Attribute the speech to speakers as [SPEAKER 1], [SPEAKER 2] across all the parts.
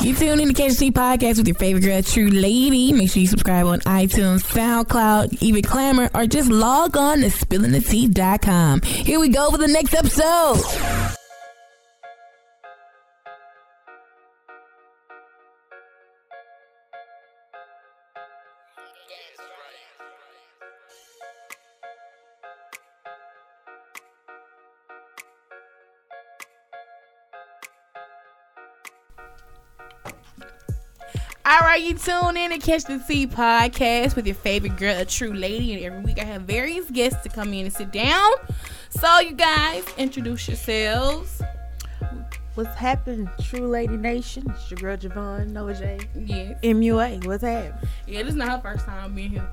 [SPEAKER 1] You tune in to Catch the Podcast with your favorite girl, True Lady. Make sure you subscribe on iTunes, SoundCloud, even Clamor, or just log on to spillingthetea.com. Here we go for the next episode. All right, you tune in to Catch the Tea podcast with your favorite girl, a true lady. And every week I have various guests to come in and sit down. So, you guys, introduce yourselves.
[SPEAKER 2] What's happening, True Lady Nation? It's your girl Javon, Noah J.
[SPEAKER 1] Yes.
[SPEAKER 2] MUA, what's happening?
[SPEAKER 1] Yeah, this is not her first time being here.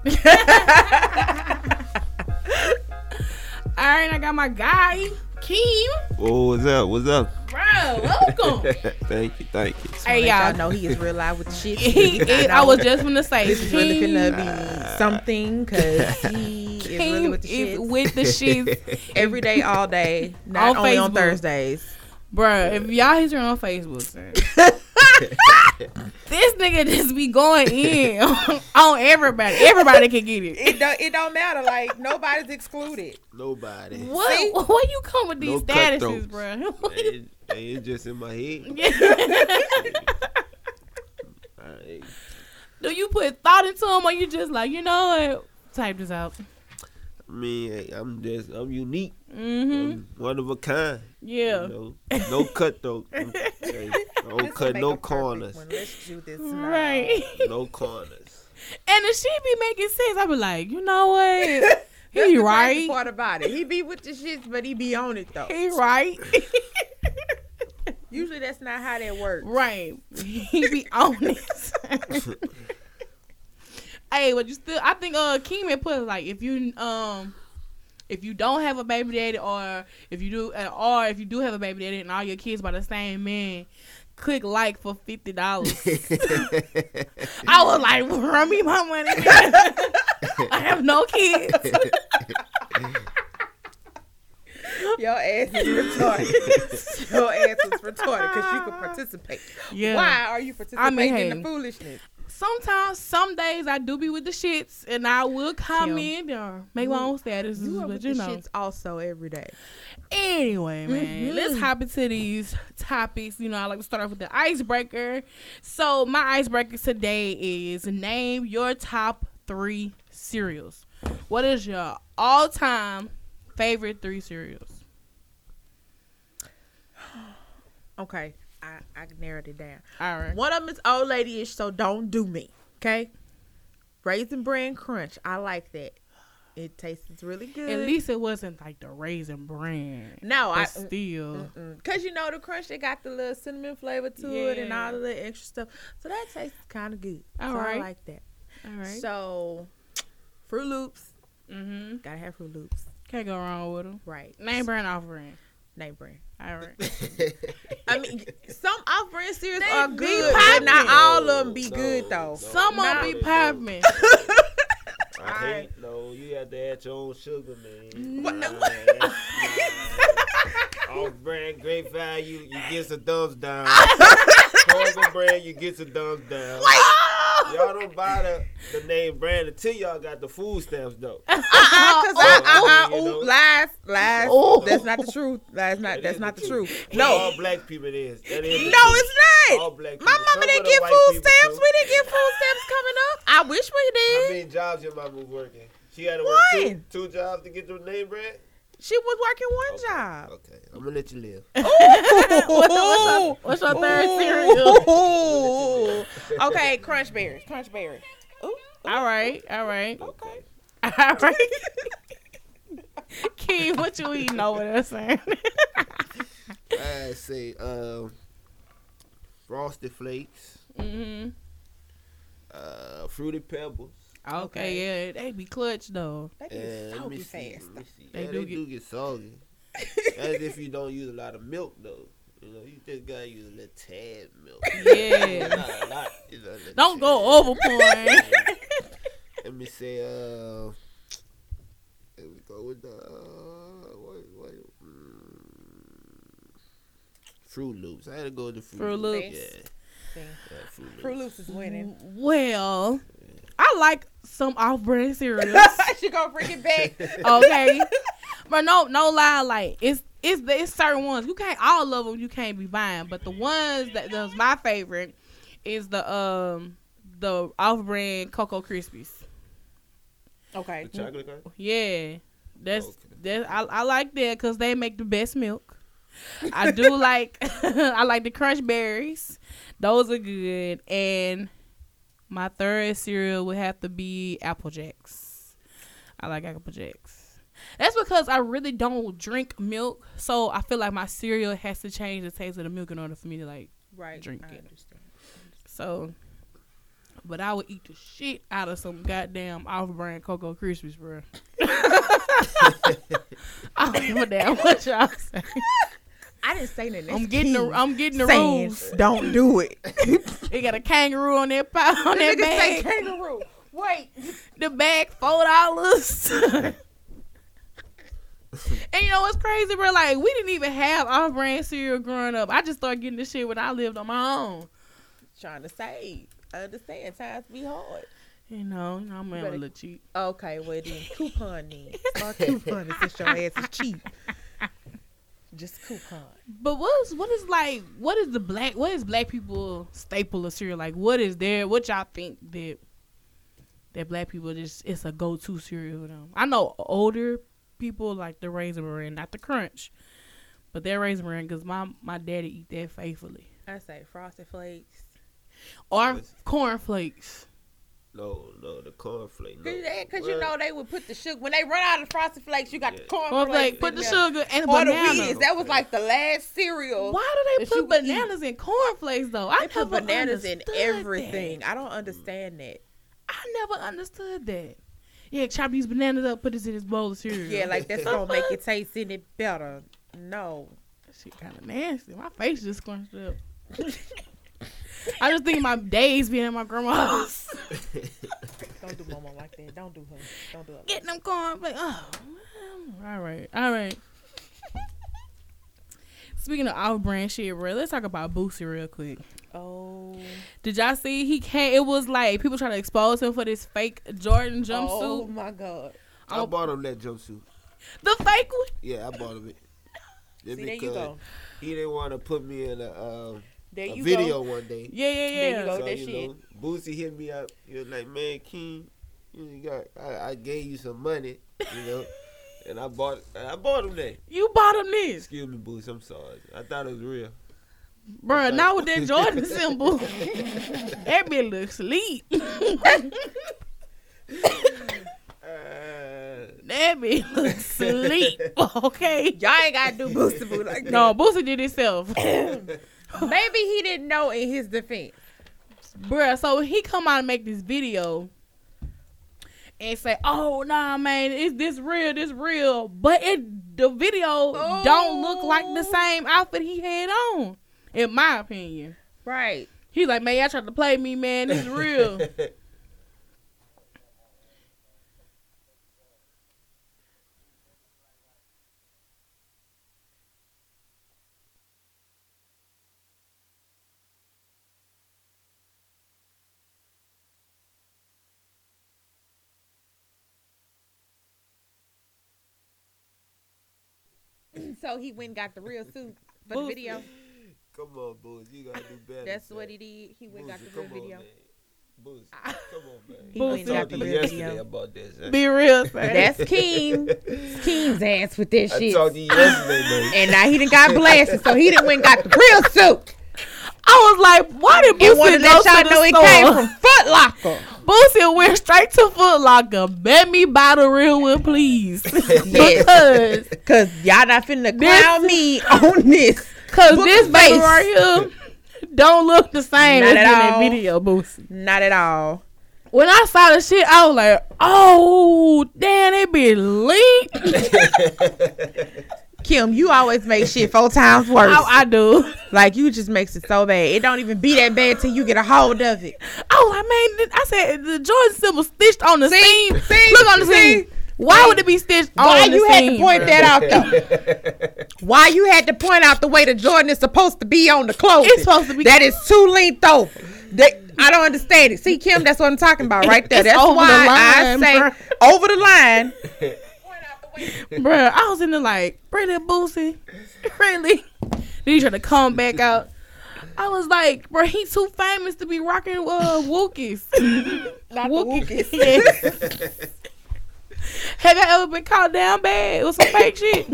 [SPEAKER 1] All right, I got my guy, Keem.
[SPEAKER 3] Oh, what's up? What's up?
[SPEAKER 1] Bro, welcome.
[SPEAKER 3] thank you, thank you.
[SPEAKER 1] hey,
[SPEAKER 2] I
[SPEAKER 1] y'all.
[SPEAKER 2] know he is real live with shit.
[SPEAKER 1] He is, I was just gonna say,
[SPEAKER 2] This is really
[SPEAKER 1] Keem-
[SPEAKER 2] finna be something because he is really
[SPEAKER 1] Keem
[SPEAKER 2] with the shit.
[SPEAKER 1] is with the shits.
[SPEAKER 2] Every day, all day, not
[SPEAKER 1] On
[SPEAKER 2] only on
[SPEAKER 1] Facebook.
[SPEAKER 2] Thursdays.
[SPEAKER 1] Bruh, if y'all his her on Facebook, son. this nigga just be going in on everybody. Everybody can get it.
[SPEAKER 2] It don't, it don't matter. Like nobody's excluded.
[SPEAKER 3] Nobody.
[SPEAKER 2] See?
[SPEAKER 1] What? Where you come with
[SPEAKER 3] No
[SPEAKER 1] these statuses,
[SPEAKER 3] cutthroats.
[SPEAKER 1] bruh?
[SPEAKER 3] It, it's just in my head. I,
[SPEAKER 1] Do you put thought into them, or you just like, you know what? Type this out.
[SPEAKER 3] I mean, hey, I'm just, I'm unique.
[SPEAKER 1] Mm-hmm.
[SPEAKER 3] I'm one of a kind.
[SPEAKER 1] Yeah.
[SPEAKER 3] You know? No cutthroat. I'm- hey,
[SPEAKER 2] This
[SPEAKER 3] Don't
[SPEAKER 2] will
[SPEAKER 3] cut
[SPEAKER 2] make a
[SPEAKER 3] no
[SPEAKER 2] perfect
[SPEAKER 3] corners.
[SPEAKER 2] one. Let's do this now.
[SPEAKER 1] Right.
[SPEAKER 3] No corners.
[SPEAKER 1] And if she be making sense, I be like, you know what?
[SPEAKER 2] That's
[SPEAKER 1] He
[SPEAKER 2] the crazy
[SPEAKER 1] right.
[SPEAKER 2] part about it. He be with the shits, but he be on it though.
[SPEAKER 1] He right.
[SPEAKER 2] Usually that's not how that works.
[SPEAKER 1] Right. He be honest. hey, but you still I think uh Keeman put it like if you um if you don't have a baby daddy or if you do uh, or if you do have a baby daddy and all your kids by the same man, click like for fifty dollars. I was like, run me my money. I have no kids.
[SPEAKER 2] Your ass is retarded. Your ass is retarded because you could participate.
[SPEAKER 1] Yeah.
[SPEAKER 2] Why are you participating in
[SPEAKER 1] hey.
[SPEAKER 2] the foolishness?
[SPEAKER 1] Sometimes some days I do be with the shits and I will comment or make my own statuses,
[SPEAKER 2] You are
[SPEAKER 1] but
[SPEAKER 2] with
[SPEAKER 1] you
[SPEAKER 2] the
[SPEAKER 1] know.
[SPEAKER 2] shits also every day.
[SPEAKER 1] Anyway, man,
[SPEAKER 2] Mm-hmm.
[SPEAKER 1] let's hop into these topics. You know, I like to start off with the icebreaker. So my icebreaker today is name your top three cereals. What is your all-time favorite three cereals?
[SPEAKER 2] Okay, I, I narrowed it down.
[SPEAKER 1] All right.
[SPEAKER 2] One of them is old lady-ish, so don't do me. Okay, raisin bran crunch. I like that. It tastes really good.
[SPEAKER 1] At least it wasn't like the raisin brand.
[SPEAKER 2] no,
[SPEAKER 1] But
[SPEAKER 2] I mm,
[SPEAKER 1] still,
[SPEAKER 2] because you know the crunch they got the little cinnamon flavor to it and
[SPEAKER 1] Yeah.
[SPEAKER 2] all of the extra stuff. So that tastes kind of good.
[SPEAKER 1] All
[SPEAKER 2] so
[SPEAKER 1] right.
[SPEAKER 2] I like that.
[SPEAKER 1] all right.
[SPEAKER 2] So Fruit Loops,
[SPEAKER 1] mm-hmm.
[SPEAKER 2] gotta have Fruit Loops,
[SPEAKER 1] Can't go wrong with them.
[SPEAKER 2] right?
[SPEAKER 1] Name brand, off brand.
[SPEAKER 2] name brand.
[SPEAKER 1] All right.
[SPEAKER 2] I mean, some off brand cereals
[SPEAKER 1] They
[SPEAKER 2] are
[SPEAKER 1] be
[SPEAKER 2] good, but not
[SPEAKER 1] poppin'.
[SPEAKER 2] all of them be
[SPEAKER 3] No,
[SPEAKER 2] good
[SPEAKER 3] no,
[SPEAKER 2] though.
[SPEAKER 3] no.
[SPEAKER 1] Some of
[SPEAKER 2] Nah.
[SPEAKER 1] them be popping.
[SPEAKER 3] I hate no. You have to add your own sugar, man.
[SPEAKER 2] What-
[SPEAKER 3] Nah,
[SPEAKER 2] what-
[SPEAKER 3] nah. Off brand grapevine, you you get some thumbs down. Kroger brand, you get some thumbs down. Y'all don't buy the, the name brand until y'all got the food stamps though.
[SPEAKER 2] Uh-uh, 'cause I-
[SPEAKER 3] Oh,
[SPEAKER 2] uh-uh,
[SPEAKER 3] you
[SPEAKER 2] ooh,
[SPEAKER 3] know.
[SPEAKER 2] lies, lies.
[SPEAKER 1] Oh.
[SPEAKER 2] That's not the truth. That's not.
[SPEAKER 3] That
[SPEAKER 2] That's
[SPEAKER 3] is
[SPEAKER 2] not
[SPEAKER 3] the
[SPEAKER 2] the
[SPEAKER 3] truth.
[SPEAKER 2] truth.
[SPEAKER 3] all
[SPEAKER 2] No,
[SPEAKER 3] black people it is. That is the
[SPEAKER 2] no,
[SPEAKER 3] truth.
[SPEAKER 2] it's
[SPEAKER 3] All
[SPEAKER 2] not.
[SPEAKER 3] black people.
[SPEAKER 2] My mama
[SPEAKER 3] Some of
[SPEAKER 2] didn't
[SPEAKER 3] the
[SPEAKER 2] get
[SPEAKER 3] white
[SPEAKER 2] food
[SPEAKER 3] people,
[SPEAKER 2] stamps.
[SPEAKER 3] too.
[SPEAKER 2] We didn't get food stamps coming up. I wish we
[SPEAKER 3] How
[SPEAKER 2] did.
[SPEAKER 3] many jobs your mama was working? She had to work two,
[SPEAKER 2] One.
[SPEAKER 3] two jobs to get the name brand.
[SPEAKER 2] She was working one job.
[SPEAKER 3] Okay, I'm gonna let you live.
[SPEAKER 2] Ooh.
[SPEAKER 1] What's your third
[SPEAKER 2] Ooh.
[SPEAKER 1] cereal?
[SPEAKER 2] okay, crunch berries, crunch berries. Ooh,
[SPEAKER 1] All right.
[SPEAKER 3] Uh,
[SPEAKER 1] All right.
[SPEAKER 2] okay.
[SPEAKER 1] All right. Keem, what you eating over there, son?
[SPEAKER 3] I say um, frosted flakes,
[SPEAKER 1] mm-hmm.
[SPEAKER 3] uh, fruity pebbles.
[SPEAKER 1] okay, yeah, they be clutch though.
[SPEAKER 2] That
[SPEAKER 3] And
[SPEAKER 2] is
[SPEAKER 3] let
[SPEAKER 2] so
[SPEAKER 3] me see,
[SPEAKER 2] fast.
[SPEAKER 3] let me see.
[SPEAKER 1] They
[SPEAKER 3] yeah,
[SPEAKER 1] do
[SPEAKER 3] they
[SPEAKER 1] get-
[SPEAKER 3] do get soggy. As if you don't use a lot of milk though. You know, you just gotta use a little tad of milk.
[SPEAKER 1] Yeah,
[SPEAKER 3] Not a lot. you know, a little
[SPEAKER 1] don't
[SPEAKER 3] tad.
[SPEAKER 1] go overboard.
[SPEAKER 3] Let me say, uh, let me go with the uh, what, what, mm, Fruit Loops. I had to go with the Fruit,
[SPEAKER 1] Fruit Loops.
[SPEAKER 3] Yeah.
[SPEAKER 2] See.
[SPEAKER 3] I Fruit Loops.
[SPEAKER 2] Fruit Loops is winning.
[SPEAKER 1] Well, I like some off-brand cereals.
[SPEAKER 2] she gonna bring it back.
[SPEAKER 1] okay, but no, no lie, like it's it's it's certain ones you can't all of them you can't be buying, but the ones that that was my favorite is the um the off-brand Cocoa Krispies.
[SPEAKER 2] Okay.
[SPEAKER 3] The chocolate kind?
[SPEAKER 1] Yeah, that's
[SPEAKER 3] Okay.
[SPEAKER 1] that's I, I like that because they make the best milk. I do like I like the crunch berries; those are good. And my third cereal would have to be Apple Jacks. I like Apple Jacks. That's because I really don't drink milk, so I feel like my cereal has to change the taste of the milk in order for me to like.
[SPEAKER 2] Right.
[SPEAKER 1] Drink
[SPEAKER 2] I
[SPEAKER 1] it.
[SPEAKER 2] understand.
[SPEAKER 1] So, but I would eat the shit out of some goddamn off-brand Cocoa Krispies, bro. I don't give a damn what y'all say.
[SPEAKER 2] I didn't say nothing.
[SPEAKER 1] I'm getting the I'm getting the
[SPEAKER 2] Saying,
[SPEAKER 1] rules.
[SPEAKER 2] Don't do it.
[SPEAKER 1] They got a kangaroo on their pa- on their
[SPEAKER 2] Niggas say
[SPEAKER 1] bag.
[SPEAKER 2] kangaroo. Wait.
[SPEAKER 1] The bag four dollars. and you know what's crazy, bro? Like we didn't even have off-brand cereal growing up. I just started getting this shit when I lived on my own.
[SPEAKER 2] Trying to save. I understand. Times be hard.
[SPEAKER 1] You know, I'm a
[SPEAKER 2] better-
[SPEAKER 1] little cheap.
[SPEAKER 2] Okay, well then coupon then. Start couponing since your ass is cheap. Just coupon.
[SPEAKER 1] But what is what is like what is the black what is black people staple of cereal like what is there what y'all think that that black people just it's a go to cereal for them I know older people like the raisin bran not the crunch but that raisin bran because my my daddy eat that faithfully
[SPEAKER 2] I say frosted flakes.
[SPEAKER 1] or
[SPEAKER 3] Yes.
[SPEAKER 1] corn flakes
[SPEAKER 3] No, no, the cornflakes.
[SPEAKER 2] Cause,
[SPEAKER 3] no.
[SPEAKER 2] they- 'cause you
[SPEAKER 3] What?
[SPEAKER 2] know they would put the sugar when they run out of frosted flakes. You got the
[SPEAKER 3] Yeah.
[SPEAKER 2] corn
[SPEAKER 1] corn flakes
[SPEAKER 2] flakes.
[SPEAKER 1] put
[SPEAKER 2] in
[SPEAKER 1] the
[SPEAKER 2] there.
[SPEAKER 1] sugar and
[SPEAKER 2] Or the
[SPEAKER 1] banana
[SPEAKER 2] Wheaties. That was like the last cereal.
[SPEAKER 1] why do they
[SPEAKER 2] If you
[SPEAKER 1] put
[SPEAKER 2] would eat-
[SPEAKER 1] bananas in corn flakes though I
[SPEAKER 2] They put
[SPEAKER 1] never
[SPEAKER 2] bananas in
[SPEAKER 1] understood that.
[SPEAKER 2] everything. I don't understand that.
[SPEAKER 1] I never understood that. Yeah, chop these bananas up, put this in this bowl of cereal.
[SPEAKER 2] Yeah, like that's gonna make it taste any better. No.
[SPEAKER 1] shit kind of nasty. My face just scrunched up. I just think of my days being at my grandma's
[SPEAKER 2] Don't do mama like that. Don't do her. Don't do her.
[SPEAKER 1] getting them corn. Like, oh, well, all right, all right. Speaking of off brand shit, bro, let's talk about Boosie real quick.
[SPEAKER 2] Oh.
[SPEAKER 1] Did y'all see he came? It was like people trying to expose him for this fake Jordan
[SPEAKER 2] Oh
[SPEAKER 1] jumpsuit.
[SPEAKER 2] my god.
[SPEAKER 3] I
[SPEAKER 1] Oh.
[SPEAKER 3] bought him that jumpsuit.
[SPEAKER 1] The fake one.
[SPEAKER 3] Yeah, I bought him it. Just
[SPEAKER 2] See there you
[SPEAKER 3] because
[SPEAKER 2] go.
[SPEAKER 3] He didn't want to put me in a, um,
[SPEAKER 2] There
[SPEAKER 3] a
[SPEAKER 2] you
[SPEAKER 3] video
[SPEAKER 2] go.
[SPEAKER 3] one day.
[SPEAKER 1] Yeah, yeah, yeah.
[SPEAKER 2] There you go. that
[SPEAKER 3] know, Boosie hit me up. He was like, "Man, King, you ain't got. I, I gave you some money, you know, and I bought. I bought him that.
[SPEAKER 1] You bought him this,
[SPEAKER 3] Excuse me, Boosie. I'm sorry. I thought it was real.
[SPEAKER 1] bro. Not with that Jordan symbol. that bitch looks sleep.
[SPEAKER 3] Uh,
[SPEAKER 1] That bitch look sleep. Okay.
[SPEAKER 2] Y'all ain't gotta do Booster Boo like that.
[SPEAKER 1] No, Boosie did himself.
[SPEAKER 2] Maybe he didn't know in his defense.
[SPEAKER 1] Bruh, so he come out and make this video and say, Oh nah man, it's this real, this real. But it the video don't look like the same outfit he had on, in my opinion.
[SPEAKER 2] Right.
[SPEAKER 1] He like, man, y'all tried to play me, man. It's real.
[SPEAKER 2] So he went and got the real suit for the
[SPEAKER 1] Boosie.
[SPEAKER 2] video.
[SPEAKER 3] Come on, Boosie. You gotta do better.
[SPEAKER 2] That's
[SPEAKER 3] than
[SPEAKER 2] what
[SPEAKER 3] that.
[SPEAKER 2] he did. He went and got
[SPEAKER 3] Boosie,
[SPEAKER 2] the real
[SPEAKER 3] come
[SPEAKER 2] video.
[SPEAKER 3] on, man. Boosie,
[SPEAKER 2] Ah.
[SPEAKER 3] come on, man.
[SPEAKER 2] He went and
[SPEAKER 1] Boosie.
[SPEAKER 2] got
[SPEAKER 3] Talked
[SPEAKER 2] the
[SPEAKER 3] to you
[SPEAKER 2] real
[SPEAKER 3] yesterday
[SPEAKER 2] video.
[SPEAKER 3] about this. huh?
[SPEAKER 1] Be real, sir.
[SPEAKER 2] That's Keem. Keem's ass with this
[SPEAKER 3] I
[SPEAKER 2] shit.
[SPEAKER 3] talked to you yesterday, man.
[SPEAKER 2] And now he done got blasted, so he done went and got the real suit.
[SPEAKER 1] I was like, why did
[SPEAKER 2] And wanted
[SPEAKER 1] Boosie go
[SPEAKER 2] to let
[SPEAKER 1] to
[SPEAKER 2] y'all
[SPEAKER 1] the
[SPEAKER 2] know it
[SPEAKER 1] store?
[SPEAKER 2] came from Foot Locker.
[SPEAKER 1] Boosie went straight to Foot Locker. Bet me buy the real one, please. because
[SPEAKER 2] Cause y'all not finna
[SPEAKER 1] This-
[SPEAKER 2] clown me on this.
[SPEAKER 1] Cause
[SPEAKER 2] Look
[SPEAKER 1] this
[SPEAKER 2] at
[SPEAKER 1] baby
[SPEAKER 2] face.
[SPEAKER 1] right here don't look the same
[SPEAKER 2] Not
[SPEAKER 1] as in
[SPEAKER 2] at
[SPEAKER 1] that
[SPEAKER 2] all.
[SPEAKER 1] video, Boosie.
[SPEAKER 2] Not at all.
[SPEAKER 1] When I saw the shit, I was like, "Oh, damn, they be linked."
[SPEAKER 2] Kim, you always make shit four times worse.
[SPEAKER 1] How I do?
[SPEAKER 2] like you just makes it so bad. It don't even be that bad till you get a hold of it.
[SPEAKER 1] Oh, I mean, I said the Jordan symbol stitched on the
[SPEAKER 2] See?
[SPEAKER 1] seam.
[SPEAKER 2] See?
[SPEAKER 1] Look on the
[SPEAKER 2] See?
[SPEAKER 1] seam. Why would it be stitched
[SPEAKER 2] Why
[SPEAKER 1] on the
[SPEAKER 2] you had to
[SPEAKER 1] seam,
[SPEAKER 2] point
[SPEAKER 1] bruh?
[SPEAKER 2] that out though? Why you had to point out the way the Jordan is supposed to be on the clothes?
[SPEAKER 1] It's supposed to be-
[SPEAKER 2] that is too linked over. They, I don't understand it. See, Kim, that's what I'm talking about right there.
[SPEAKER 1] It's
[SPEAKER 2] That's
[SPEAKER 1] over the
[SPEAKER 2] why
[SPEAKER 1] line,
[SPEAKER 2] I say over the line.
[SPEAKER 1] Bruh, I was in there like, Brandon Boosie, really? Then he tried to come back out. I was like, bro, he too famous to be rocking uh, Wookiees.
[SPEAKER 2] Not the Wookiees.
[SPEAKER 1] Have y'all ever been caught down bad with some fake shit?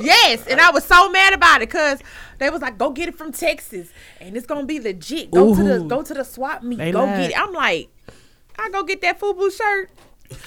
[SPEAKER 2] Yes, and I was so mad about it because they was like, "Go get it from Texas, and it's gonna be legit. Go to the
[SPEAKER 1] Ooh.
[SPEAKER 2] go to the swap meet.
[SPEAKER 1] They
[SPEAKER 2] go
[SPEAKER 1] lied.
[SPEAKER 2] get it." I'm like, "I go get that FUBU shirt."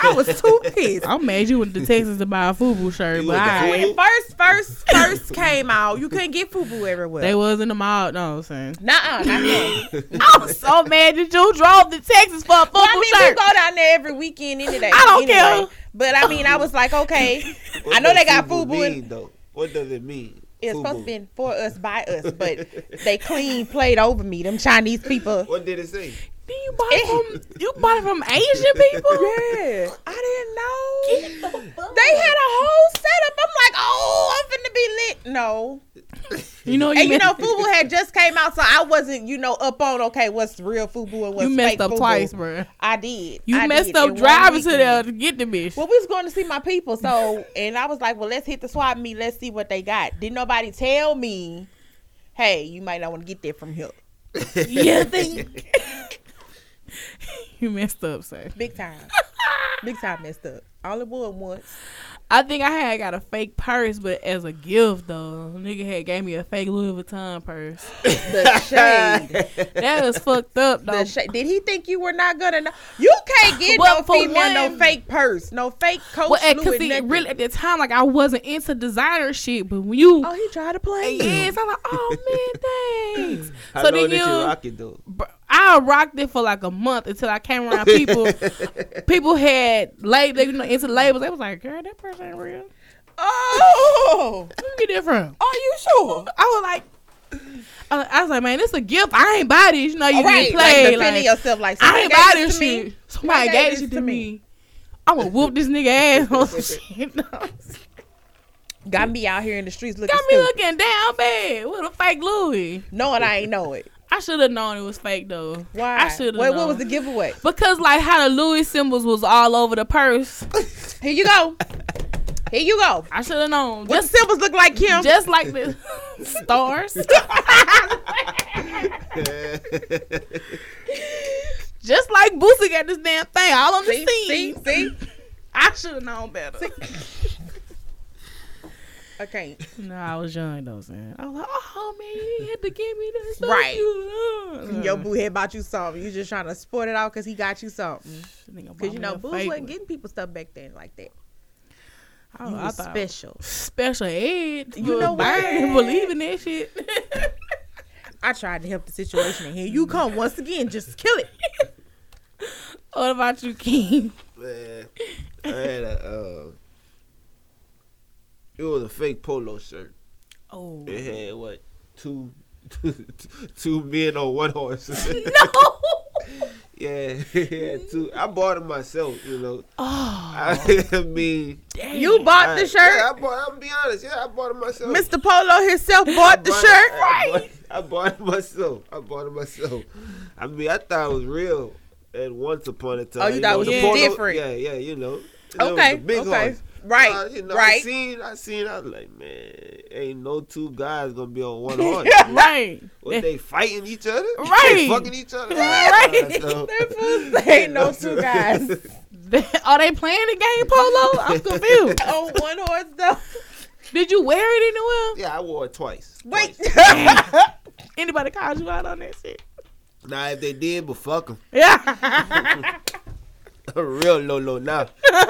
[SPEAKER 2] I was too pissed.
[SPEAKER 1] I'm mad you went to Texas to buy a FUBU shirt,
[SPEAKER 3] You
[SPEAKER 1] but
[SPEAKER 3] went to
[SPEAKER 1] alright.
[SPEAKER 3] Fubu?
[SPEAKER 2] When it first, first, first came out, you couldn't get FUBU everywhere.
[SPEAKER 1] they was in the mall. No, I'm saying.
[SPEAKER 2] Nuh-uh, not yet.
[SPEAKER 1] I was so mad that you drove to Texas for a FUBU
[SPEAKER 2] Well, I mean,
[SPEAKER 1] shirt.
[SPEAKER 2] we go down there every weekend any day.
[SPEAKER 1] I don't
[SPEAKER 2] anyway.
[SPEAKER 1] care.
[SPEAKER 2] But I mean, I was like, okay,
[SPEAKER 3] What
[SPEAKER 2] I know
[SPEAKER 3] does
[SPEAKER 2] they got
[SPEAKER 3] FUBU
[SPEAKER 2] FUBU in-
[SPEAKER 3] mean, though. What does it mean?
[SPEAKER 2] it's supposed
[SPEAKER 3] FUBU.
[SPEAKER 2] to be for us by us, but they clean played over me. Them Chinese people.
[SPEAKER 3] What did it say?
[SPEAKER 1] Then you bought it from you bought it from Asian people.
[SPEAKER 2] Yeah, I didn't know. They had a whole setup. I'm like, oh, I'm finna be lit. No,
[SPEAKER 1] You know you,
[SPEAKER 2] and you know,
[SPEAKER 1] mess-
[SPEAKER 2] Fubu had just came out, so I wasn't, you know, up on okay, what's real Fubu and what's
[SPEAKER 1] you messed
[SPEAKER 2] fake
[SPEAKER 1] up
[SPEAKER 2] FUBU.
[SPEAKER 1] twice, bro.
[SPEAKER 2] I did.
[SPEAKER 1] You
[SPEAKER 2] I
[SPEAKER 1] messed
[SPEAKER 2] did, in
[SPEAKER 1] up
[SPEAKER 2] one
[SPEAKER 1] driving to
[SPEAKER 2] weekend.
[SPEAKER 1] there to get the bitch.
[SPEAKER 2] Well, we was going to see my people, so and I was like, well, let's hit the swap meet. Let's see what they got. Didn't nobody tell me, hey, you might not want to get that from here,
[SPEAKER 1] yeah, think you messed up, sir.
[SPEAKER 2] big time, big time messed up. All it was once.
[SPEAKER 1] I think I had got a fake purse, but as a gift though, nigga had gave me a fake Louis Vuitton purse.
[SPEAKER 2] The shade.
[SPEAKER 1] That was fucked up though.
[SPEAKER 2] The shade. Did he think you were not gonna know? You can't get
[SPEAKER 1] Well,
[SPEAKER 2] no
[SPEAKER 1] for
[SPEAKER 2] female, no
[SPEAKER 1] one-
[SPEAKER 2] fake purse, no fake coat,
[SPEAKER 1] well,
[SPEAKER 2] Louis,
[SPEAKER 1] because see,
[SPEAKER 2] nothing.
[SPEAKER 1] really at the time, like I wasn't into designer shit, but when you
[SPEAKER 2] Oh, he tried to play. you.
[SPEAKER 1] yes, I'm like, oh man, thanks.
[SPEAKER 3] How
[SPEAKER 1] so
[SPEAKER 3] long
[SPEAKER 1] then
[SPEAKER 3] did you
[SPEAKER 1] you,
[SPEAKER 3] rock it though?
[SPEAKER 1] br- I rocked it for like a month until I came around people. people had labels, you know, into labels. They was like, girl, that person ain't real.
[SPEAKER 2] Oh,
[SPEAKER 1] Where you get that from?
[SPEAKER 2] are you sure?
[SPEAKER 1] I was like, I was- I was like, man, this a gift. I ain't buy this. You know, you
[SPEAKER 2] Oh, right,
[SPEAKER 1] didn't play.
[SPEAKER 2] like
[SPEAKER 1] Like,
[SPEAKER 2] defending yourself like
[SPEAKER 1] I
[SPEAKER 2] somebody
[SPEAKER 1] ain't buy
[SPEAKER 2] gave
[SPEAKER 1] this
[SPEAKER 2] to me.
[SPEAKER 1] shit. Somebody
[SPEAKER 2] Somebody
[SPEAKER 1] gave this shit to me. I'm gonna whoop this nigga ass on some shit.
[SPEAKER 2] Got me out here in the streets looking
[SPEAKER 1] Got me
[SPEAKER 2] stupid.
[SPEAKER 1] looking down bad with a fake Louis.
[SPEAKER 2] knowing I ain't know it.
[SPEAKER 1] I should have known it was fake though.
[SPEAKER 2] Why?
[SPEAKER 1] I should have.
[SPEAKER 2] What, what was the giveaway?
[SPEAKER 1] Because like how the Louis symbols was all over the purse.
[SPEAKER 2] Here you go. Here you go.
[SPEAKER 1] I should have known.
[SPEAKER 2] What
[SPEAKER 1] Just,
[SPEAKER 2] symbols look like Kim?
[SPEAKER 1] just like the stars. just like Boosie got this damn thing all on the
[SPEAKER 2] see, see,
[SPEAKER 1] scene.
[SPEAKER 2] see.
[SPEAKER 1] I should have known better.
[SPEAKER 2] Okay.
[SPEAKER 1] No, I was young though, son. I was like, oh man, you had to give me this.
[SPEAKER 2] Right.
[SPEAKER 1] You.
[SPEAKER 2] Your boo head bought you something. You just trying to sport it out because he got you something. Because you know, boo wasn't getting people stuff back then like that.
[SPEAKER 1] oh,
[SPEAKER 2] You
[SPEAKER 1] I
[SPEAKER 2] was
[SPEAKER 1] thought
[SPEAKER 2] special.
[SPEAKER 1] special ed.
[SPEAKER 2] You
[SPEAKER 1] for
[SPEAKER 2] know what?
[SPEAKER 1] buying and Believing that shit.
[SPEAKER 2] I tried to help the situation, and here you
[SPEAKER 1] Mm.
[SPEAKER 2] come once again. Just kill it.
[SPEAKER 1] what about you, King?
[SPEAKER 3] Man, I had a. Uh, it was a fake polo shirt.
[SPEAKER 1] Oh
[SPEAKER 3] It had what two two men on one horse.
[SPEAKER 1] no!
[SPEAKER 3] yeah, it had two. I bought it myself. You know,
[SPEAKER 1] Oh,
[SPEAKER 3] I, mean,
[SPEAKER 2] You bought
[SPEAKER 3] I-
[SPEAKER 2] the
[SPEAKER 3] Yeah,
[SPEAKER 2] shirt.
[SPEAKER 3] I bought. I'm be honest. Yeah, I bought it myself.
[SPEAKER 2] Mr. Polo himself bought the
[SPEAKER 3] bought-
[SPEAKER 2] shirt.
[SPEAKER 3] I bought, I bought it myself. I bought it myself. I mean, I thought it was real at once upon a time.
[SPEAKER 2] Oh, you thought it was
[SPEAKER 3] know,
[SPEAKER 1] Yeah.
[SPEAKER 3] the polo-
[SPEAKER 2] different.
[SPEAKER 3] Yeah, yeah, you know. And it was
[SPEAKER 2] Okay.
[SPEAKER 3] the big
[SPEAKER 2] Okay.
[SPEAKER 3] horse.
[SPEAKER 2] Right.
[SPEAKER 3] Uh, you know, I
[SPEAKER 2] right.
[SPEAKER 3] seen, I seen, I was like, man, ain't no two guys gonna be on one horse.
[SPEAKER 1] right.
[SPEAKER 3] What they fighting each other?
[SPEAKER 1] Right.
[SPEAKER 3] They fucking each other?
[SPEAKER 1] Right.
[SPEAKER 3] So-
[SPEAKER 2] ain't no two guys.
[SPEAKER 1] Are they playing the game polo? I'm confused.
[SPEAKER 2] on one horse though.
[SPEAKER 1] Did you wear it anywhere?
[SPEAKER 3] Yeah, I wore it twice.
[SPEAKER 2] Wait.
[SPEAKER 3] Twice.
[SPEAKER 1] Anybody called you out on that shit?
[SPEAKER 3] Nah, if they did, but fuck them.
[SPEAKER 1] Yeah.
[SPEAKER 3] Real low, low now.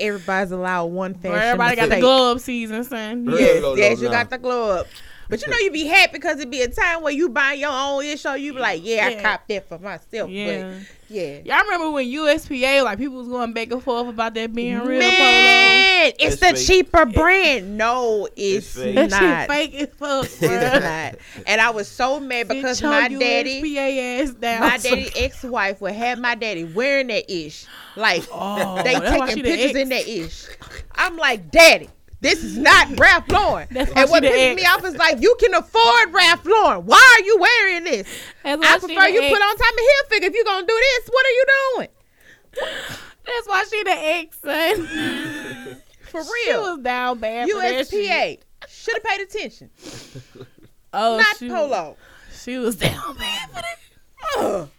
[SPEAKER 2] Everybody's allowed one fashion.
[SPEAKER 1] Bro, everybody got the
[SPEAKER 2] mistake.
[SPEAKER 1] glove season, son.
[SPEAKER 3] Real
[SPEAKER 2] Yes,
[SPEAKER 3] low,
[SPEAKER 2] yes,
[SPEAKER 3] low
[SPEAKER 2] you
[SPEAKER 3] now.
[SPEAKER 2] got the glow up. But you know you be happy because it be a time where you buy your own ish, so you be like, yeah,
[SPEAKER 1] Yeah.
[SPEAKER 2] I copped that for myself.
[SPEAKER 1] Yeah.
[SPEAKER 2] But yeah.
[SPEAKER 1] Y'all remember when USPA, like people was going back and forth about that being real polo?
[SPEAKER 2] Man, it's
[SPEAKER 3] It's
[SPEAKER 2] the
[SPEAKER 3] fake.
[SPEAKER 2] cheaper brand. No,
[SPEAKER 3] It's
[SPEAKER 2] it's,
[SPEAKER 3] fake.
[SPEAKER 1] That
[SPEAKER 2] not.
[SPEAKER 1] shit fake as fuck,
[SPEAKER 2] It's
[SPEAKER 1] bro.
[SPEAKER 2] not. And I was so mad because
[SPEAKER 1] Get
[SPEAKER 2] my
[SPEAKER 1] your
[SPEAKER 2] daddy,
[SPEAKER 1] USPA ass down.
[SPEAKER 2] my daddy ex-wife would have my daddy wearing that ish. Like
[SPEAKER 1] Oh,
[SPEAKER 2] they
[SPEAKER 1] that's why
[SPEAKER 2] taking
[SPEAKER 1] she the
[SPEAKER 2] pictures
[SPEAKER 1] ex.
[SPEAKER 2] in that ish. I'm like, Daddy, This is not Ralph Lauren.
[SPEAKER 1] That's why
[SPEAKER 2] and what
[SPEAKER 1] she the
[SPEAKER 2] pisses
[SPEAKER 1] ex.
[SPEAKER 2] me off is like you can afford Ralph Lauren. Why are you wearing this?
[SPEAKER 1] That's why
[SPEAKER 2] I
[SPEAKER 1] she
[SPEAKER 2] prefer
[SPEAKER 1] the
[SPEAKER 2] you
[SPEAKER 1] ex.
[SPEAKER 2] put on Tommy Hilfiger if you're gonna do this. What are you doing?
[SPEAKER 1] That's why she the ex, son.
[SPEAKER 2] For
[SPEAKER 1] She
[SPEAKER 2] real,
[SPEAKER 1] was down bad for that shit.
[SPEAKER 2] USPA should have paid attention.
[SPEAKER 1] Oh,
[SPEAKER 2] not
[SPEAKER 1] she,
[SPEAKER 2] Polo.
[SPEAKER 1] She was down bad for that.
[SPEAKER 2] Ugh.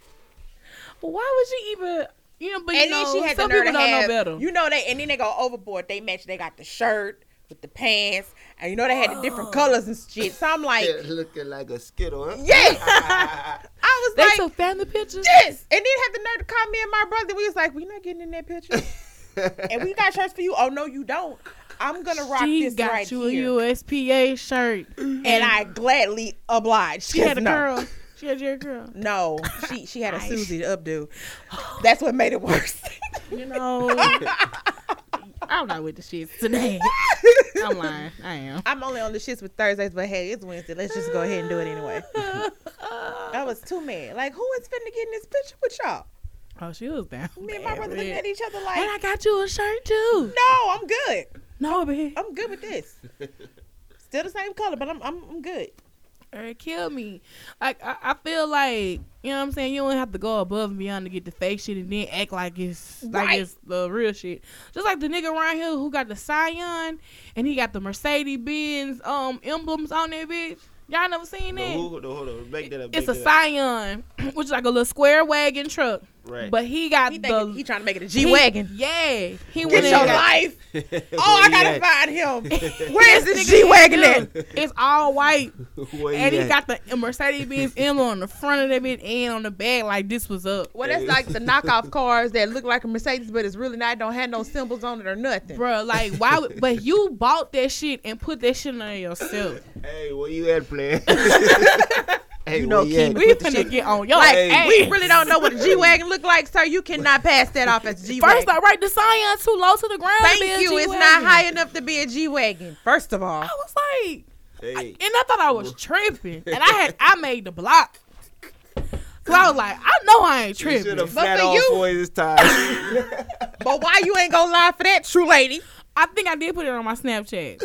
[SPEAKER 1] Why would she even? You know, but you
[SPEAKER 2] And
[SPEAKER 1] know,
[SPEAKER 2] then she had the
[SPEAKER 1] some
[SPEAKER 2] nerve
[SPEAKER 1] people
[SPEAKER 2] to
[SPEAKER 1] don't
[SPEAKER 2] have,
[SPEAKER 1] know better.
[SPEAKER 2] you know, they and then they go overboard. They match. They got the shirt with the pants, and you know they had the different colors and shit. So I'm like,
[SPEAKER 3] Yeah, looking like a skittle. Huh?
[SPEAKER 2] yes. I was
[SPEAKER 1] they
[SPEAKER 2] like,
[SPEAKER 1] took family pictures.
[SPEAKER 2] yes. And then had the nerve to call me and my brother. We was like, we not getting in that picture. and we got shirts for you. Oh no, you don't. I'm gonna rock
[SPEAKER 1] she
[SPEAKER 2] this
[SPEAKER 1] got
[SPEAKER 2] right
[SPEAKER 1] you
[SPEAKER 2] here,
[SPEAKER 1] a USPA shirt.
[SPEAKER 2] and I gladly obliged.
[SPEAKER 1] She had a
[SPEAKER 2] no.
[SPEAKER 1] girl. She had your girl.
[SPEAKER 2] No, she she had a
[SPEAKER 1] Nice.
[SPEAKER 2] Susie to updo. That's what made it worse.
[SPEAKER 1] You know, I'm not with the shit today. I'm lying. I am.
[SPEAKER 2] I'm only on the shits with Thursdays, but hey, it's Wednesday. Let's just go ahead and do it anyway. I was too mad. Like, who is finna get in this picture with y'all?
[SPEAKER 1] oh, she was down.
[SPEAKER 2] Me and my
[SPEAKER 1] bad
[SPEAKER 2] brother
[SPEAKER 1] with
[SPEAKER 2] looking
[SPEAKER 1] it.
[SPEAKER 2] at each other
[SPEAKER 1] And
[SPEAKER 2] like,
[SPEAKER 1] I got you a shirt too.
[SPEAKER 2] no, I'm good.
[SPEAKER 1] No, bitch.
[SPEAKER 2] I'm good with this. Still the same color, but I'm I'm, I'm good.
[SPEAKER 1] Or it kill me. Like I, I feel like you know what I'm saying. You don't have to go above and beyond to get the fake shit and then act like it's like
[SPEAKER 2] Right.
[SPEAKER 1] it's the real shit. Just like the nigga around here who got the Scion and he got the Mercedes Benz um emblems on there, bitch. Y'all never seen
[SPEAKER 3] The
[SPEAKER 1] that?
[SPEAKER 3] who- the- hold on, make that up.
[SPEAKER 1] it's a
[SPEAKER 3] make that
[SPEAKER 1] Scion, which is like a little square wagon truck.
[SPEAKER 3] up. Right.
[SPEAKER 1] But he got
[SPEAKER 2] He
[SPEAKER 1] the
[SPEAKER 2] thinking he trying to make it a
[SPEAKER 1] he-
[SPEAKER 2] G wagon.
[SPEAKER 1] Yeah, he
[SPEAKER 2] Get
[SPEAKER 1] went
[SPEAKER 2] your
[SPEAKER 1] and got-
[SPEAKER 2] life. Oh, I gotta find him.
[SPEAKER 3] find.
[SPEAKER 2] Where's this
[SPEAKER 1] Nigga,
[SPEAKER 2] G wagon at?
[SPEAKER 1] look, It's all white.
[SPEAKER 3] Where
[SPEAKER 1] And
[SPEAKER 3] he
[SPEAKER 1] he
[SPEAKER 3] at?
[SPEAKER 1] got the Mercedes Benz M on the front of that bitch and on the back, like this was up.
[SPEAKER 2] Well, that's like the knockoff cars that look like a Mercedes, but it's really not. Don't have no symbols on it or nothing.
[SPEAKER 1] Bruh, like why would but you bought that shit and put that shit on yourself.
[SPEAKER 3] Hey, where you at, player? hey,
[SPEAKER 2] You know
[SPEAKER 3] where
[SPEAKER 2] Keem
[SPEAKER 3] at?
[SPEAKER 1] We finna get on your
[SPEAKER 2] Like
[SPEAKER 1] ass.
[SPEAKER 2] we really don't know what a G wagon look like, sir. You cannot pass that off as G wagon.
[SPEAKER 1] First I right the Scion too low to the ground.
[SPEAKER 2] thank
[SPEAKER 1] bitch,
[SPEAKER 2] you.
[SPEAKER 1] you
[SPEAKER 2] It's
[SPEAKER 1] wasn't.
[SPEAKER 2] not high enough to be a G wagon. First of all,
[SPEAKER 1] I was like
[SPEAKER 3] Hey,
[SPEAKER 1] and I thought I was tripping. And I had I made the block. Cause I was like, I know I ain't
[SPEAKER 3] you should
[SPEAKER 1] tripping.
[SPEAKER 3] have flat
[SPEAKER 2] for
[SPEAKER 3] all
[SPEAKER 2] you-
[SPEAKER 3] four this time.
[SPEAKER 2] but why you ain't gonna lie for that, true lady?
[SPEAKER 1] I think I did put it on my Snapchat.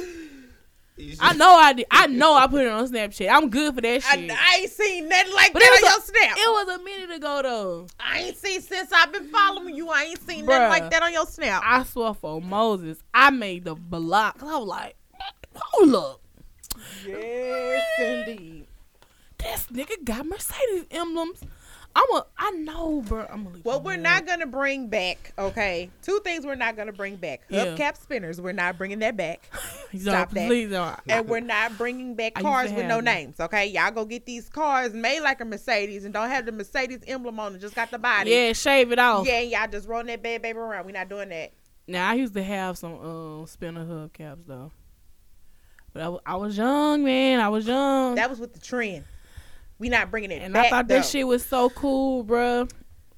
[SPEAKER 3] You should-
[SPEAKER 1] I know I did. I know I put it on Snapchat. I'm good for that
[SPEAKER 2] I,
[SPEAKER 1] shit.
[SPEAKER 2] I ain't seen nothing like
[SPEAKER 1] But
[SPEAKER 2] that
[SPEAKER 1] it
[SPEAKER 2] on
[SPEAKER 1] was
[SPEAKER 2] your snap.
[SPEAKER 1] it was a minute ago though.
[SPEAKER 2] I ain't seen since I've been following you. I ain't seen nothing
[SPEAKER 1] Bruh.
[SPEAKER 2] like that on your snap.
[SPEAKER 1] I swear for Moses, I made the block. I was like, hold up.
[SPEAKER 2] Yes, indeed.
[SPEAKER 1] This nigga got Mercedes emblems. I'm a, I know, bro. I'm gonna leave.
[SPEAKER 2] Well,
[SPEAKER 1] it
[SPEAKER 2] we're
[SPEAKER 1] alone.
[SPEAKER 2] not gonna bring back. Okay, two things we're not gonna bring back:
[SPEAKER 1] Yeah.
[SPEAKER 2] hubcap spinners. We're not bringing that back.
[SPEAKER 1] Don't,
[SPEAKER 2] stop that.
[SPEAKER 1] please don't.
[SPEAKER 2] and we're not bringing back
[SPEAKER 1] I used
[SPEAKER 2] cars
[SPEAKER 1] to
[SPEAKER 2] with
[SPEAKER 1] have
[SPEAKER 2] no
[SPEAKER 1] them.
[SPEAKER 2] names. Okay, y'all go get these cars made like a Mercedes and don't have the Mercedes emblem on it. Just got the body.
[SPEAKER 1] Yeah, shave it off.
[SPEAKER 2] yeah. and Y'all just rolling that bad baby around. We're not doing that.
[SPEAKER 1] Now I used to have some um spinner hubcaps though, but I, wa- I was young, man. I was young,
[SPEAKER 2] That was with the trend. We not bringing it.
[SPEAKER 1] and
[SPEAKER 2] back,
[SPEAKER 1] I thought
[SPEAKER 2] though.
[SPEAKER 1] that shit was so cool, bro.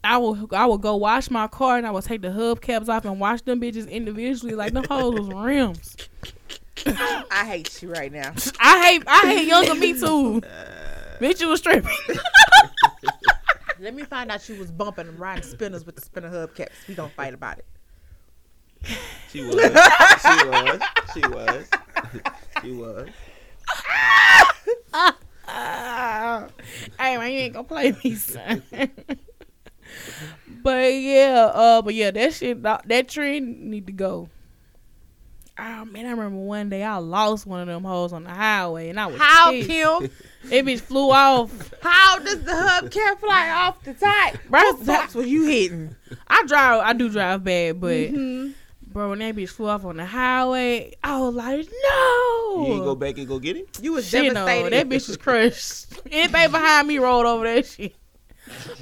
[SPEAKER 1] I would I would go wash my car and I would take the hubcaps off and wash them bitches individually like them hoes was rims.
[SPEAKER 2] I hate you right now.
[SPEAKER 1] I hate I hate younger me too. Bitch, you was tripping.
[SPEAKER 2] Let me find out you was bumping and riding spinners with the spinner hubcaps. We gonna fight about it.
[SPEAKER 3] She was. She was. She was. She was.
[SPEAKER 1] Ah. hey man, you ain't gonna play me, son. but yeah, uh, but yeah, that shit, that that trend need to go. Oh man, I remember one day I lost one of them hoes on the highway, and I was
[SPEAKER 2] How
[SPEAKER 1] pissed.
[SPEAKER 2] Kim?
[SPEAKER 1] That bitch flew off.
[SPEAKER 2] How does the hubcap fly off the top?
[SPEAKER 1] Right.
[SPEAKER 2] What tops were you hitting?
[SPEAKER 1] I drive, I do drive bad, but
[SPEAKER 2] Mm-hmm.
[SPEAKER 1] bro, when that bitch flew off on the highway, I was like, no.
[SPEAKER 3] You ain't go back and go get it.
[SPEAKER 2] You was
[SPEAKER 1] Shit, no, that
[SPEAKER 2] devastated.
[SPEAKER 1] bitch is crushed. Anything behind me rolled over that shit.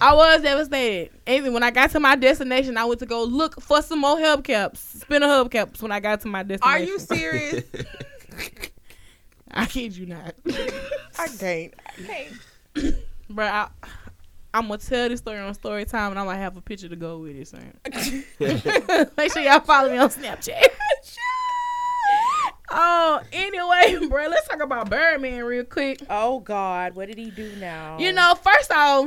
[SPEAKER 1] I was devastated. And when I got to my destination, I went to go look for some more hubcaps, spinner hubcaps. When I got to my
[SPEAKER 2] Are
[SPEAKER 1] destination,
[SPEAKER 2] you serious?
[SPEAKER 1] I kid you not,
[SPEAKER 2] I can't. I can't.
[SPEAKER 1] bro. I, I'm gonna tell this story on story time, and I'm gonna have a picture to go with it. Sam. Make sure y'all follow me on Snapchat. oh, anyway, bro, let's talk about Birdman real quick.
[SPEAKER 2] Oh God, what did he do now?
[SPEAKER 1] You know, first off,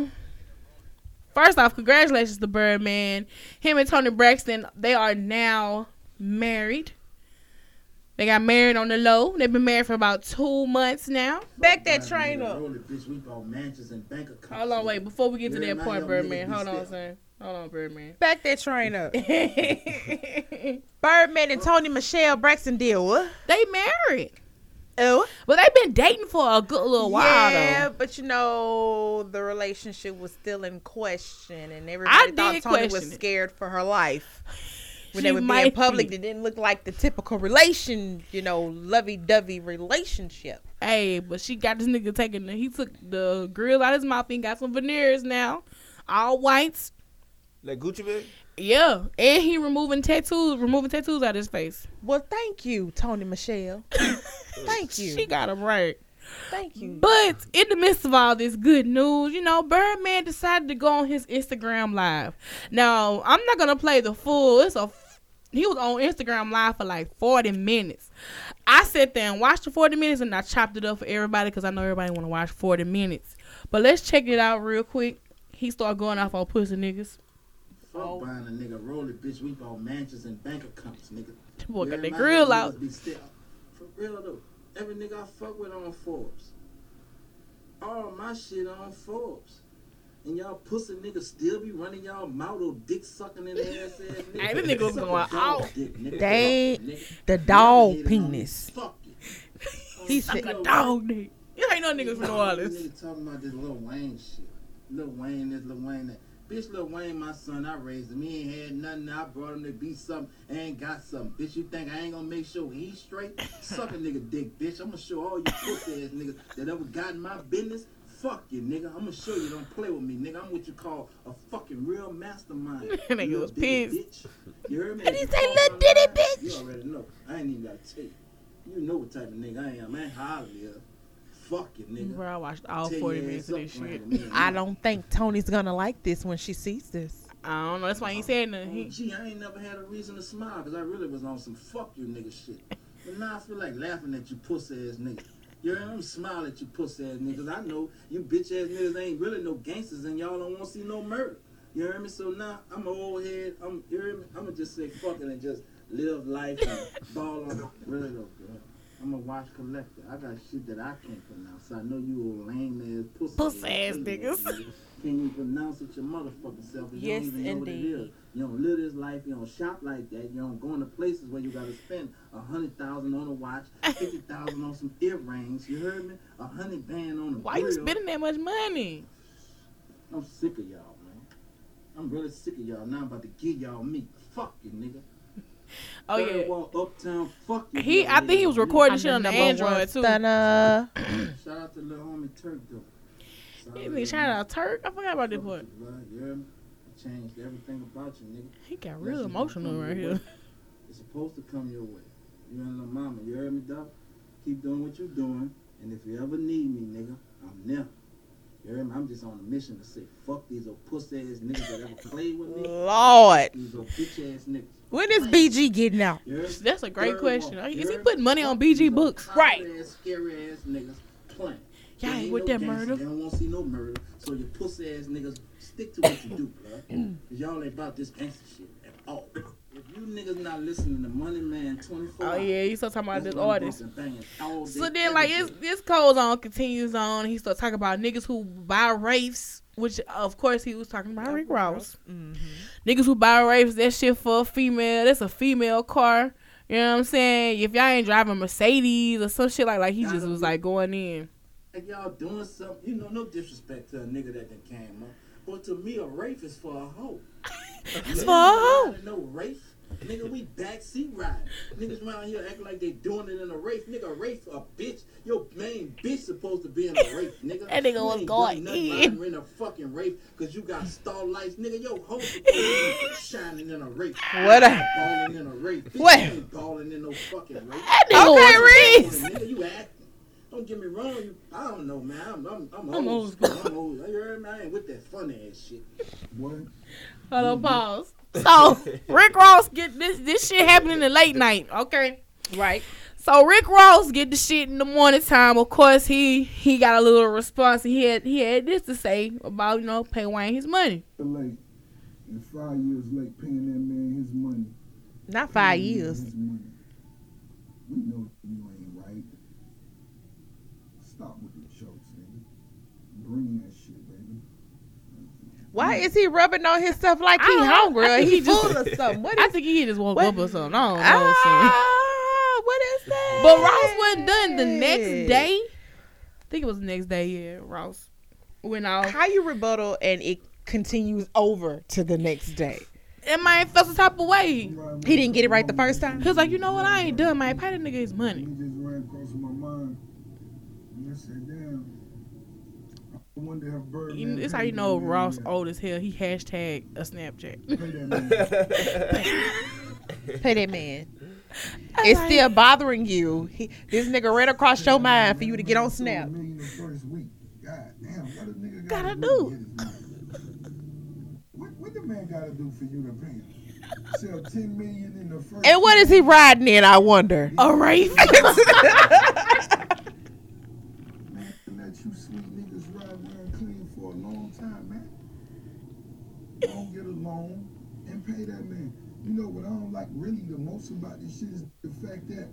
[SPEAKER 1] first off, congratulations to Birdman. Him and Tony Braxton, they are now married. They got married on the low. They've been married for about two months now.
[SPEAKER 2] Back that train up.
[SPEAKER 1] Hold on, wait. Before we get to that part, Birdman. Hold on, son. Hold on, Birdman.
[SPEAKER 2] Back that train up. Birdman and Tony Michelle Braxton deal.
[SPEAKER 1] They married,
[SPEAKER 2] Oh.
[SPEAKER 1] but they've been dating for a good little while
[SPEAKER 2] yeah,
[SPEAKER 1] though.
[SPEAKER 2] but you know the relationship was still in question, and everybody thought
[SPEAKER 1] did
[SPEAKER 2] Tony
[SPEAKER 1] question
[SPEAKER 2] was
[SPEAKER 1] it.
[SPEAKER 2] scared for her life. When
[SPEAKER 1] She
[SPEAKER 2] they would be in
[SPEAKER 1] might
[SPEAKER 2] public,
[SPEAKER 1] be.
[SPEAKER 2] it didn't look like the typical relation, you know, lovey-dovey relationship.
[SPEAKER 1] Hey, but she got this nigga taking. The, he took the grill out his mouth and got some veneers now, all whites.
[SPEAKER 3] Like Gucci man.
[SPEAKER 1] Yeah, and he removing tattoos, removing tattoos out his face.
[SPEAKER 2] Well, thank you, Tony Michelle. thank you,
[SPEAKER 1] She got him right.
[SPEAKER 2] thank you.
[SPEAKER 1] But in the midst of all this good news, you know, Birdman decided to go on his Instagram live. Now, I'm not gonna play the full. It's a f- he was on Instagram live for like 40 minutes. I sat there and watched the 40 minutes, and I chopped it up for everybody because I know everybody want to watch 40 minutes. But let's check it out real quick. He started going off on pussy niggas.
[SPEAKER 4] Fuck buying a nigga roller, bitch. We bought mansions and bank accounts, nigga.
[SPEAKER 1] That boy got
[SPEAKER 4] Where
[SPEAKER 1] that
[SPEAKER 4] my
[SPEAKER 1] grill
[SPEAKER 4] niggas
[SPEAKER 1] out.
[SPEAKER 4] be still- For real though, every nigga I fuck with on Forbes. All my shit on Forbes. And y'all pussy niggas still be running y'all mouth or dick sucking in the ass ass nigga.
[SPEAKER 1] Hey, this nigga was going off.
[SPEAKER 2] They- The dog penis.
[SPEAKER 4] Fuck you.
[SPEAKER 2] He said,
[SPEAKER 1] Like a dog nigga. You ain't no niggas from New Orleans.
[SPEAKER 4] Nigga talking about this Lil Wayne shit. Lil Wayne this, Lil Wayne that. Bitch, Lil Wayne, my son, I raised him. He ain't had nothing. I brought him to be something and got something. Bitch, you think I ain't gonna make sure he's straight? Suck a nigga dick, bitch. I'm gonna show all you pussy ass niggas that ever got in my business. Fuck you, nigga. I'm gonna show you. Don't play with me, nigga. I'm what you call a fucking real mastermind.
[SPEAKER 1] Nigga
[SPEAKER 4] Lil
[SPEAKER 1] was
[SPEAKER 4] Diddy, Bitch. You heard me? And
[SPEAKER 2] he say, "Lil Diddy, bitch."
[SPEAKER 4] You already know. I ain't even gotta tell you. You know what type of nigga I am. I ain't hardly up. Fuck you, nigga.
[SPEAKER 1] Bro, I watched all
[SPEAKER 4] Tell
[SPEAKER 1] 40
[SPEAKER 4] your
[SPEAKER 1] minutes
[SPEAKER 4] ass
[SPEAKER 1] of this
[SPEAKER 4] up,
[SPEAKER 1] shit.
[SPEAKER 4] man.
[SPEAKER 2] I don't think Tony's gonna like this when she sees this.
[SPEAKER 1] I don't know. That's why he ain't said nothing. He,
[SPEAKER 4] Oh, Gee, I ain't never had a reason to smile because I really was on some fuck you nigga shit. But now I feel like laughing at you pussy ass nigga. You heard him smile at you pussy ass niggas. I know you bitch ass niggas ain't really no gangsters and y'all don't want to see no murder. You hear me? So now I'm an old head. I'm you hear me? I'm gonna just say fuck it and just live life and ball on really though. girl. I'm a watch collector. I got shit that I can't pronounce. I know you old lame ass pussy,
[SPEAKER 1] Pussy ass niggas.
[SPEAKER 4] Can you pronounce it your motherfucking self? and
[SPEAKER 2] Yes,
[SPEAKER 4] you don't even
[SPEAKER 2] indeed.
[SPEAKER 4] Know what it is. You don't live this life. You don't shop like that. You don't go into places where you gotta spend a hundred thousand on a watch, fifty thousand on some earrings. You heard me? A hundred band on a
[SPEAKER 1] why you
[SPEAKER 4] grill.
[SPEAKER 1] spending that much money?
[SPEAKER 4] I'm sick of y'all, man. I'm really sick of y'all. Now I'm about to give y'all me. Fuck you, nigga.
[SPEAKER 1] Oh
[SPEAKER 4] Third
[SPEAKER 1] yeah.
[SPEAKER 4] Wall, uptown. Fuck you.
[SPEAKER 1] He,
[SPEAKER 4] nigga.
[SPEAKER 1] I think he was
[SPEAKER 4] Yeah.
[SPEAKER 1] recording shit
[SPEAKER 2] I'm
[SPEAKER 1] on the
[SPEAKER 2] number one
[SPEAKER 1] Android too.
[SPEAKER 2] stunner.
[SPEAKER 4] Shout out to little homie Turk though. Sorry,
[SPEAKER 1] This
[SPEAKER 4] little
[SPEAKER 1] nigga shout
[SPEAKER 4] homie.
[SPEAKER 1] out Turk. I forgot about this
[SPEAKER 4] Fuck
[SPEAKER 1] part.
[SPEAKER 4] you, blood. You hear me? I changed everything about you, nigga.
[SPEAKER 1] He got real emotional right here.
[SPEAKER 4] It's supposed to come your way. You and little mama, you heard me, dog? Keep doing what you're doing, and if you ever need me, nigga, I'm there. You heard me? I'm just on a mission to say, fuck these old pussy ass niggas that ever played with me.
[SPEAKER 2] Lord,
[SPEAKER 4] These old bitch ass niggas.
[SPEAKER 2] when is BG getting out?
[SPEAKER 4] You heard me?
[SPEAKER 1] That's a great
[SPEAKER 4] Third
[SPEAKER 1] question.
[SPEAKER 4] wall.
[SPEAKER 1] Is
[SPEAKER 4] You
[SPEAKER 1] he
[SPEAKER 4] heard
[SPEAKER 1] putting
[SPEAKER 4] me?
[SPEAKER 1] money on
[SPEAKER 4] Fuck these
[SPEAKER 1] BG
[SPEAKER 4] old
[SPEAKER 1] Books?
[SPEAKER 4] tired
[SPEAKER 2] Right.
[SPEAKER 4] ass, Scary ass niggas playing.
[SPEAKER 1] Y'all
[SPEAKER 4] They
[SPEAKER 1] ain't with
[SPEAKER 4] no
[SPEAKER 1] that
[SPEAKER 4] gangsters.
[SPEAKER 1] murder.
[SPEAKER 4] They don't want to see no murder. So your pussy ass niggas stick to what you do, bruh. Cause y'all ain't about this gangster shit at all. If you niggas not listening to Money Man 24
[SPEAKER 1] Oh yeah, you still talking about this artist. So then, like, it's,
[SPEAKER 4] it's
[SPEAKER 1] this goes on, continues on. He starts talking about niggas who buy rapes, which of course he was talking about Rick Ross. Niggas who buy rapes, that shit for a female. That's a female car. You know what I'm saying? If y'all ain't driving Mercedes or some shit like, like he just was like going in.
[SPEAKER 4] like y'all doing something. You know, no disrespect to a nigga that done came up, but to me, a rape is for a hoe.
[SPEAKER 1] It's for a hoe.
[SPEAKER 4] No rape. Nigga, we backseat riding. Niggas around here acting like they doing it in a rape. Nigga, a rape a bitch. Your main bitch supposed to be in a rape, nigga.
[SPEAKER 1] That nigga
[SPEAKER 4] You
[SPEAKER 1] was
[SPEAKER 4] ain't
[SPEAKER 1] going
[SPEAKER 4] done nothing
[SPEAKER 1] in.
[SPEAKER 4] riding in a fucking rape because you got starlights. Nigga, your hoe supposed to be shining in a rape.
[SPEAKER 2] What a-
[SPEAKER 4] Balling in a rape. Bitch,
[SPEAKER 2] What?
[SPEAKER 4] you ain't balling in no fucking rape.
[SPEAKER 1] That nigga
[SPEAKER 2] Okay,
[SPEAKER 1] was-
[SPEAKER 2] Reese.
[SPEAKER 4] Nigga, you acting. Don't get me wrong. You, I don't know, man. I'm, I'm, I'm,
[SPEAKER 1] I'm old
[SPEAKER 4] old school. I'm old. You heard me? I ain't with that funny ass shit. What?
[SPEAKER 1] Hold on, pause. So Rick Ross get this this shit happening in late night, okay?
[SPEAKER 2] Right.
[SPEAKER 1] So Rick Ross get the shit in the morning time. Of course, he he got a little response. He had he had this to say about you know pay Wayne his money.
[SPEAKER 5] late and five years late paying that man his money.
[SPEAKER 2] Not five
[SPEAKER 5] Paying that man
[SPEAKER 2] years.
[SPEAKER 5] His money. We know you ain't right. Stop with the jokes, nigga. Bring that shit, baby.
[SPEAKER 2] Why is he rubbing on his stuff like
[SPEAKER 1] I
[SPEAKER 2] he
[SPEAKER 1] don't know.
[SPEAKER 2] hungry?
[SPEAKER 1] I
[SPEAKER 2] Or
[SPEAKER 1] think
[SPEAKER 2] he
[SPEAKER 1] Mm. Ah. he just-
[SPEAKER 2] full or something? What
[SPEAKER 1] I
[SPEAKER 2] is?
[SPEAKER 1] think he just woke
[SPEAKER 2] What?
[SPEAKER 1] up or something. I don't know. son.
[SPEAKER 2] Ah, what is that?
[SPEAKER 1] But Ross wasn't done the next day. I think it was the next day. Yeah, Ross went off.
[SPEAKER 2] How you rebuttal and it continues over to the next day?
[SPEAKER 1] And my felt some type of way.
[SPEAKER 2] He didn't get it right the first time.
[SPEAKER 1] Cause like you know what, I ain't done. Man, pay that nigga his money.
[SPEAKER 5] He just ran across my mind. And I said, damn. I wonder if Bird.
[SPEAKER 1] You- It's how you know Ross old as hell. He hashtag a Snapchat.
[SPEAKER 2] Pay that man.
[SPEAKER 1] I'm
[SPEAKER 2] It's
[SPEAKER 1] like,
[SPEAKER 2] still bothering you. He, this nigga ran across your mind for you to get on Snap.
[SPEAKER 5] God damn, what a nigga
[SPEAKER 1] Gotta
[SPEAKER 5] gotta, do?
[SPEAKER 1] do.
[SPEAKER 5] to get his money? what, what the man gotta do for you to pay him? Sell 10 million in the first.
[SPEAKER 2] And what is he riding in? I wonder.
[SPEAKER 1] a Wraith.
[SPEAKER 5] Man, let you sweet niggas ride around clean for a long time, man. Don't get a loan and pay that man. You know what I don't like really the most about this shit is the fact that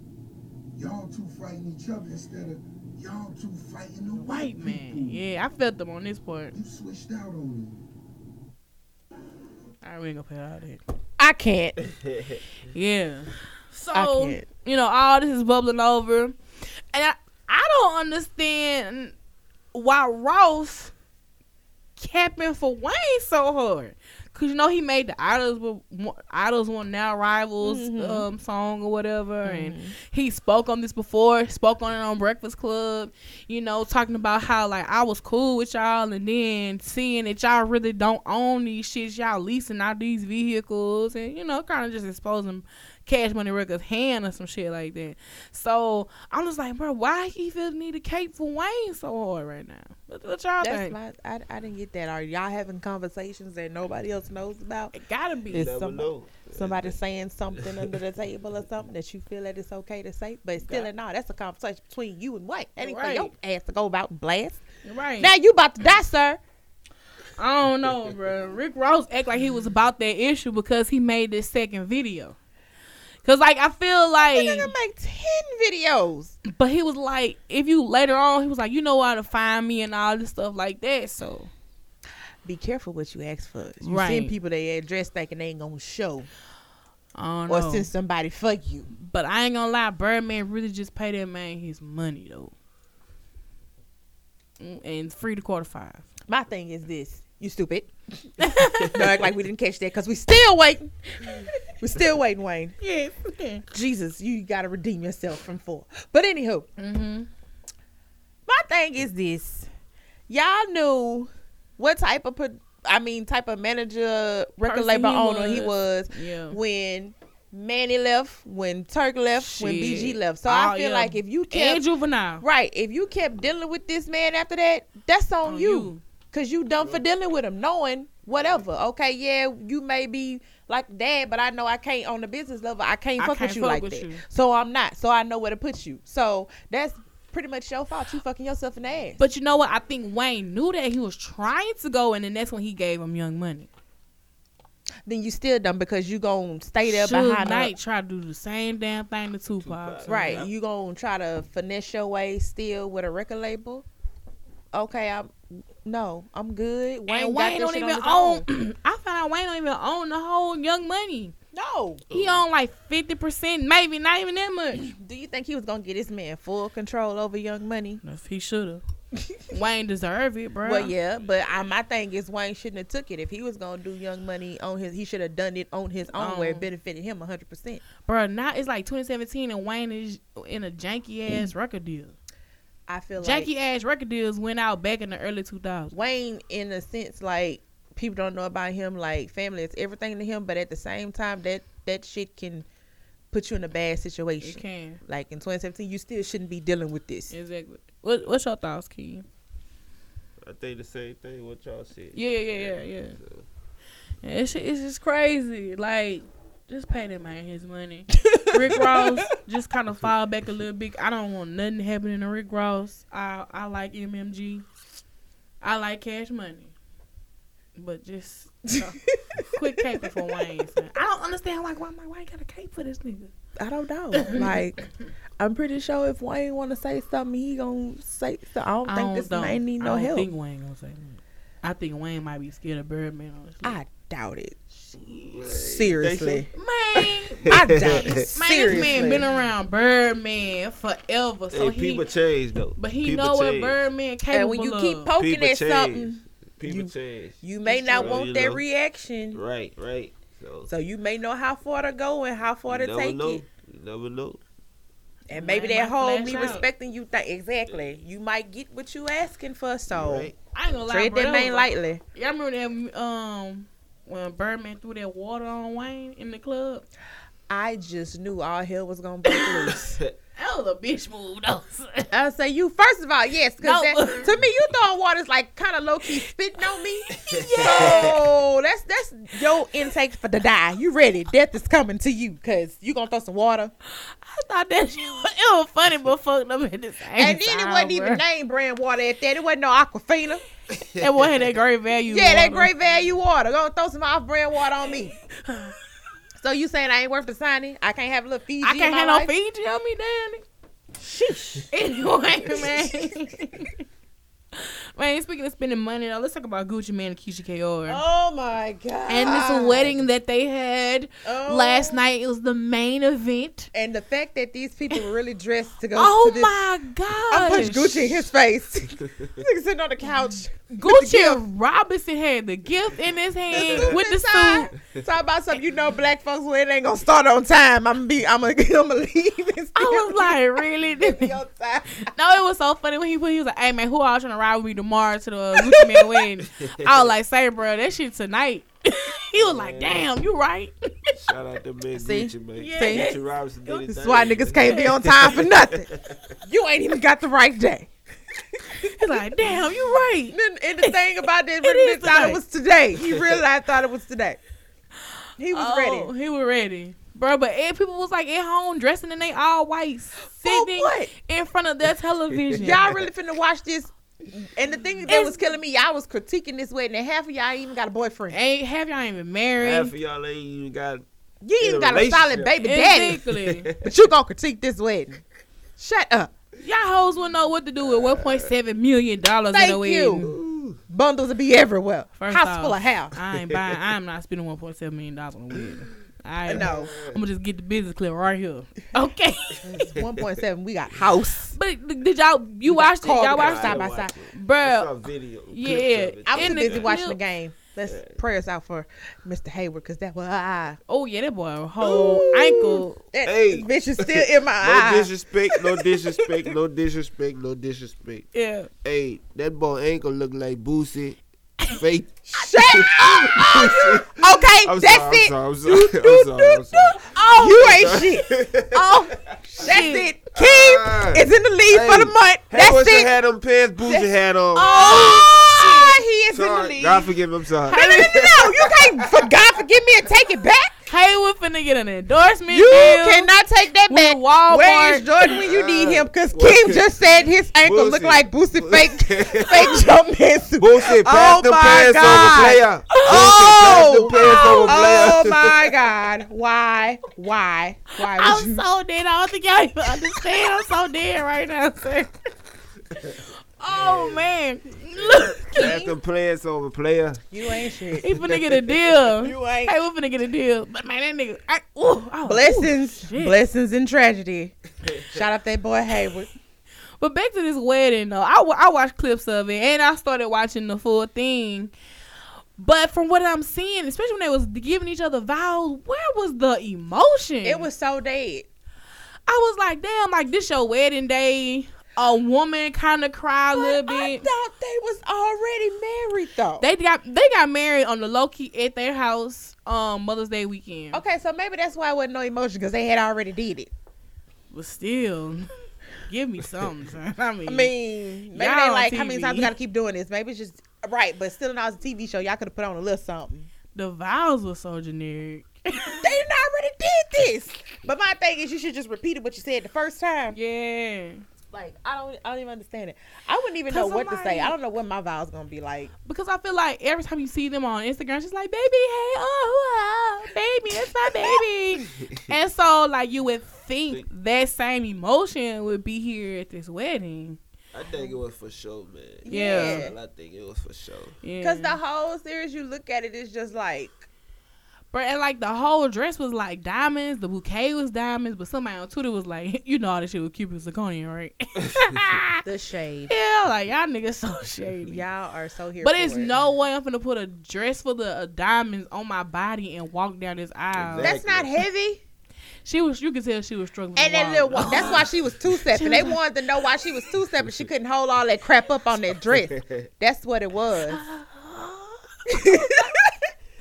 [SPEAKER 5] y'all two fighting each other instead of y'all two fighting the
[SPEAKER 1] White man. Yeah, I felt them on this part.
[SPEAKER 5] You switched out on me.
[SPEAKER 1] I ain't gonna pay all that.
[SPEAKER 2] I can't.
[SPEAKER 1] Yeah. So
[SPEAKER 2] I can't.
[SPEAKER 1] you know, all this is bubbling over, and I I don't understand why Ross capping for Wayne so hard. Cause you know he made the idols with idols one now rivals
[SPEAKER 2] Mhm.
[SPEAKER 1] um song or whatever, and he spoke on this before. Spoke on it on Breakfast Club, you know, talking about how like I was cool with y'all, and then seeing that y'all really don't own these shits, y'all leasing out these vehicles, and you know, kind of just exposing Cash Money Records' hand or some shit like that. So I'm just like, bro, why he feel the need to cape for Wayne so hard right now? What, what y'all
[SPEAKER 2] That's
[SPEAKER 1] think?
[SPEAKER 2] my, I, I didn't get that. Are y'all having conversations that nobody else knows about?
[SPEAKER 1] it gotta be.
[SPEAKER 2] It's-
[SPEAKER 3] Never
[SPEAKER 2] some-
[SPEAKER 3] know.
[SPEAKER 2] Somebody saying something under the table or something that you feel that it's okay to say, but still
[SPEAKER 1] Got-
[SPEAKER 2] and all, that's a conversation between you and Wayne. That ain't for
[SPEAKER 1] Right.
[SPEAKER 2] your ass to go about and blast.
[SPEAKER 1] right.
[SPEAKER 2] Now you about to die, sir.
[SPEAKER 1] I don't know, bro. Rick Ross act like he was about that issue because he made this second video. Cause like I feel
[SPEAKER 2] Hey.
[SPEAKER 1] like,
[SPEAKER 2] Nigga make ten videos.
[SPEAKER 1] but he was like, if you later on, he was like, you know how to find me and all this stuff like that. So
[SPEAKER 2] Be careful what you ask for. You
[SPEAKER 1] Right.
[SPEAKER 2] send people their address thinking they ain't gonna show
[SPEAKER 1] I don't
[SPEAKER 2] or
[SPEAKER 1] know.
[SPEAKER 2] send somebody for you.
[SPEAKER 1] but I ain't gonna lie, Birdman really just paid that man his money though, Mm, and free to quarter five.
[SPEAKER 2] My thing is this: you stupid. Don't act like we didn't catch that because we still waiting. we still waiting, Wayne.
[SPEAKER 1] Yeah.
[SPEAKER 2] Jesus, you gotta redeem yourself from four. But anywho,
[SPEAKER 1] Mm-hmm.
[SPEAKER 2] my thing is this: y'all knew what type of, pro- I mean, type of manager, record
[SPEAKER 1] Person
[SPEAKER 2] label
[SPEAKER 1] he
[SPEAKER 2] owner he
[SPEAKER 1] was.
[SPEAKER 2] was
[SPEAKER 1] Yeah.
[SPEAKER 2] when Manny left, when Turk left, when BG
[SPEAKER 1] Shit.
[SPEAKER 2] left. So
[SPEAKER 1] Oh,
[SPEAKER 2] I feel
[SPEAKER 1] yeah.
[SPEAKER 2] like if you kept
[SPEAKER 1] And juvenile.
[SPEAKER 2] right, if you kept dealing with this man after that, that's on,
[SPEAKER 1] On
[SPEAKER 2] you.
[SPEAKER 1] you.
[SPEAKER 2] Cause you done for dealing with him, knowing whatever. Okay, yeah, you may be like dad, but I know I can't on the business level. I can't
[SPEAKER 1] I
[SPEAKER 2] fuck with
[SPEAKER 1] can't
[SPEAKER 2] you
[SPEAKER 1] fuck
[SPEAKER 2] like
[SPEAKER 1] with
[SPEAKER 2] that.
[SPEAKER 1] you.
[SPEAKER 2] So I'm not. So I know where to put you. So that's pretty much your fault. You fucking yourself in the ass.
[SPEAKER 1] But you know what? I think Wayne knew that he was trying to go, and then that's when he gave him Young Money.
[SPEAKER 2] then you still done because you gonna stay there
[SPEAKER 1] Suge
[SPEAKER 2] behind a-
[SPEAKER 1] Knight tried to do the same damn thing to Tupac.
[SPEAKER 3] Tupac.
[SPEAKER 1] so-
[SPEAKER 2] Right.
[SPEAKER 3] Yeah.
[SPEAKER 2] You gonna try to finesse your way still with a record label? Okay, I'm no, I'm good. Wayne,
[SPEAKER 1] and
[SPEAKER 2] got
[SPEAKER 1] Wayne
[SPEAKER 2] this
[SPEAKER 1] don't
[SPEAKER 2] shit
[SPEAKER 1] even
[SPEAKER 2] on his
[SPEAKER 1] own.
[SPEAKER 2] own.
[SPEAKER 1] I found out Wayne don't even own the whole Young Money.
[SPEAKER 2] No.
[SPEAKER 1] He own like fifty percent, maybe not even that much.
[SPEAKER 2] Do you think he was gonna get his man full control over Young Money?
[SPEAKER 1] If he should have, Wayne deserve it, bro.
[SPEAKER 2] Well, yeah, but I, my thing is Wayne shouldn't have took it. If he was gonna do Young Money on his, he should have done it on his own, where
[SPEAKER 1] Own.
[SPEAKER 2] it benefited him hundred percent.
[SPEAKER 1] bro. Now it's like 2017, and Wayne is in a janky ass record deal.
[SPEAKER 2] I feel
[SPEAKER 1] Janky
[SPEAKER 2] like
[SPEAKER 1] ass record deals went out back in the early 2000s.
[SPEAKER 2] Wayne, in a sense, like people don't know about him, like family is everything to him, but at the same time, that that shit can put you in a bad
[SPEAKER 1] It
[SPEAKER 2] situation.
[SPEAKER 1] can
[SPEAKER 2] Like in 2017, you still shouldn't be dealing with this.
[SPEAKER 1] exactly. What, what's your thoughts, Key?
[SPEAKER 3] I think the same thing what y'all said.
[SPEAKER 1] Yeah, yeah, yeah, yeah. Yeah, It's ju- it's just crazy. Like, just pay that man his money. Rick Ross just kind of fall back a little bit. I don't want nothing happening to Rick Ross. I I like MMG. I like Cash Money, but just uh, quit caping for Wayne. Son. I don't understand like why my Wayne got a cape for this nigga.
[SPEAKER 2] I don't know. Like, I'm pretty sure if Wayne want to say something, he gonna say. So I don't
[SPEAKER 1] I
[SPEAKER 2] think
[SPEAKER 1] don't,
[SPEAKER 2] this
[SPEAKER 1] don't,
[SPEAKER 2] man need
[SPEAKER 1] I
[SPEAKER 2] no
[SPEAKER 1] don't
[SPEAKER 2] help.
[SPEAKER 1] think Wayne gonna say that. I think Wayne might be scared of Birdman. Honestly.
[SPEAKER 2] I doubt it. Seriously,
[SPEAKER 1] man,
[SPEAKER 2] I doubt it.
[SPEAKER 1] man, this
[SPEAKER 2] Seriously,
[SPEAKER 1] man been around Birdman forever, so
[SPEAKER 3] Hey, people
[SPEAKER 1] he.
[SPEAKER 3] change though.
[SPEAKER 1] But he
[SPEAKER 3] people
[SPEAKER 1] know what
[SPEAKER 3] change.
[SPEAKER 1] Birdman capable
[SPEAKER 2] and when you keep
[SPEAKER 1] of.
[SPEAKER 2] poking
[SPEAKER 3] People
[SPEAKER 2] at
[SPEAKER 3] change.
[SPEAKER 2] something,
[SPEAKER 3] People
[SPEAKER 2] you-
[SPEAKER 3] change.
[SPEAKER 2] you may not
[SPEAKER 3] true.
[SPEAKER 2] want
[SPEAKER 3] You
[SPEAKER 2] that
[SPEAKER 3] know.
[SPEAKER 2] reaction.
[SPEAKER 3] Right, right. So,
[SPEAKER 2] So you may know how far to go and how far
[SPEAKER 3] you
[SPEAKER 2] to
[SPEAKER 3] never
[SPEAKER 2] take
[SPEAKER 3] know.
[SPEAKER 2] it.
[SPEAKER 3] You never know.
[SPEAKER 2] And maybe
[SPEAKER 1] Man
[SPEAKER 2] that
[SPEAKER 1] might
[SPEAKER 2] whole
[SPEAKER 1] flash
[SPEAKER 2] me
[SPEAKER 1] out.
[SPEAKER 2] respecting you thing exactly. You might get what you asking for, so
[SPEAKER 3] Right.
[SPEAKER 1] I ain't gonna lie,
[SPEAKER 2] tread
[SPEAKER 1] bro.
[SPEAKER 2] that
[SPEAKER 1] was
[SPEAKER 2] man
[SPEAKER 1] like,
[SPEAKER 2] lightly.
[SPEAKER 1] y'all remember that um when Birdman threw that water on Wayne in the club?
[SPEAKER 2] I just knew all hell was gonna break loose.
[SPEAKER 1] That was a bitch move, though.
[SPEAKER 2] I uh, say you first of all, yes, because
[SPEAKER 1] No.
[SPEAKER 2] to me you throwing water's like kind of low key spitting on me. So that's that's your intake for the die. You ready? Death is coming to you because you gonna throw some water.
[SPEAKER 1] I thought that shit was, it was funny, but fucked up at the same
[SPEAKER 2] And then it wasn't even name brand water at that. It wasn't no Aquafina.
[SPEAKER 1] It wasn't that great value.
[SPEAKER 2] Yeah, that
[SPEAKER 1] water.
[SPEAKER 2] great value water. Go throw some off brand water on me. so you saying I ain't worth the signing? I can't have a little Fiji.
[SPEAKER 1] I
[SPEAKER 2] in
[SPEAKER 1] can't
[SPEAKER 2] my
[SPEAKER 1] have no
[SPEAKER 2] life?
[SPEAKER 1] Fiji on me, Danny. Anyway, man. man, speaking of spending money, though, let's talk about Gucci Man and Keisha K.R.
[SPEAKER 2] Oh my god!
[SPEAKER 1] and this wedding that they had
[SPEAKER 2] Oh.
[SPEAKER 1] last night. It was the main event.
[SPEAKER 2] and the fact that these people were really dressed to go.
[SPEAKER 1] Oh
[SPEAKER 2] to this,
[SPEAKER 1] my
[SPEAKER 2] I
[SPEAKER 1] god!
[SPEAKER 2] pushed Gucci in his face. Nigga sitting on the couch.
[SPEAKER 1] Gucci Robinson had the gift in his hand with the suit.
[SPEAKER 2] suit. Talk about something you know, black folks. Well, it ain't gonna start on time. I'm gonna be. I'm gonna. I'm gonna leave. And
[SPEAKER 1] I was like, really?
[SPEAKER 2] your time.
[SPEAKER 1] No, it was so funny when he put. He was like, "Hey man, who all trying to ride with me tomorrow to the Gucci Man wedding?" I was like, "Say, bro, that shit tonight." he was like, "Damn, you right."
[SPEAKER 3] Shout out to man
[SPEAKER 2] See?
[SPEAKER 3] Gucci, man.
[SPEAKER 1] Yeah.
[SPEAKER 2] See?
[SPEAKER 3] Gucci Robinson did his
[SPEAKER 2] This is why
[SPEAKER 3] thing,
[SPEAKER 2] niggas
[SPEAKER 3] man.
[SPEAKER 2] can't be on time for nothing. You ain't even got the right day.
[SPEAKER 1] He's like, "Damn, you right."
[SPEAKER 2] And, and the thing about this,
[SPEAKER 1] It is
[SPEAKER 2] it thought
[SPEAKER 1] today.
[SPEAKER 2] it was today. He realized thought it was today. He was
[SPEAKER 1] Oh,
[SPEAKER 2] ready.
[SPEAKER 1] He was ready. Bro, but eh, people was like at home dressing in they all white, sitting
[SPEAKER 2] what?
[SPEAKER 1] in front of their television.
[SPEAKER 2] Y'all really finna watch this? And the thing that
[SPEAKER 1] It's-
[SPEAKER 2] was killing me, y'all was critiquing this wedding, and half of y'all even got a boyfriend.
[SPEAKER 1] ain't half y'all ain't even
[SPEAKER 3] Half
[SPEAKER 1] married.
[SPEAKER 3] of y'all ain't even got.
[SPEAKER 2] You
[SPEAKER 3] in
[SPEAKER 2] even
[SPEAKER 3] a
[SPEAKER 2] got a solid
[SPEAKER 3] relationship.
[SPEAKER 2] baby daddy,
[SPEAKER 1] Exactly.
[SPEAKER 2] but you gonna critique this wedding? Shut up.
[SPEAKER 1] y'all hoes wouldn't know what to do with one point seven million dollars at
[SPEAKER 2] Thank
[SPEAKER 1] a wedding.
[SPEAKER 2] you. Bundles will be everywhere.
[SPEAKER 1] First
[SPEAKER 2] House
[SPEAKER 1] off,
[SPEAKER 2] full of hair.
[SPEAKER 1] I ain't buying. I am not spending one point seven million dollars on a wedding. I
[SPEAKER 2] No,
[SPEAKER 1] I'm gonna just get the business clip right here. Okay.
[SPEAKER 2] it's 1.7. We got house.
[SPEAKER 1] but th- did y'all you watch it?
[SPEAKER 2] Car,
[SPEAKER 1] Y'all
[SPEAKER 2] we got
[SPEAKER 1] watched
[SPEAKER 2] side
[SPEAKER 1] it,
[SPEAKER 2] by
[SPEAKER 3] watch
[SPEAKER 2] side.
[SPEAKER 3] I
[SPEAKER 1] bro?
[SPEAKER 3] saw video. clips
[SPEAKER 1] Yeah.
[SPEAKER 3] of it.
[SPEAKER 2] I was
[SPEAKER 1] In
[SPEAKER 2] too
[SPEAKER 1] the
[SPEAKER 2] busy watching the
[SPEAKER 1] clip.
[SPEAKER 2] game. Let's prayers out for Mr. Hayward because that was I.
[SPEAKER 1] Oh yeah, that boy whole
[SPEAKER 2] Ooh.
[SPEAKER 1] ankle.
[SPEAKER 2] That
[SPEAKER 3] Hey.
[SPEAKER 2] bitch is still in my
[SPEAKER 3] No
[SPEAKER 2] eye.
[SPEAKER 3] disrespect, no disrespect, no disrespect, no disrespect.
[SPEAKER 1] Yeah.
[SPEAKER 3] Hey, that boy ankle look like Boosie. Fake.
[SPEAKER 2] Shut up! okay,
[SPEAKER 3] I'm
[SPEAKER 2] that's
[SPEAKER 3] sorry,
[SPEAKER 2] it.
[SPEAKER 3] I'm sorry, I'm sorry, I'm sorry, I'm sorry.
[SPEAKER 2] Oh, you ain't shit. Oh, that's
[SPEAKER 1] Shit.
[SPEAKER 2] it. Keith is in the lead for the
[SPEAKER 3] Uh, Hey,
[SPEAKER 2] month.
[SPEAKER 3] Hayward
[SPEAKER 2] That's
[SPEAKER 3] should
[SPEAKER 2] it.
[SPEAKER 3] had them pants Boosie had on.
[SPEAKER 2] Oh, he is in the
[SPEAKER 3] sorry.
[SPEAKER 2] lead.
[SPEAKER 3] God forgive me, I'm sorry.
[SPEAKER 2] no, no, no, no, you can't. For God, forgive me and take it back.
[SPEAKER 1] Hayward finna get an endorsement.
[SPEAKER 2] You
[SPEAKER 1] deal
[SPEAKER 2] cannot take that
[SPEAKER 1] with
[SPEAKER 2] back.
[SPEAKER 1] Walmart.
[SPEAKER 2] Where is Jordan when you need him? Because Kim just said his ankle look
[SPEAKER 3] Boosie.
[SPEAKER 2] like Boosie fake, fake jump man suit.
[SPEAKER 3] Boosie, pass
[SPEAKER 2] Oh
[SPEAKER 3] the
[SPEAKER 2] my
[SPEAKER 3] pants
[SPEAKER 2] God.
[SPEAKER 3] over player. Boosie, pass
[SPEAKER 2] Oh,
[SPEAKER 3] the pants
[SPEAKER 2] oh
[SPEAKER 3] over player.
[SPEAKER 2] my God! Why? Why? Why would
[SPEAKER 1] I'm
[SPEAKER 2] you?
[SPEAKER 1] so dead. I don't think y'all even understand. I'm so dead right now, sir. Oh man, look,
[SPEAKER 3] Pass the pants over player.
[SPEAKER 2] You ain't shit.
[SPEAKER 1] he finna get a deal.
[SPEAKER 2] You ain't.
[SPEAKER 1] Hayward finna get a deal, but man, that nigga, I, ooh,
[SPEAKER 2] Oh,
[SPEAKER 1] I was- ooh.
[SPEAKER 2] Blessings,
[SPEAKER 1] shit.
[SPEAKER 2] blessings and tragedy. Shout out that boy Hayward.
[SPEAKER 1] But back to this wedding though, I wa- I watched clips of it and I started watching the full thing. But from what I'm seeing, especially when they was giving each other vows, where was the emotion?
[SPEAKER 2] It was so dead.
[SPEAKER 1] I was like, damn, like this your wedding day. A woman kind of cried a little
[SPEAKER 2] But I
[SPEAKER 1] bit.
[SPEAKER 2] thought they was already married though.
[SPEAKER 1] They got they got married on the low key at their house um Mother's Day weekend.
[SPEAKER 2] okay, so maybe that's why it wasn't no emotion because they had already did it.
[SPEAKER 1] But still, give me something. son. I mean,
[SPEAKER 2] I mean, maybe
[SPEAKER 1] Y'all
[SPEAKER 2] they
[SPEAKER 1] on
[SPEAKER 2] like how many times we
[SPEAKER 1] TV.
[SPEAKER 2] gotta keep doing this? Maybe it's just right, but still, now it's a TV show. Y'all could have put on a little something.
[SPEAKER 1] the vows were so generic.
[SPEAKER 2] They done already did this. But my thing is, you should just repeat it what you said the first time.
[SPEAKER 1] yeah.
[SPEAKER 2] Like I don't, I don't even understand it. I wouldn't even know
[SPEAKER 1] 'Cause I'm
[SPEAKER 2] what to say.
[SPEAKER 1] like-
[SPEAKER 2] I don't know what my vows gonna be like.
[SPEAKER 1] Because I feel like every time you see them on Instagram, she's like, "Baby, hey, oh, whoa, baby, it's my baby." and so, like, you would think that same emotion would be here at this wedding.
[SPEAKER 3] I think it was for show, man.
[SPEAKER 1] Yeah.
[SPEAKER 3] That's all I think it was for show.
[SPEAKER 2] Because
[SPEAKER 1] Yeah.
[SPEAKER 2] the whole series, you look at it, it's just like
[SPEAKER 1] But and like the whole dress was like diamonds, the bouquet was diamonds, but somebody on Twitter was like, you know all this shit with Cupid zirconian, right?
[SPEAKER 2] the shade.
[SPEAKER 1] yeah, like y'all niggas so shady.
[SPEAKER 2] Y'all are so here.
[SPEAKER 1] But
[SPEAKER 2] for
[SPEAKER 1] it's
[SPEAKER 2] it.
[SPEAKER 1] no way I'm gonna put a dress full of uh, diamonds on my body and walk down this aisle.
[SPEAKER 3] Exactly.
[SPEAKER 2] That's not heavy.
[SPEAKER 1] She was, you could tell she was struggling.
[SPEAKER 2] And that
[SPEAKER 1] wild,
[SPEAKER 2] little,
[SPEAKER 1] though.
[SPEAKER 2] wa- that's why she was two stepping. They wanted to know why she was two stepping. She couldn't hold all that crap up on that dress. That's what it was. oh,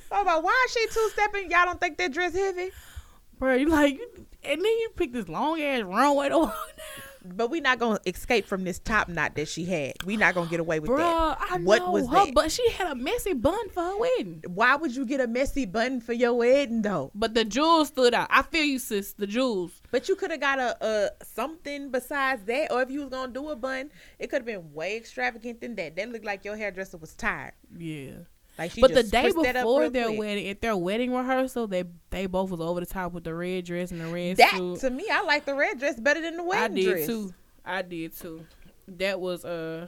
[SPEAKER 2] about why is she two stepping? Y'all don't think that dress heavy?
[SPEAKER 1] bro, you like, you- and then you pick this long ass runway to walk down.
[SPEAKER 2] But we not gonna escape from this top knot that she had. We not gonna get away with
[SPEAKER 1] Bro,
[SPEAKER 2] that.
[SPEAKER 1] I
[SPEAKER 2] What
[SPEAKER 1] know
[SPEAKER 2] was
[SPEAKER 1] her,
[SPEAKER 2] that?
[SPEAKER 1] but she had a messy bun for her wedding.
[SPEAKER 2] Why would you get a messy button for your wedding though?
[SPEAKER 1] But the jewels stood out. I feel you, sis. The jewels.
[SPEAKER 2] But you could have got a, a something besides that, or if you was gonna do a bun, it could have been way extravagant than that. That looked like your hairdresser was tired.
[SPEAKER 1] Yeah.
[SPEAKER 2] Like she
[SPEAKER 1] but the
[SPEAKER 2] just
[SPEAKER 1] day
[SPEAKER 2] pushed that up
[SPEAKER 1] before
[SPEAKER 2] real
[SPEAKER 1] their
[SPEAKER 2] quick.
[SPEAKER 1] wedding, at their wedding rehearsal, they they both was over the top with the red dress and the red
[SPEAKER 2] That
[SPEAKER 1] suit.
[SPEAKER 2] to me, I like the red dress better than the
[SPEAKER 1] I
[SPEAKER 2] wedding
[SPEAKER 1] did
[SPEAKER 2] dress.
[SPEAKER 1] too. I did too. That was uh,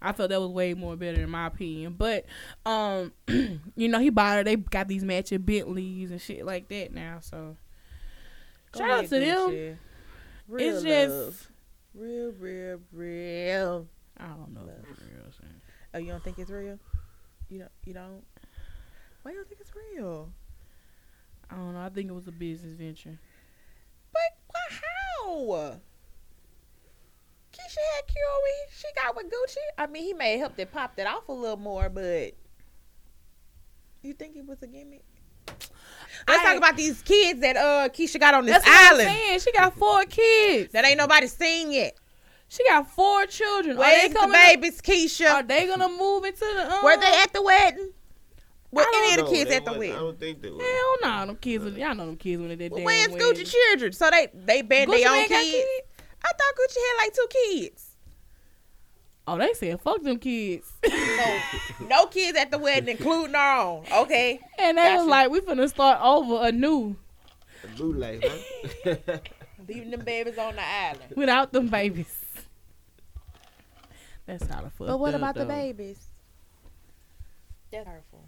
[SPEAKER 1] I felt that was way more better in my opinion. But um, you know he bought her. They got these matching Bentleys and shit like that now. So
[SPEAKER 2] Go
[SPEAKER 1] shout out
[SPEAKER 2] ahead,
[SPEAKER 1] to them.
[SPEAKER 2] Gucci. Real
[SPEAKER 1] it's just
[SPEAKER 2] love. real, real, real.
[SPEAKER 1] I don't know.
[SPEAKER 2] Love.
[SPEAKER 1] for real, son.
[SPEAKER 2] Oh, you don't think it's real? You don't. You don't. Why you don't think it's real?
[SPEAKER 1] I don't know. I think it was a business venture.
[SPEAKER 2] But why, how? Keisha had Kiwi. She got with Gucci. I mean, he may have helped it pop that off a little more, but you think it was a gimmick? Let's
[SPEAKER 1] I-
[SPEAKER 2] talk about these kids that uh Keisha got on this
[SPEAKER 1] That's what I'm
[SPEAKER 2] island
[SPEAKER 1] saying. She got four kids.
[SPEAKER 2] that ain't nobody seen yet.
[SPEAKER 1] She got four children. are
[SPEAKER 2] Where's
[SPEAKER 1] they
[SPEAKER 2] the
[SPEAKER 1] coming?
[SPEAKER 2] babies,
[SPEAKER 1] Are
[SPEAKER 2] Keisha?
[SPEAKER 1] they gonna move into the? Um,
[SPEAKER 2] Were they at the wedding? Were
[SPEAKER 1] I
[SPEAKER 2] any of
[SPEAKER 3] No,
[SPEAKER 2] the kids
[SPEAKER 3] they
[SPEAKER 2] at the
[SPEAKER 3] wasn't- I
[SPEAKER 2] wedding?
[SPEAKER 3] don't think they were.
[SPEAKER 1] Hell no, them kids. was- Y'all know them kids when they did
[SPEAKER 2] Well,
[SPEAKER 1] damn
[SPEAKER 2] where's
[SPEAKER 1] wedding.
[SPEAKER 2] Gucci children? So they they banned
[SPEAKER 1] Gucci
[SPEAKER 2] their own
[SPEAKER 1] man
[SPEAKER 2] kids.
[SPEAKER 1] got kids?
[SPEAKER 2] I thought Gucci had like two kids.
[SPEAKER 1] Oh, they said fuck them kids,
[SPEAKER 2] So no kids at the wedding, including our own. Okay.
[SPEAKER 1] and they was
[SPEAKER 2] Gotcha.
[SPEAKER 1] like, "We finna start over anew
[SPEAKER 3] The blue light, huh?
[SPEAKER 2] Leaving them babies on the island.
[SPEAKER 1] without them babies." That's how the fuck.
[SPEAKER 2] But what about the
[SPEAKER 1] baby?
[SPEAKER 2] babies? That's hurtful.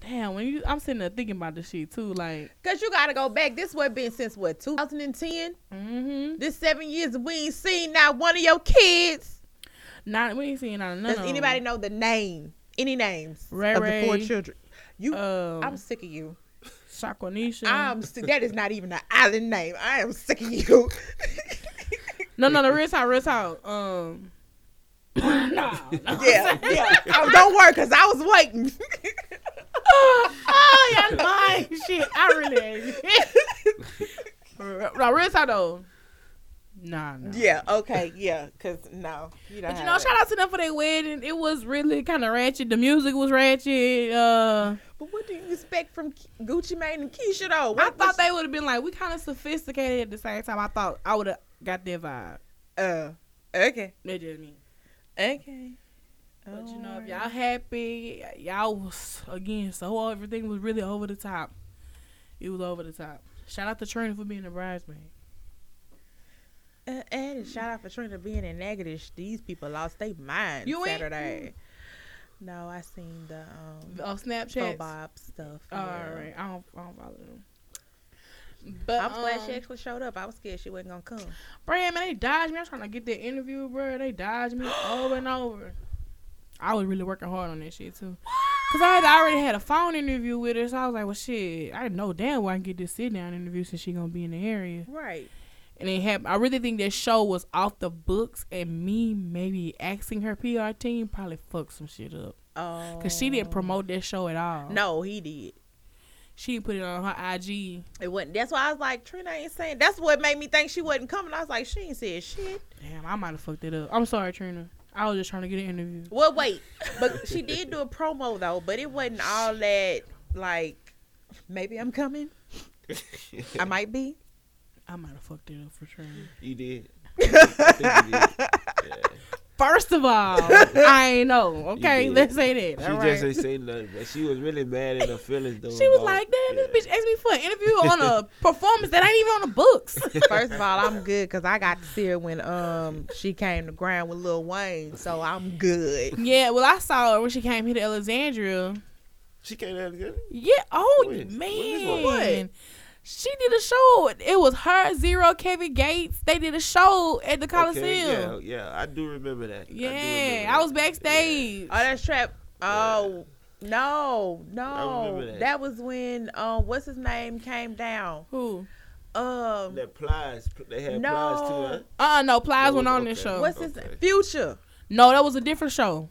[SPEAKER 1] Damn, when you, I'm sitting there thinking about this shit too. Like,
[SPEAKER 2] Cause you gotta go back. This what been since what 2010.
[SPEAKER 1] mm-hmm.
[SPEAKER 2] This seven years we ain't seen not one of your kids.
[SPEAKER 1] Not we ain't seeing none. of
[SPEAKER 2] Does
[SPEAKER 1] them.
[SPEAKER 2] anybody know the name? Any names
[SPEAKER 1] Ray
[SPEAKER 2] of the four
[SPEAKER 1] Ray.
[SPEAKER 2] children? You,
[SPEAKER 1] Um,
[SPEAKER 2] I'm sick of you.
[SPEAKER 1] Shaquanisha.
[SPEAKER 2] I'm sick. That is not even an island name. I am sick of you.
[SPEAKER 1] no, no, no. Real talk, real talk. Um, no, no.
[SPEAKER 2] Yeah, yeah. Oh, don't worry, cause I was waiting.
[SPEAKER 1] oh, y'all lying shit. I really ain't. no, real talk though. Nah, nah.
[SPEAKER 2] yeah. Okay. Yeah. Cause no, you don't.
[SPEAKER 1] But you know,
[SPEAKER 2] have it.
[SPEAKER 1] shout out to them for their wedding. It was really kind of ratchet. The music was ratchet. Uh,
[SPEAKER 2] But what do you expect from K- Gucci Mane and Keisha though?
[SPEAKER 1] I
[SPEAKER 2] What,
[SPEAKER 1] thought they would have been like we kind of sophisticated at the same time. I thought I would have got their vibe.
[SPEAKER 2] they. Uh. Okay.
[SPEAKER 1] That just me.
[SPEAKER 2] Okay.
[SPEAKER 1] But you know, if y'all happy, y- y'all was again so everything was really over the top. It was over the top. Shout out to Trina for being a bridesmaid.
[SPEAKER 2] Uh, and shout out for Trina being in negative. These people lost their mind
[SPEAKER 1] You ain't-
[SPEAKER 2] Saturday. No, I seen the um
[SPEAKER 1] Of
[SPEAKER 2] Pro
[SPEAKER 1] Snapchat. All
[SPEAKER 2] Bob stuff. Oh, yeah.
[SPEAKER 1] right, I don't, I don't follow them. But
[SPEAKER 2] I'm glad
[SPEAKER 1] um,
[SPEAKER 2] she actually showed up. I was scared she wasn't gonna come.
[SPEAKER 1] Bruh, man, they dodged me. I was trying to get that interview, bruh. They dodged me over and over. I was really working hard on that shit too, cause I had already had a phone interview with her. So I was like, well, shit, I know damn well I can get this sit down interview since she gonna be in the area.
[SPEAKER 2] Right.
[SPEAKER 1] And it happened. I really think that show was off the books, and me maybe asking her PR team probably fucked some shit up,
[SPEAKER 2] Oh.
[SPEAKER 1] cause she didn't promote that show at all.
[SPEAKER 2] No, he did.
[SPEAKER 1] she didn't put it on her IG.
[SPEAKER 2] It wasn't. That's why I was like, Trina ain't saying. That's what made me think she wasn't coming. I was like, she ain't said shit.
[SPEAKER 1] Damn, I might have fucked it up. I'm sorry, Trina. I was just trying to get an interview.
[SPEAKER 2] Well, wait, but she did do a promo though, but it wasn't all that. Like, maybe I'm coming. I might be.
[SPEAKER 1] I might have fucked it up for Trina.
[SPEAKER 3] you did.
[SPEAKER 1] First of all, I ain't know. Okay,
[SPEAKER 3] did.
[SPEAKER 1] let's say that.
[SPEAKER 3] She
[SPEAKER 1] all
[SPEAKER 3] just
[SPEAKER 1] right?
[SPEAKER 3] ain't say nothing, but she was really mad in her feelings though.
[SPEAKER 1] She was
[SPEAKER 3] about-
[SPEAKER 1] like, "Damn,
[SPEAKER 3] Yeah.
[SPEAKER 1] this bitch asked me for an interview on a performance that ain't even on the books."
[SPEAKER 2] First of all, I'm good because I got to see her when um she came to ground with Lil Wayne, so I'm good.
[SPEAKER 1] yeah, well, I saw her when she came here to Alexandria.
[SPEAKER 3] She can't have it.
[SPEAKER 1] Yeah. Oh
[SPEAKER 3] When? When this
[SPEAKER 1] man.
[SPEAKER 3] was?
[SPEAKER 1] She did a show. It was her, Zero, Kevin Gates. They did a show at the Coliseum.
[SPEAKER 3] yeah, yeah, I do remember that. I do
[SPEAKER 1] yeah.
[SPEAKER 3] remember
[SPEAKER 1] I,
[SPEAKER 3] that.
[SPEAKER 1] was backstage.
[SPEAKER 2] Oh, that's trap. Oh no,
[SPEAKER 3] I
[SPEAKER 2] no,
[SPEAKER 3] remember
[SPEAKER 2] that.
[SPEAKER 3] that.
[SPEAKER 2] was when um what's his name came down.
[SPEAKER 1] Who?
[SPEAKER 3] Yeah.
[SPEAKER 2] Um,
[SPEAKER 3] That plies, they had
[SPEAKER 2] No.
[SPEAKER 3] plies too. Huh?
[SPEAKER 1] Uh uh no, Plies
[SPEAKER 3] That
[SPEAKER 1] went
[SPEAKER 3] was-
[SPEAKER 1] on this
[SPEAKER 3] Oh, okay.
[SPEAKER 1] show.
[SPEAKER 2] what's his
[SPEAKER 3] Okay.
[SPEAKER 2] future?
[SPEAKER 1] No, that was a different show.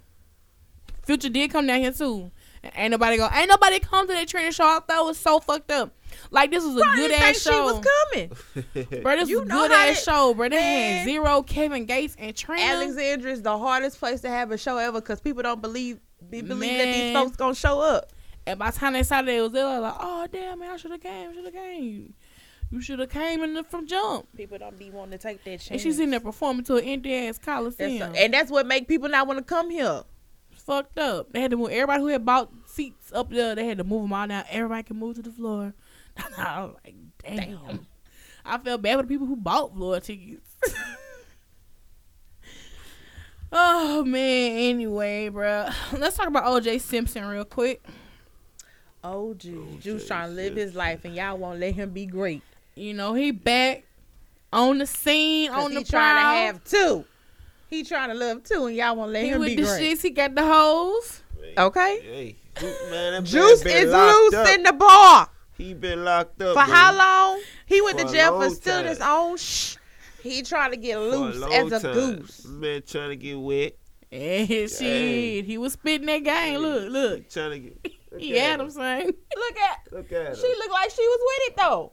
[SPEAKER 1] Future did come down here too. And Ain't nobody go. Ain't nobody come to that training show. I thought it was so fucked up. Like this was a
[SPEAKER 2] I
[SPEAKER 1] good
[SPEAKER 2] didn't
[SPEAKER 1] ass
[SPEAKER 2] think she
[SPEAKER 1] show,
[SPEAKER 2] was coming.
[SPEAKER 1] bro. This
[SPEAKER 2] You
[SPEAKER 1] was a
[SPEAKER 2] know
[SPEAKER 1] good
[SPEAKER 2] how
[SPEAKER 1] ass
[SPEAKER 2] it-
[SPEAKER 1] show, bro. They
[SPEAKER 2] Man.
[SPEAKER 1] had zero Kevin Gates and Trina.
[SPEAKER 2] Alexandria is the hardest place to have a show ever because people don't believe be, believe that
[SPEAKER 1] Man.
[SPEAKER 2] these folks gonna show up.
[SPEAKER 1] And by the time they saw that it was there, I was like, oh damn, man, I should have came, should have came. You, you should have came in the, from jump.
[SPEAKER 2] People don't be wanting to take that chance.
[SPEAKER 1] And she's in there performing to an empty ass
[SPEAKER 2] That's
[SPEAKER 1] coliseum.
[SPEAKER 2] and that's what make people not want to come here.
[SPEAKER 1] It's fucked up. They had to move everybody who had bought seats up there. They had to move them all now. Everybody can move to the floor. I was like, damn. I felt bad for the people who bought floor tickets. oh man. Anyway, bruh, let's talk about OJ Simpson real quick.
[SPEAKER 2] Oh, Juice, Juice
[SPEAKER 3] shit,
[SPEAKER 2] trying to live
[SPEAKER 3] shit,
[SPEAKER 2] his life, and y'all won't let him be great.
[SPEAKER 1] You know he back on the scene,
[SPEAKER 2] 'Cause
[SPEAKER 1] on
[SPEAKER 2] he
[SPEAKER 1] the
[SPEAKER 2] trying
[SPEAKER 1] prowl.
[SPEAKER 2] to have two. He trying to love two, and y'all won't let
[SPEAKER 1] He
[SPEAKER 2] him
[SPEAKER 1] with
[SPEAKER 2] be
[SPEAKER 1] the
[SPEAKER 2] great.
[SPEAKER 1] shits, he got the hoes.
[SPEAKER 2] Okay.
[SPEAKER 3] Hey, who- man, that
[SPEAKER 2] Juice
[SPEAKER 3] man been
[SPEAKER 2] is
[SPEAKER 3] locked
[SPEAKER 2] loose
[SPEAKER 3] up.
[SPEAKER 2] in the bar
[SPEAKER 3] He been locked up
[SPEAKER 2] for
[SPEAKER 3] man,
[SPEAKER 2] how long? He went
[SPEAKER 3] For
[SPEAKER 2] to
[SPEAKER 3] a
[SPEAKER 2] jail for
[SPEAKER 3] long
[SPEAKER 2] stealing his
[SPEAKER 3] time.
[SPEAKER 2] own. Shh. He trying to get
[SPEAKER 3] for
[SPEAKER 2] loose
[SPEAKER 3] long
[SPEAKER 2] as a
[SPEAKER 3] time.
[SPEAKER 2] goose.
[SPEAKER 3] Man, trying to get wet.
[SPEAKER 1] And shit, he was spitting that game. Look, look.
[SPEAKER 3] Trying to get. Look
[SPEAKER 1] He
[SPEAKER 3] at
[SPEAKER 1] had him saying.
[SPEAKER 2] Look at
[SPEAKER 3] Look at her.
[SPEAKER 2] she looked like she was with it though.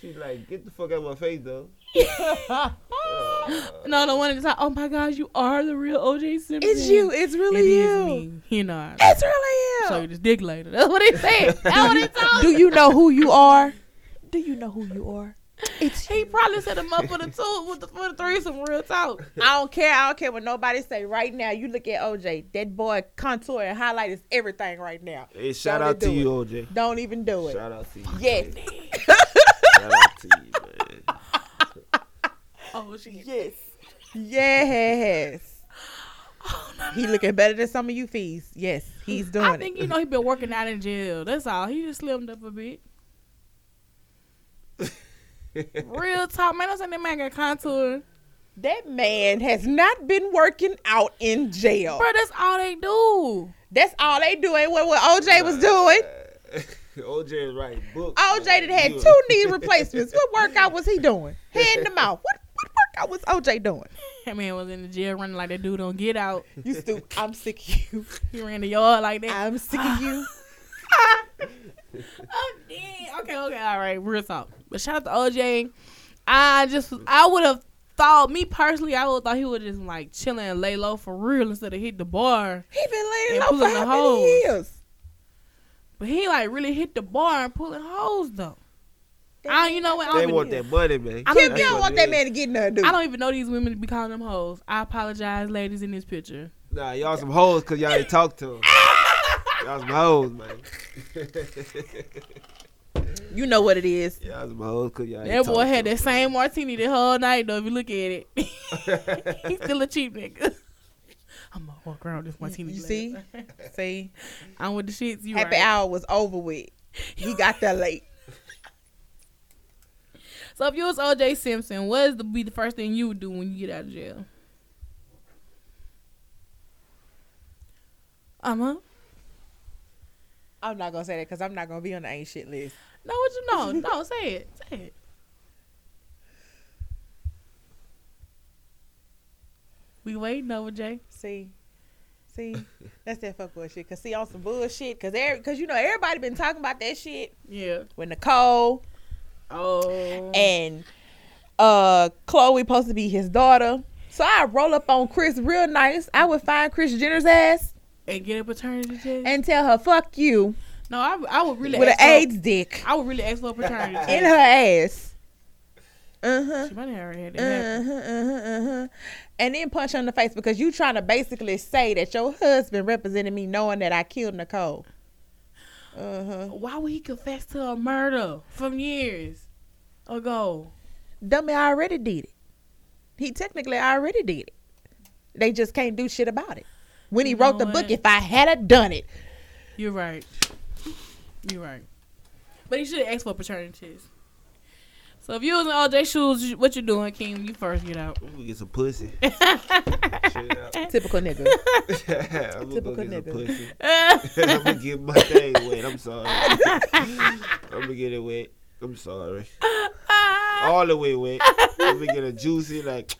[SPEAKER 3] She's like, get the fuck out of my face, though.
[SPEAKER 1] No, the one that's like, oh my gosh, you are the real OJ Simpson.
[SPEAKER 2] It's you. It's really
[SPEAKER 1] It
[SPEAKER 2] you.
[SPEAKER 1] is me. You know, I
[SPEAKER 2] It's really
[SPEAKER 1] show you
[SPEAKER 2] you.
[SPEAKER 1] this dick later. That's what he said. That's what he told
[SPEAKER 2] Do you know who you are? Do you know who you are?
[SPEAKER 1] It's he probably set him up for the two, with the, for the threesome, real talk.
[SPEAKER 2] I don't care. I don't care what nobody say. Right now, you look at OJ. That boy contour and highlight is everything right now.
[SPEAKER 3] Hey, shout
[SPEAKER 2] Don't
[SPEAKER 3] out to
[SPEAKER 2] do
[SPEAKER 3] you,
[SPEAKER 2] it.
[SPEAKER 3] OJ.
[SPEAKER 2] Don't even do it.
[SPEAKER 3] Shout out to you.
[SPEAKER 2] Yes.
[SPEAKER 3] man. Shout out to you, man.
[SPEAKER 1] Oh, shit.
[SPEAKER 2] Yes. Yes. He looking better than some of you fees. Yes, he's doing
[SPEAKER 1] I think,
[SPEAKER 2] it.
[SPEAKER 1] you know, he been working out in jail. That's all. He just slimmed up a bit. Real talk, man. I'm saying that man got contour.
[SPEAKER 2] That man has not been working out in jail.
[SPEAKER 1] Bro, that's all they do.
[SPEAKER 2] That's all they doing. What what OJ was doing?
[SPEAKER 3] OJ is right. Book.
[SPEAKER 2] OJ that had two knee replacements. What workout was he doing? Head in the mouth. What what workout was OJ doing?
[SPEAKER 1] That man was in the jail running like that dude on Get Out.
[SPEAKER 2] You stupid. I'm sick of you.
[SPEAKER 1] He ran the yard like that.
[SPEAKER 2] I'm sick of you.
[SPEAKER 1] oh, damn. Okay, okay, all right. Real talk. But shout out to OJ. I just, I would have thought, me personally, I would have thought he would just like chilling and lay low for real instead of hit the bar.
[SPEAKER 2] He been
[SPEAKER 1] And
[SPEAKER 2] laying low for
[SPEAKER 1] pulling
[SPEAKER 2] how
[SPEAKER 1] the
[SPEAKER 2] many
[SPEAKER 1] hose.
[SPEAKER 2] years?
[SPEAKER 1] But he like really hit the bar and pulling hoes though. I, you know what? I don't,
[SPEAKER 3] They
[SPEAKER 1] even,
[SPEAKER 3] want that money, man.
[SPEAKER 1] I
[SPEAKER 2] Kim,
[SPEAKER 1] don't
[SPEAKER 2] you
[SPEAKER 1] That's
[SPEAKER 2] don't want that man to get nothing. dude.
[SPEAKER 1] I don't even know these women to be calling them hoes. I apologize, ladies in this picture.
[SPEAKER 3] Nah, y'all some hoes because y'all ain't talk to him. y'all some hoes, man.
[SPEAKER 2] You know what it is.
[SPEAKER 3] y'all some hoes because y'all ain't
[SPEAKER 1] That boy
[SPEAKER 3] talk
[SPEAKER 1] had
[SPEAKER 3] to
[SPEAKER 1] that same martini the whole night though. If you look at it, he's still a cheap nigga. I'm gonna walk around with this martini.
[SPEAKER 2] You
[SPEAKER 1] glass.
[SPEAKER 2] see? See?
[SPEAKER 1] I'm with the shits. You
[SPEAKER 2] Happy
[SPEAKER 1] right.
[SPEAKER 2] hour was over with. He got there late.
[SPEAKER 1] So if you was OJ Simpson, what is the be the first thing you would do when you get out of jail? I'm up.
[SPEAKER 2] I'm not gonna say that because I'm not gonna be on the ain't shit list.
[SPEAKER 1] No, what you know? No, say it. Say it. We waiting over Jay.
[SPEAKER 2] See, see, that's that fuck with shit. Cause see, on some bullshit. Cause every, cause you know everybody been talking about that shit
[SPEAKER 1] Yeah.
[SPEAKER 2] with Nicole
[SPEAKER 1] Oh.
[SPEAKER 2] and uh Chloe supposed to be his daughter. So I roll up on Chris real nice. I would find Chris Jenner's ass
[SPEAKER 1] And get a paternity test.
[SPEAKER 2] and tell her "fuck you"
[SPEAKER 1] no, I, I would really
[SPEAKER 2] with an
[SPEAKER 1] ask for-
[SPEAKER 2] AIDS dick
[SPEAKER 1] I would really ask for a paternity
[SPEAKER 2] in
[SPEAKER 1] test.
[SPEAKER 2] her ass. Uh huh.
[SPEAKER 1] She might have already had it. happen.
[SPEAKER 2] Uh-huh, uh-huh, uh-huh. And then punch her in the face because you trying to basically say that your husband represented me knowing that I killed Nicole. Uh huh.
[SPEAKER 1] Why would he confess to a murder from years ago?
[SPEAKER 2] Dummy, I already did it. He technically already did it. They just can't do shit about it. When he
[SPEAKER 1] You
[SPEAKER 2] wrote
[SPEAKER 1] know
[SPEAKER 2] the book,
[SPEAKER 1] what?
[SPEAKER 2] if I had a done it,
[SPEAKER 1] You're right. You're right. But he should have asked for paternity test. So if you was in OJ shoes, you- what you doing, King? When you first get out.
[SPEAKER 3] I'm gonna get some pussy. Shit,
[SPEAKER 1] Eh.
[SPEAKER 3] I-
[SPEAKER 2] typical nigga.
[SPEAKER 3] I'm gonna go
[SPEAKER 2] Typical
[SPEAKER 3] get some
[SPEAKER 2] nigga.
[SPEAKER 3] pussy. I'm gonna get my thing wet. I'm sorry. I'm gonna get it wet. I'm sorry. All the way wet. I'm gonna get it juicy like.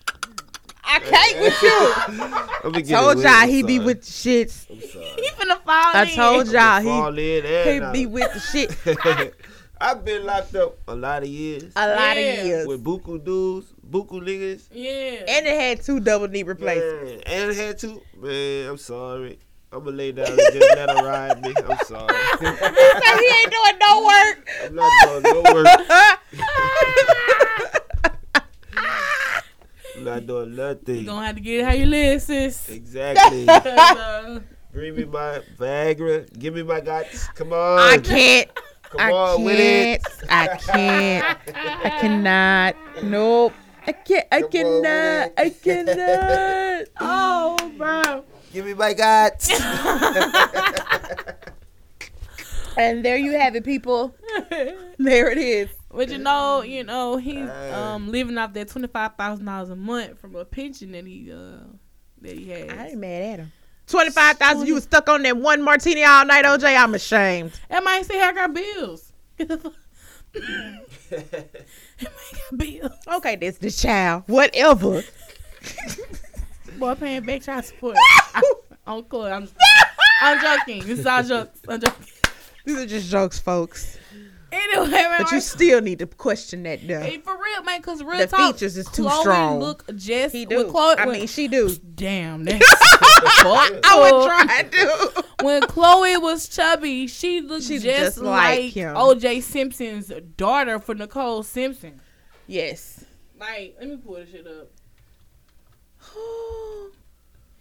[SPEAKER 2] I can't with you.
[SPEAKER 3] I'm gonna get
[SPEAKER 2] Told
[SPEAKER 3] it wet.
[SPEAKER 2] y'all
[SPEAKER 3] I'm
[SPEAKER 2] he be
[SPEAKER 3] sorry.
[SPEAKER 2] with the shits.
[SPEAKER 3] I'm sorry.
[SPEAKER 1] He finna fall
[SPEAKER 2] I
[SPEAKER 1] in.
[SPEAKER 2] told
[SPEAKER 3] I'm
[SPEAKER 2] y'all
[SPEAKER 3] fall in
[SPEAKER 2] he he
[SPEAKER 3] and
[SPEAKER 2] be
[SPEAKER 3] out.
[SPEAKER 2] with the shit
[SPEAKER 3] I've been locked up a lot of years
[SPEAKER 2] a lot
[SPEAKER 1] Yeah.
[SPEAKER 2] of years,
[SPEAKER 3] with buku dudes, buku niggas.
[SPEAKER 1] Yeah.
[SPEAKER 2] and it had two double knee replacements.
[SPEAKER 3] Man, and had to. Man, I'm sorry. I'm gonna lay down and just let her ride me. I'm sorry.
[SPEAKER 2] He said he ain't doing no work.
[SPEAKER 3] I'm not doing no work. I'm not doing
[SPEAKER 1] You
[SPEAKER 3] nothing.
[SPEAKER 1] gonna have to get it how you live, sis.
[SPEAKER 3] Exactly.
[SPEAKER 1] 'Cause, uh,
[SPEAKER 3] Bring me my Viagra. Give me my guts. Come on.
[SPEAKER 2] I can't.
[SPEAKER 3] Come
[SPEAKER 2] I
[SPEAKER 3] on with it.
[SPEAKER 2] can't. I can't. I cannot. Nope. I can't. I
[SPEAKER 3] Come on
[SPEAKER 2] cannot. I
[SPEAKER 3] with it.
[SPEAKER 2] cannot. Oh, bro.
[SPEAKER 3] Give me my guts.
[SPEAKER 2] And there you have it, people. There it is.
[SPEAKER 1] but you know, you know, he's
[SPEAKER 3] Hey.
[SPEAKER 1] um living off that twenty five thousand dollars a month from a pension that he uh that he has.
[SPEAKER 2] I ain't mad at him. Twenty five thousand. You was stuck on that one martini all night, OJ. I'm ashamed.
[SPEAKER 1] That might say I got bills. Get the fuck. That man got bills.
[SPEAKER 2] Okay, that's the child. Whatever.
[SPEAKER 1] Boy, paying back child support. I'm cool. I'm, I'm joking. This is all jokes. I'm joking.
[SPEAKER 2] These are just jokes, folks.
[SPEAKER 1] Anyway, man,
[SPEAKER 2] But you still need to question that though.
[SPEAKER 1] Hey, for real, man, because real
[SPEAKER 2] The
[SPEAKER 1] talk,
[SPEAKER 2] features is too
[SPEAKER 1] Chloe
[SPEAKER 2] strong.
[SPEAKER 1] Look just
[SPEAKER 2] He
[SPEAKER 1] When
[SPEAKER 2] do.
[SPEAKER 1] Chloe,
[SPEAKER 2] I
[SPEAKER 1] when-
[SPEAKER 2] mean, she do.
[SPEAKER 1] damn, that's
[SPEAKER 2] I would try to.
[SPEAKER 1] when Chloe was chubby, she looked
[SPEAKER 2] She's
[SPEAKER 1] just,
[SPEAKER 2] just like
[SPEAKER 1] like,
[SPEAKER 2] him.
[SPEAKER 1] OJ Simpson's daughter for Nicole Simpson.
[SPEAKER 2] Yes.
[SPEAKER 1] Like, let me pull this shit up.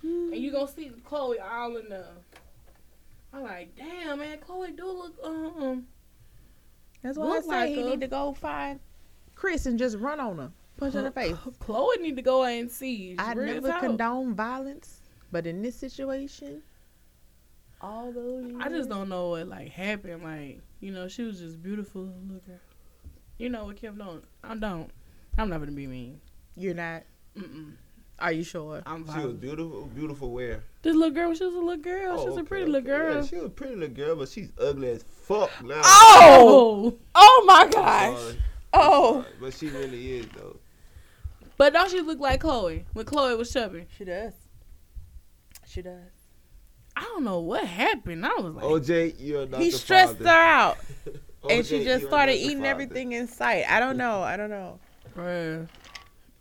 [SPEAKER 1] and you gonna see Chloe all in the. I'm like, damn, man, Chloe do look um.
[SPEAKER 2] That's
[SPEAKER 1] Look like her.
[SPEAKER 2] go find Chris and just run on her, punch her in the face.
[SPEAKER 1] Chloe need to go and see.
[SPEAKER 2] I
[SPEAKER 1] Real
[SPEAKER 2] never
[SPEAKER 1] talk.
[SPEAKER 2] condone violence, but in this situation, all those
[SPEAKER 1] I just don't know what like happened. Like you know, she was just beautiful looking. You know what Kim don't? I don't. I'm not gonna be mean.
[SPEAKER 2] You're not.
[SPEAKER 1] Mm-mm.
[SPEAKER 2] Are you sure?
[SPEAKER 1] I'm
[SPEAKER 3] she was
[SPEAKER 1] fine.
[SPEAKER 3] beautiful. Beautiful where?
[SPEAKER 1] This little girl, she was a little girl.
[SPEAKER 2] Oh,
[SPEAKER 1] she was a
[SPEAKER 3] Oh, okay,
[SPEAKER 1] pretty little
[SPEAKER 3] okay. Yeah,
[SPEAKER 1] girl.
[SPEAKER 3] she was a pretty little girl, but she's ugly as fuck now.
[SPEAKER 1] Oh,
[SPEAKER 2] Oh my
[SPEAKER 3] I'm
[SPEAKER 2] gosh.
[SPEAKER 3] sorry.
[SPEAKER 2] Oh.
[SPEAKER 3] But she really is though.
[SPEAKER 1] but don't she look like Chloe when Chloe was chubby?
[SPEAKER 2] She does. She does.
[SPEAKER 1] I don't know what happened. I was like,
[SPEAKER 3] OJ, you're not.
[SPEAKER 2] He
[SPEAKER 3] the
[SPEAKER 2] stressed her
[SPEAKER 3] father.
[SPEAKER 2] out,
[SPEAKER 3] OJ,
[SPEAKER 2] and she just
[SPEAKER 3] you're
[SPEAKER 2] started
[SPEAKER 3] not the
[SPEAKER 2] eating
[SPEAKER 3] father.
[SPEAKER 2] everything in sight. I don't know. I don't know.
[SPEAKER 1] Bruh.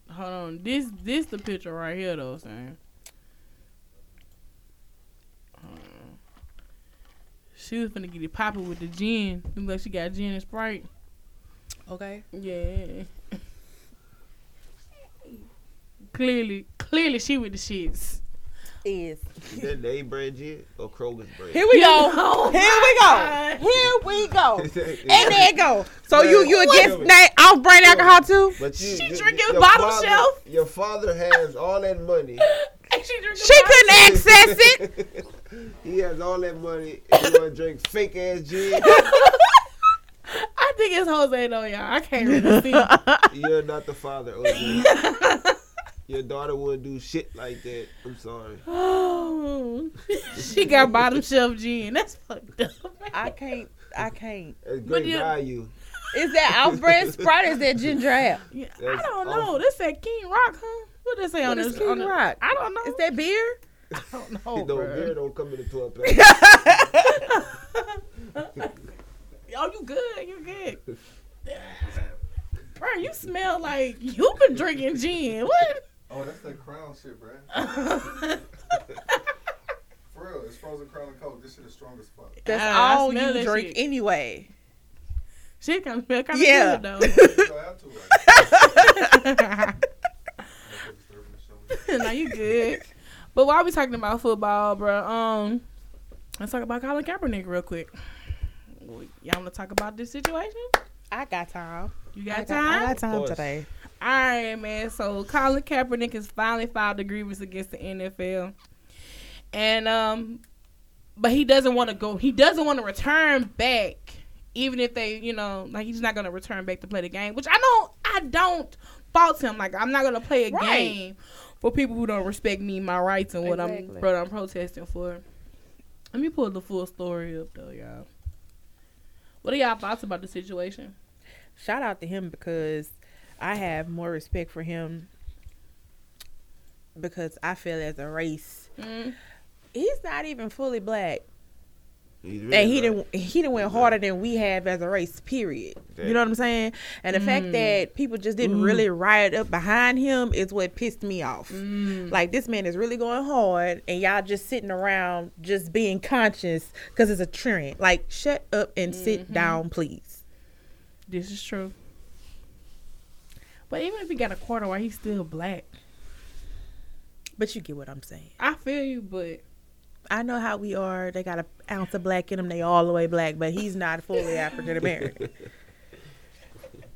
[SPEAKER 1] Hold on. This this the picture right here though, Sam. Hold on. She was finna get it popping with the gin. Look like she got gin and sprite.
[SPEAKER 2] Okay.
[SPEAKER 1] Yeah. clearly, clearly she with the shits.
[SPEAKER 2] Is
[SPEAKER 3] Is that name brand gin or Kroger's brand?
[SPEAKER 2] here we go.
[SPEAKER 1] know?
[SPEAKER 2] Here we go. Here we go.
[SPEAKER 3] Is that-
[SPEAKER 2] And there it go. So you you
[SPEAKER 3] Wait.
[SPEAKER 2] against that off brand alcohol too?
[SPEAKER 3] But you,
[SPEAKER 1] She
[SPEAKER 3] you-
[SPEAKER 1] drinking
[SPEAKER 3] your
[SPEAKER 1] bottom
[SPEAKER 3] father-
[SPEAKER 1] shelf?
[SPEAKER 3] Your father has all that money.
[SPEAKER 1] And she, drinking
[SPEAKER 2] She
[SPEAKER 1] wine.
[SPEAKER 2] couldn't access it.
[SPEAKER 3] he has all that money. And you want to drink fake ass gin?
[SPEAKER 1] I think it's Jose though, y'all. I can't really see.
[SPEAKER 3] You're not the father. OJ. Your daughter wouldn't do shit like that. I'm sorry.
[SPEAKER 1] Oh, she got bottom shelf gin. That's fucked up.
[SPEAKER 2] I can't. I can't.
[SPEAKER 3] That's great
[SPEAKER 1] you-
[SPEAKER 3] value.
[SPEAKER 2] Is that off brand Sprite? Or is that ginger ale?
[SPEAKER 1] Yeah, I
[SPEAKER 3] That's
[SPEAKER 1] don't know.
[SPEAKER 3] awful.
[SPEAKER 1] This said King Rock, huh? What they say on
[SPEAKER 2] What
[SPEAKER 1] this?
[SPEAKER 2] is King
[SPEAKER 1] on the-
[SPEAKER 2] Rock?
[SPEAKER 1] I don't know.
[SPEAKER 2] Is that beer?
[SPEAKER 1] I don't
[SPEAKER 3] Oh,
[SPEAKER 1] know,
[SPEAKER 3] no,
[SPEAKER 1] bruh.
[SPEAKER 3] beer don't come in the 12 pack.
[SPEAKER 1] Oh, you good? You good? bro, you smell like you've been drinking gin. What?
[SPEAKER 5] Oh, that's that crown shit, bruh. For real, it's frozen crown and coke. This shit is strong as fuck.
[SPEAKER 2] That's
[SPEAKER 1] Ah, I
[SPEAKER 2] all
[SPEAKER 1] smell
[SPEAKER 2] you
[SPEAKER 1] that
[SPEAKER 2] drink
[SPEAKER 1] shit.
[SPEAKER 2] anyway.
[SPEAKER 1] Shit kind of smell kind of
[SPEAKER 2] Yeah.
[SPEAKER 1] good though.
[SPEAKER 5] You don't have to, right?
[SPEAKER 1] no, you good. But while we talking about football, bro, um, let's talk about Colin Kaepernick real quick. Y'all want to talk about this situation?
[SPEAKER 2] I got time.
[SPEAKER 1] You got
[SPEAKER 2] I
[SPEAKER 1] time?
[SPEAKER 2] I got
[SPEAKER 3] Of
[SPEAKER 2] time
[SPEAKER 3] course.
[SPEAKER 2] today.
[SPEAKER 1] All right, man. So Colin Kaepernick has finally filed a grievance against the NFL, and um, but he doesn't want to go. He doesn't want to return back, even if they, you know, like he's not gonna return back to play the game. Which I don't, I don't fault him. Like I'm not gonna play a
[SPEAKER 2] Right.
[SPEAKER 1] game for people who don't respect me, my rights, and what
[SPEAKER 2] Exactly.
[SPEAKER 1] I'm, what I'm protesting for. Let me pull the full story up though, y'all. What are y'all thoughts about the situation?
[SPEAKER 2] Shout out to him because I have more respect for him because I feel as a race.
[SPEAKER 1] Mm.
[SPEAKER 2] He's not even fully black,
[SPEAKER 3] He's really
[SPEAKER 2] and he
[SPEAKER 3] right.
[SPEAKER 2] didn't. He didn't went harder than we have as a race. Period. You know what I'm saying? And the fact
[SPEAKER 1] Mm.
[SPEAKER 2] that people just didn't
[SPEAKER 1] Mm.
[SPEAKER 2] really riot up behind him is what pissed me off.
[SPEAKER 1] Mm.
[SPEAKER 2] Like this man is really going hard, and y'all just sitting around just being conscious because it's a trend. Like shut up and
[SPEAKER 1] Mm-hmm.
[SPEAKER 2] sit down, please.
[SPEAKER 1] This is true. But even if he got a quarter, why he's still black?
[SPEAKER 2] But you get what I'm saying.
[SPEAKER 1] I feel you, but
[SPEAKER 2] I know how we are. They got an ounce of black in him. They all the way black, but he's not fully African American,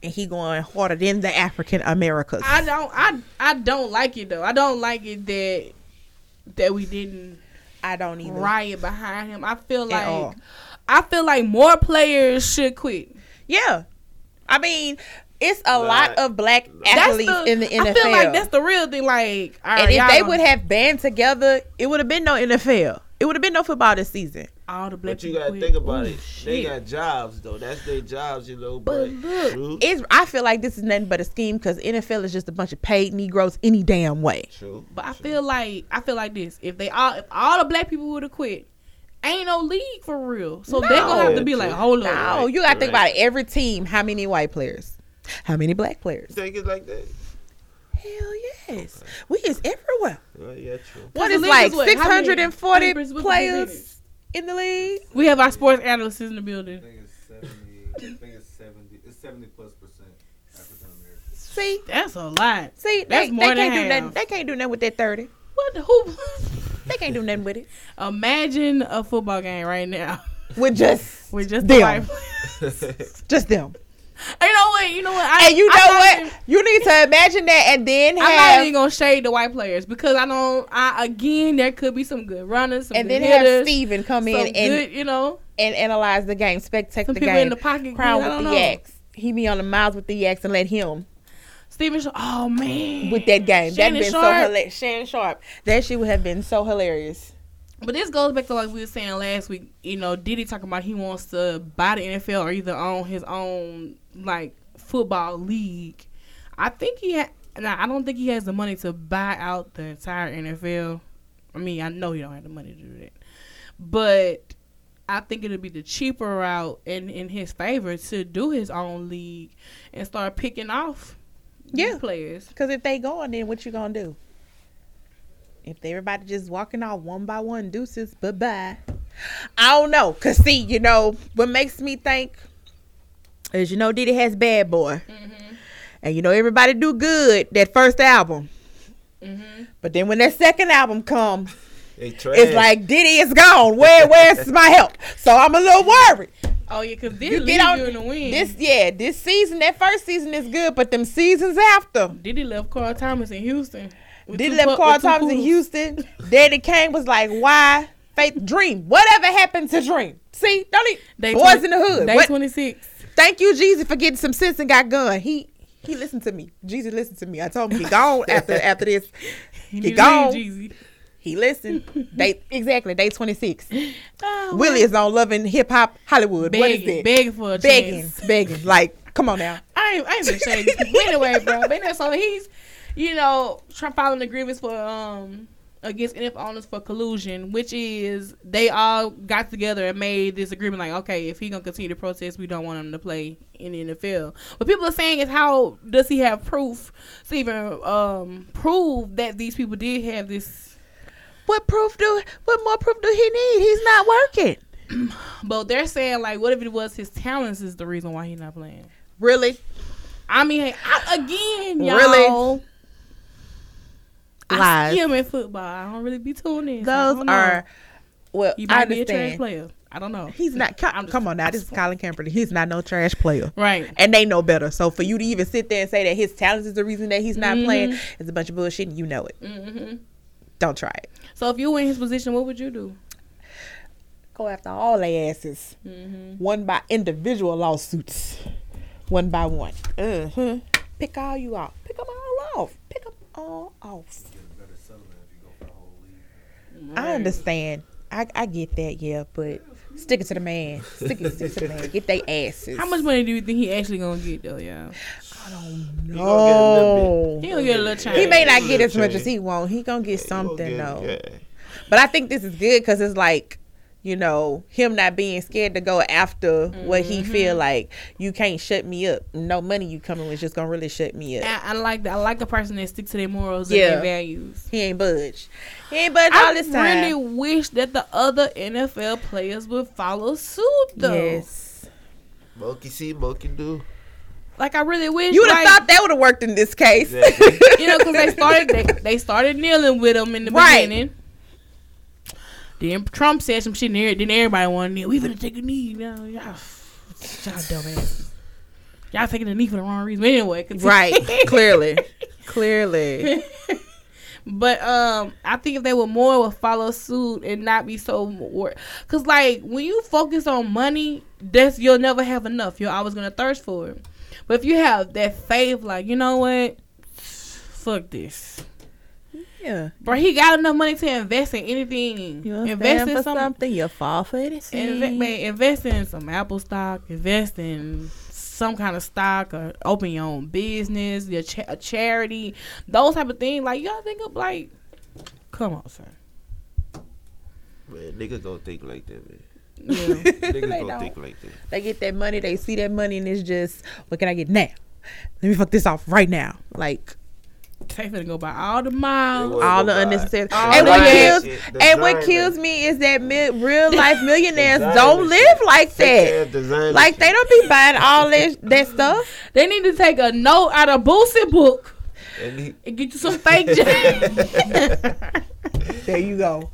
[SPEAKER 2] and he going harder than the African Americas.
[SPEAKER 1] I don't. I I don't like it though. I don't like it that that we didn't
[SPEAKER 2] I don't even.
[SPEAKER 1] riot behind him. I feel
[SPEAKER 2] At all.
[SPEAKER 1] like I feel like more players should quit.
[SPEAKER 2] Yeah, I mean, it's a lot
[SPEAKER 3] Like-
[SPEAKER 2] of black
[SPEAKER 1] That's
[SPEAKER 2] athletes in the NFL.
[SPEAKER 1] I feel like that's the real thing. Like, all right,
[SPEAKER 2] and if
[SPEAKER 1] y'all
[SPEAKER 2] they
[SPEAKER 1] gonna-
[SPEAKER 2] would have band together, it would have been no NFL. It would have been no football this season.
[SPEAKER 1] all the black
[SPEAKER 3] But you
[SPEAKER 1] people
[SPEAKER 3] gotta
[SPEAKER 1] quit.
[SPEAKER 3] think about
[SPEAKER 1] Ooh,
[SPEAKER 3] it. They
[SPEAKER 1] shit.
[SPEAKER 3] got jobs though. That's their jobs, you know.
[SPEAKER 1] But
[SPEAKER 3] But,
[SPEAKER 1] look,
[SPEAKER 3] true,
[SPEAKER 2] It's, I feel like this is nothing but a scheme because NFL is just a bunch of paid Negroes any damn way.
[SPEAKER 3] true.
[SPEAKER 1] But I
[SPEAKER 3] true.
[SPEAKER 1] feel like I feel like this. If they all if all the black people would have quit, ain't no league for real. So they're gonna have to be
[SPEAKER 3] No.
[SPEAKER 1] like, hold
[SPEAKER 2] No,
[SPEAKER 1] up.
[SPEAKER 3] Right,
[SPEAKER 2] you got to think about
[SPEAKER 3] right.
[SPEAKER 2] it. Every team, how many white players? How many black
[SPEAKER 3] You
[SPEAKER 2] players?
[SPEAKER 3] think it's like that.
[SPEAKER 2] Hell yes, we is everywhere.
[SPEAKER 3] Yeah, Oh, yeah, true.
[SPEAKER 2] What
[SPEAKER 1] the
[SPEAKER 2] is
[SPEAKER 1] league
[SPEAKER 2] like
[SPEAKER 1] is what? How
[SPEAKER 2] six
[SPEAKER 1] many-
[SPEAKER 2] hundred and forty
[SPEAKER 1] how many pers-
[SPEAKER 2] players in the league?
[SPEAKER 1] We have our sports analysts in the building.
[SPEAKER 6] I think it's 70. I think it's 70. It's 70 plus percent African American.
[SPEAKER 2] See,
[SPEAKER 1] That's a lot.
[SPEAKER 2] see,
[SPEAKER 1] That's
[SPEAKER 2] they, they
[SPEAKER 1] more
[SPEAKER 2] can't
[SPEAKER 1] than
[SPEAKER 2] do
[SPEAKER 1] half.
[SPEAKER 2] nothing. They can't do nothing with that thirty.
[SPEAKER 1] What the who?
[SPEAKER 2] They can't do nothing with it.
[SPEAKER 1] Imagine a football game right now
[SPEAKER 2] With just
[SPEAKER 1] with just
[SPEAKER 2] Them.
[SPEAKER 1] the white.
[SPEAKER 2] just them.
[SPEAKER 1] You know what? You know what? I,
[SPEAKER 2] And you
[SPEAKER 1] I'm
[SPEAKER 2] know
[SPEAKER 1] not
[SPEAKER 2] what?
[SPEAKER 1] even-
[SPEAKER 2] you need to imagine that and
[SPEAKER 1] I'm
[SPEAKER 2] then
[SPEAKER 1] not even
[SPEAKER 2] have
[SPEAKER 1] gonna shade the white players because I don't. I again, there could be some good runners, some
[SPEAKER 2] and
[SPEAKER 1] good
[SPEAKER 2] then have
[SPEAKER 1] hitters,
[SPEAKER 2] Steven come
[SPEAKER 1] some
[SPEAKER 2] in and,
[SPEAKER 1] good, you know,
[SPEAKER 2] and analyze the game, spectate
[SPEAKER 1] some
[SPEAKER 2] the
[SPEAKER 1] people
[SPEAKER 2] game,
[SPEAKER 1] in the pocket.
[SPEAKER 2] crown
[SPEAKER 1] kids, I
[SPEAKER 2] with
[SPEAKER 1] don't
[SPEAKER 2] the
[SPEAKER 1] know.
[SPEAKER 2] yaks. He be on the miles with the yaks and let him
[SPEAKER 1] Steven, Sh- oh man,
[SPEAKER 2] with that game. That'd
[SPEAKER 1] Shannon
[SPEAKER 2] been so
[SPEAKER 1] Sharp.
[SPEAKER 2] hilarious. Shannon Sharp. That shit would have been so hilarious.
[SPEAKER 1] But this goes back to like we were saying last week. You know, Diddy talking about he wants to buy the NFL or either own his own like football league. I think he ha- now I don't think he has the money to buy out the entire NFL. I mean, I know he don't have the money to do that, but I think it'll be the cheaper route and in his favor to do his own league and start picking off
[SPEAKER 2] Yeah.
[SPEAKER 1] players.
[SPEAKER 2] Because if they going, then what you gonna do? If everybody just walking out one by one, deuces, bye bye. I don't know. Cause see, you know, what makes me think is you know Diddy has Bad Boy, and you know everybody do good that first album,
[SPEAKER 1] Mm-hmm.
[SPEAKER 2] but then when that second album come,
[SPEAKER 3] They trash.
[SPEAKER 2] it's like Diddy is gone. Where where's my help? So I'm a little worried.
[SPEAKER 1] Oh yeah, because this
[SPEAKER 2] You
[SPEAKER 1] league
[SPEAKER 2] get on
[SPEAKER 1] you in the wind.
[SPEAKER 2] this yeah this season that first season is good, but them seasons after.
[SPEAKER 1] Diddy left Carl Thomas in Houston. with
[SPEAKER 2] Did
[SPEAKER 1] two
[SPEAKER 2] left
[SPEAKER 1] pu-
[SPEAKER 2] Carl
[SPEAKER 1] with two
[SPEAKER 2] Thomas in
[SPEAKER 1] poodles.
[SPEAKER 2] Houston. Daddy Kane was like, "Why faith dream? Whatever happened to dream? See, don't he?
[SPEAKER 1] They
[SPEAKER 2] boys
[SPEAKER 1] twen-
[SPEAKER 2] in the hood.
[SPEAKER 1] They
[SPEAKER 2] What-
[SPEAKER 1] twenty six.
[SPEAKER 2] Thank you, Jeezy, for getting some sense and got gun. He he listened to me. Jeezy listened to me. I told him get gone after after this. Get gone.
[SPEAKER 1] Jeezy.
[SPEAKER 2] He listened. They exactly. They twenty six. Willie is on loving hip hop Hollywood. what is
[SPEAKER 1] Oh, begging,
[SPEAKER 2] that?
[SPEAKER 1] begging for a
[SPEAKER 2] begging,
[SPEAKER 1] chance.
[SPEAKER 2] begging. Like, come on now.
[SPEAKER 1] I ain't, I ain't been shady. but anyway, bro. But anyway, so he's, you know, trying filing the grievance for um against NFL owners for collusion, which is they all got together and made this agreement. Like, okay, if he gonna continue to protest, we don't want him to play in the NFL. What people are saying is, how does he have proof to even um prove that these people did have this
[SPEAKER 2] What proof do? What more proof do he need? He's not working.
[SPEAKER 1] But they're saying like, what if it was his talents is the reason why he's not playing?
[SPEAKER 2] Really?
[SPEAKER 1] I mean, I, again, y'all.
[SPEAKER 2] Really?
[SPEAKER 1] I
[SPEAKER 2] Lies.
[SPEAKER 1] skim in football. I don't really be tuning in. so I
[SPEAKER 2] Those
[SPEAKER 1] don't know.
[SPEAKER 2] are well.
[SPEAKER 1] oh, He
[SPEAKER 2] I
[SPEAKER 1] might be a trash
[SPEAKER 2] understand.
[SPEAKER 1] player. I don't know.
[SPEAKER 2] He's not. Come, come on now. This is Colin Kaepernick. He's not no trash player.
[SPEAKER 1] Right.
[SPEAKER 2] And they know better. So for you to even sit there and say that his talent is the reason that he's not playing
[SPEAKER 1] Mm-hmm.
[SPEAKER 2] is a bunch of bullshit. And you know it.
[SPEAKER 1] hmm
[SPEAKER 2] Don't try it.
[SPEAKER 1] So if you were in his position, what would you do?
[SPEAKER 2] Go after all their asses,
[SPEAKER 1] Mm-hmm.
[SPEAKER 2] one by individual lawsuits, one by one. Uh-huh.
[SPEAKER 1] Mm-hmm.
[SPEAKER 2] Pick all you off. Pick them all off. Pick them all off.
[SPEAKER 6] Get a better settlement if you go for the whole league.
[SPEAKER 2] I understand. I, I get that, yeah, but stick it to the man. Stick it, stick it to the man. Get they asses.
[SPEAKER 1] How much money do you think he actually gonna get though, y'all?
[SPEAKER 3] You gonna get a little
[SPEAKER 2] No.
[SPEAKER 1] He gonna get a little change.
[SPEAKER 2] He may
[SPEAKER 3] He's
[SPEAKER 2] not
[SPEAKER 3] gonna
[SPEAKER 2] get
[SPEAKER 3] get
[SPEAKER 2] as much
[SPEAKER 3] paid.
[SPEAKER 2] as he want. He gonna get
[SPEAKER 3] bit. You gonna get-
[SPEAKER 2] something though.
[SPEAKER 3] yeah.
[SPEAKER 2] But I think this is good because it's like, you know, him not being scared to go after what he
[SPEAKER 1] Mm-hmm.
[SPEAKER 2] feel like you can't shut me up. No money you coming with just gonna really shut me up.
[SPEAKER 1] I, I like that. I like the person that sticks to their morals
[SPEAKER 2] Yeah.
[SPEAKER 1] and their values.
[SPEAKER 2] He ain't budge. He ain't budge all
[SPEAKER 1] I
[SPEAKER 2] this time.
[SPEAKER 1] really wish that the other NFL players would follow suit though.
[SPEAKER 2] yes.
[SPEAKER 3] Monkey see, monkey do.
[SPEAKER 1] Like I really wish
[SPEAKER 2] You would have
[SPEAKER 1] like,
[SPEAKER 2] thought that would have worked in this case.
[SPEAKER 3] Exactly.
[SPEAKER 1] you know, because they started they, they started kneeling with him in the
[SPEAKER 2] Right.
[SPEAKER 1] beginning. Then Trump said some shit in there. Then everybody wanted to kneel. We finna take a knee now. Y'all, y'all dumbass. Y'all taking a knee for the wrong reason. But anyway, continue.
[SPEAKER 2] right. Clearly. Clearly.
[SPEAKER 1] But um, I think if they were more would follow suit and not be so wor- Cause like when you focus on money, that's you'll never have enough. You're always gonna thirst for it. But if you have that faith, like you know what, fuck this,
[SPEAKER 2] Yeah.
[SPEAKER 1] bro. He got enough money to invest in anything.
[SPEAKER 2] You
[SPEAKER 1] invest
[SPEAKER 2] stand
[SPEAKER 1] in
[SPEAKER 2] for
[SPEAKER 1] some,
[SPEAKER 2] something, you fall for anything.
[SPEAKER 1] inve- man, invest in some Apple stock. Invest in some kind of stock or open your own business, your cha- a charity, those type of things. Like you gotta think of like, come on, sir.
[SPEAKER 3] Man, niggas don't think like that, man.
[SPEAKER 1] Yeah.
[SPEAKER 3] Niggas
[SPEAKER 2] They
[SPEAKER 3] don't,
[SPEAKER 2] don't.
[SPEAKER 3] think like that.
[SPEAKER 2] They get that money, they see that money, and it's just, what can I get now? Let me fuck this off right now. Like
[SPEAKER 1] They finna go buy all the miles.
[SPEAKER 3] They
[SPEAKER 2] all
[SPEAKER 3] go
[SPEAKER 2] the
[SPEAKER 3] buy
[SPEAKER 2] unnecessary.
[SPEAKER 3] the
[SPEAKER 2] and what
[SPEAKER 1] driving
[SPEAKER 2] kills,
[SPEAKER 3] shit, the
[SPEAKER 2] and what
[SPEAKER 3] driving.
[SPEAKER 2] kills me is that mi- real life millionaires
[SPEAKER 3] Designer
[SPEAKER 2] don't
[SPEAKER 3] shit.
[SPEAKER 2] live like that.
[SPEAKER 3] Designer
[SPEAKER 2] Like
[SPEAKER 3] shit.
[SPEAKER 2] they don't be buying all that that stuff.
[SPEAKER 1] They need to take a note out of Boosie book
[SPEAKER 3] And he-
[SPEAKER 1] and get you some fake jeans.
[SPEAKER 2] There you go.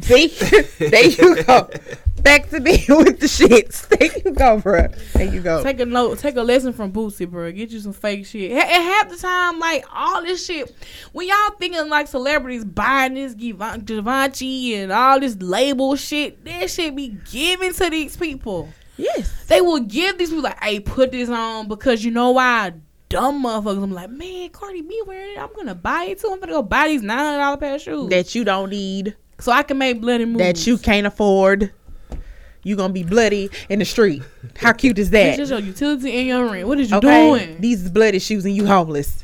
[SPEAKER 2] See, there you go. Back to me with the shits. There you go, bro. There you go.
[SPEAKER 1] take a note, take a lesson from Boosie, bro. Get you some fake shit. Ha- And half the time, like all this shit, when y'all thinking like celebrities buying this Givan- Givenchy and all this label shit, that shit be given to these people.
[SPEAKER 2] Yes.
[SPEAKER 1] They will give these people like, "Hey, put this on because you know why." Dumb motherfuckers. I'm like, man, Cardi B wearing it. I'm gonna buy it too. I'm gonna go buy these nine hundred dollar pair of shoes.
[SPEAKER 2] That you don't need.
[SPEAKER 1] so I can make bloody moves.
[SPEAKER 2] that you can't afford. You gonna be bloody in the street. How cute is
[SPEAKER 1] It's
[SPEAKER 2] that?
[SPEAKER 1] just your utility and your rent. What is you doing?
[SPEAKER 2] These is bloody shoes and you homeless.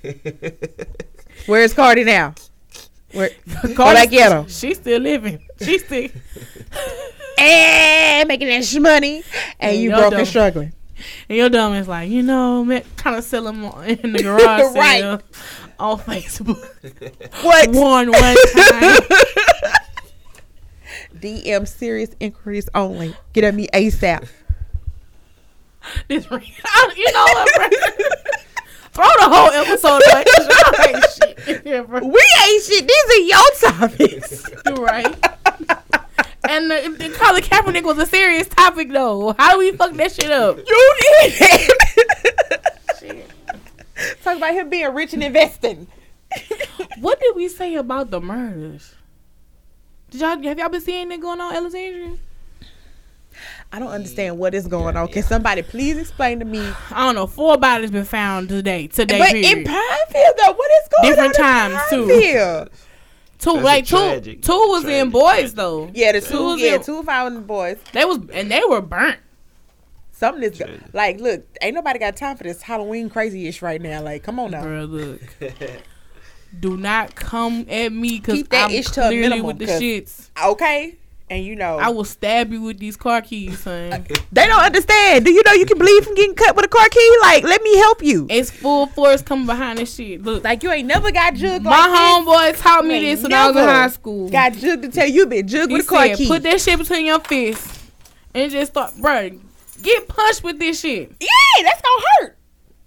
[SPEAKER 2] Where's Cardi now? Where Cardi
[SPEAKER 1] Cardi-
[SPEAKER 2] I get 'em.
[SPEAKER 1] She's still living. She's still.
[SPEAKER 2] Eh, making that sh- money and
[SPEAKER 1] And
[SPEAKER 2] you
[SPEAKER 1] y'all
[SPEAKER 2] broke and
[SPEAKER 1] don't.
[SPEAKER 2] struggling.
[SPEAKER 1] and your dumb is like, you know, man, kind of sell them in the garage
[SPEAKER 2] Right.
[SPEAKER 1] sale on Facebook.
[SPEAKER 2] What?
[SPEAKER 1] One one time.
[SPEAKER 2] DM serious inquiries only. Get at me ASAP.
[SPEAKER 1] this ring. you know what, bro? Throw the whole episode away. 'cause Y'all ain't shit. Yeah, bro.
[SPEAKER 2] We ain't shit. These are your topics.
[SPEAKER 1] You're right. And the, the Colin Kaepernick was a serious topic, though. How do we fuck that shit up?
[SPEAKER 2] you did it. Talk about him being rich and investing.
[SPEAKER 1] What did we say about the murders? Did y'all have y'all been seeing that going on, Alexandria?
[SPEAKER 2] I don't understand what is going on. Can somebody please explain to me?
[SPEAKER 1] I don't know. Four bodies been found today. Today,
[SPEAKER 2] But in
[SPEAKER 1] period.
[SPEAKER 2] Pineville, though, what is going
[SPEAKER 1] Different
[SPEAKER 2] on? in
[SPEAKER 1] times, too.
[SPEAKER 2] Pineville?
[SPEAKER 1] two,
[SPEAKER 3] That's a
[SPEAKER 1] like two,
[SPEAKER 3] tragic-
[SPEAKER 1] two was in
[SPEAKER 3] tragic-
[SPEAKER 1] boys though.
[SPEAKER 2] Yeah, the
[SPEAKER 1] Two
[SPEAKER 2] two,
[SPEAKER 1] of
[SPEAKER 2] yeah,
[SPEAKER 1] them.
[SPEAKER 2] two found boys.
[SPEAKER 1] They was and they were burnt.
[SPEAKER 2] Something is go-
[SPEAKER 3] Tragic.
[SPEAKER 2] like, look, ain't nobody got time for this Halloween crazy-ish right now. Like, come on now,
[SPEAKER 1] Bro, look. Do not come at me because
[SPEAKER 2] Keep that
[SPEAKER 1] I'm
[SPEAKER 2] ish to a
[SPEAKER 1] clearly
[SPEAKER 2] minimum,
[SPEAKER 1] with the
[SPEAKER 2] 'cause-
[SPEAKER 1] shits.
[SPEAKER 2] okay? And you know,
[SPEAKER 1] I will stab you with these car keys, son.
[SPEAKER 2] they don't understand. Do you know you can bleed from getting cut with a car key? Like, let me help you.
[SPEAKER 1] it's full force coming behind this shit. Look,
[SPEAKER 2] Like, you ain't never got jugged.
[SPEAKER 1] my
[SPEAKER 2] like this.
[SPEAKER 1] homeboy taught me
[SPEAKER 2] You ain't
[SPEAKER 1] this when I was in
[SPEAKER 2] never
[SPEAKER 1] high school.
[SPEAKER 2] Got jugged to tell you been jugged
[SPEAKER 1] He
[SPEAKER 2] with a car
[SPEAKER 1] said,
[SPEAKER 2] key.
[SPEAKER 1] put that shit between your fists and just start, bro. Get punched with this shit.
[SPEAKER 2] yeah, that's gonna hurt.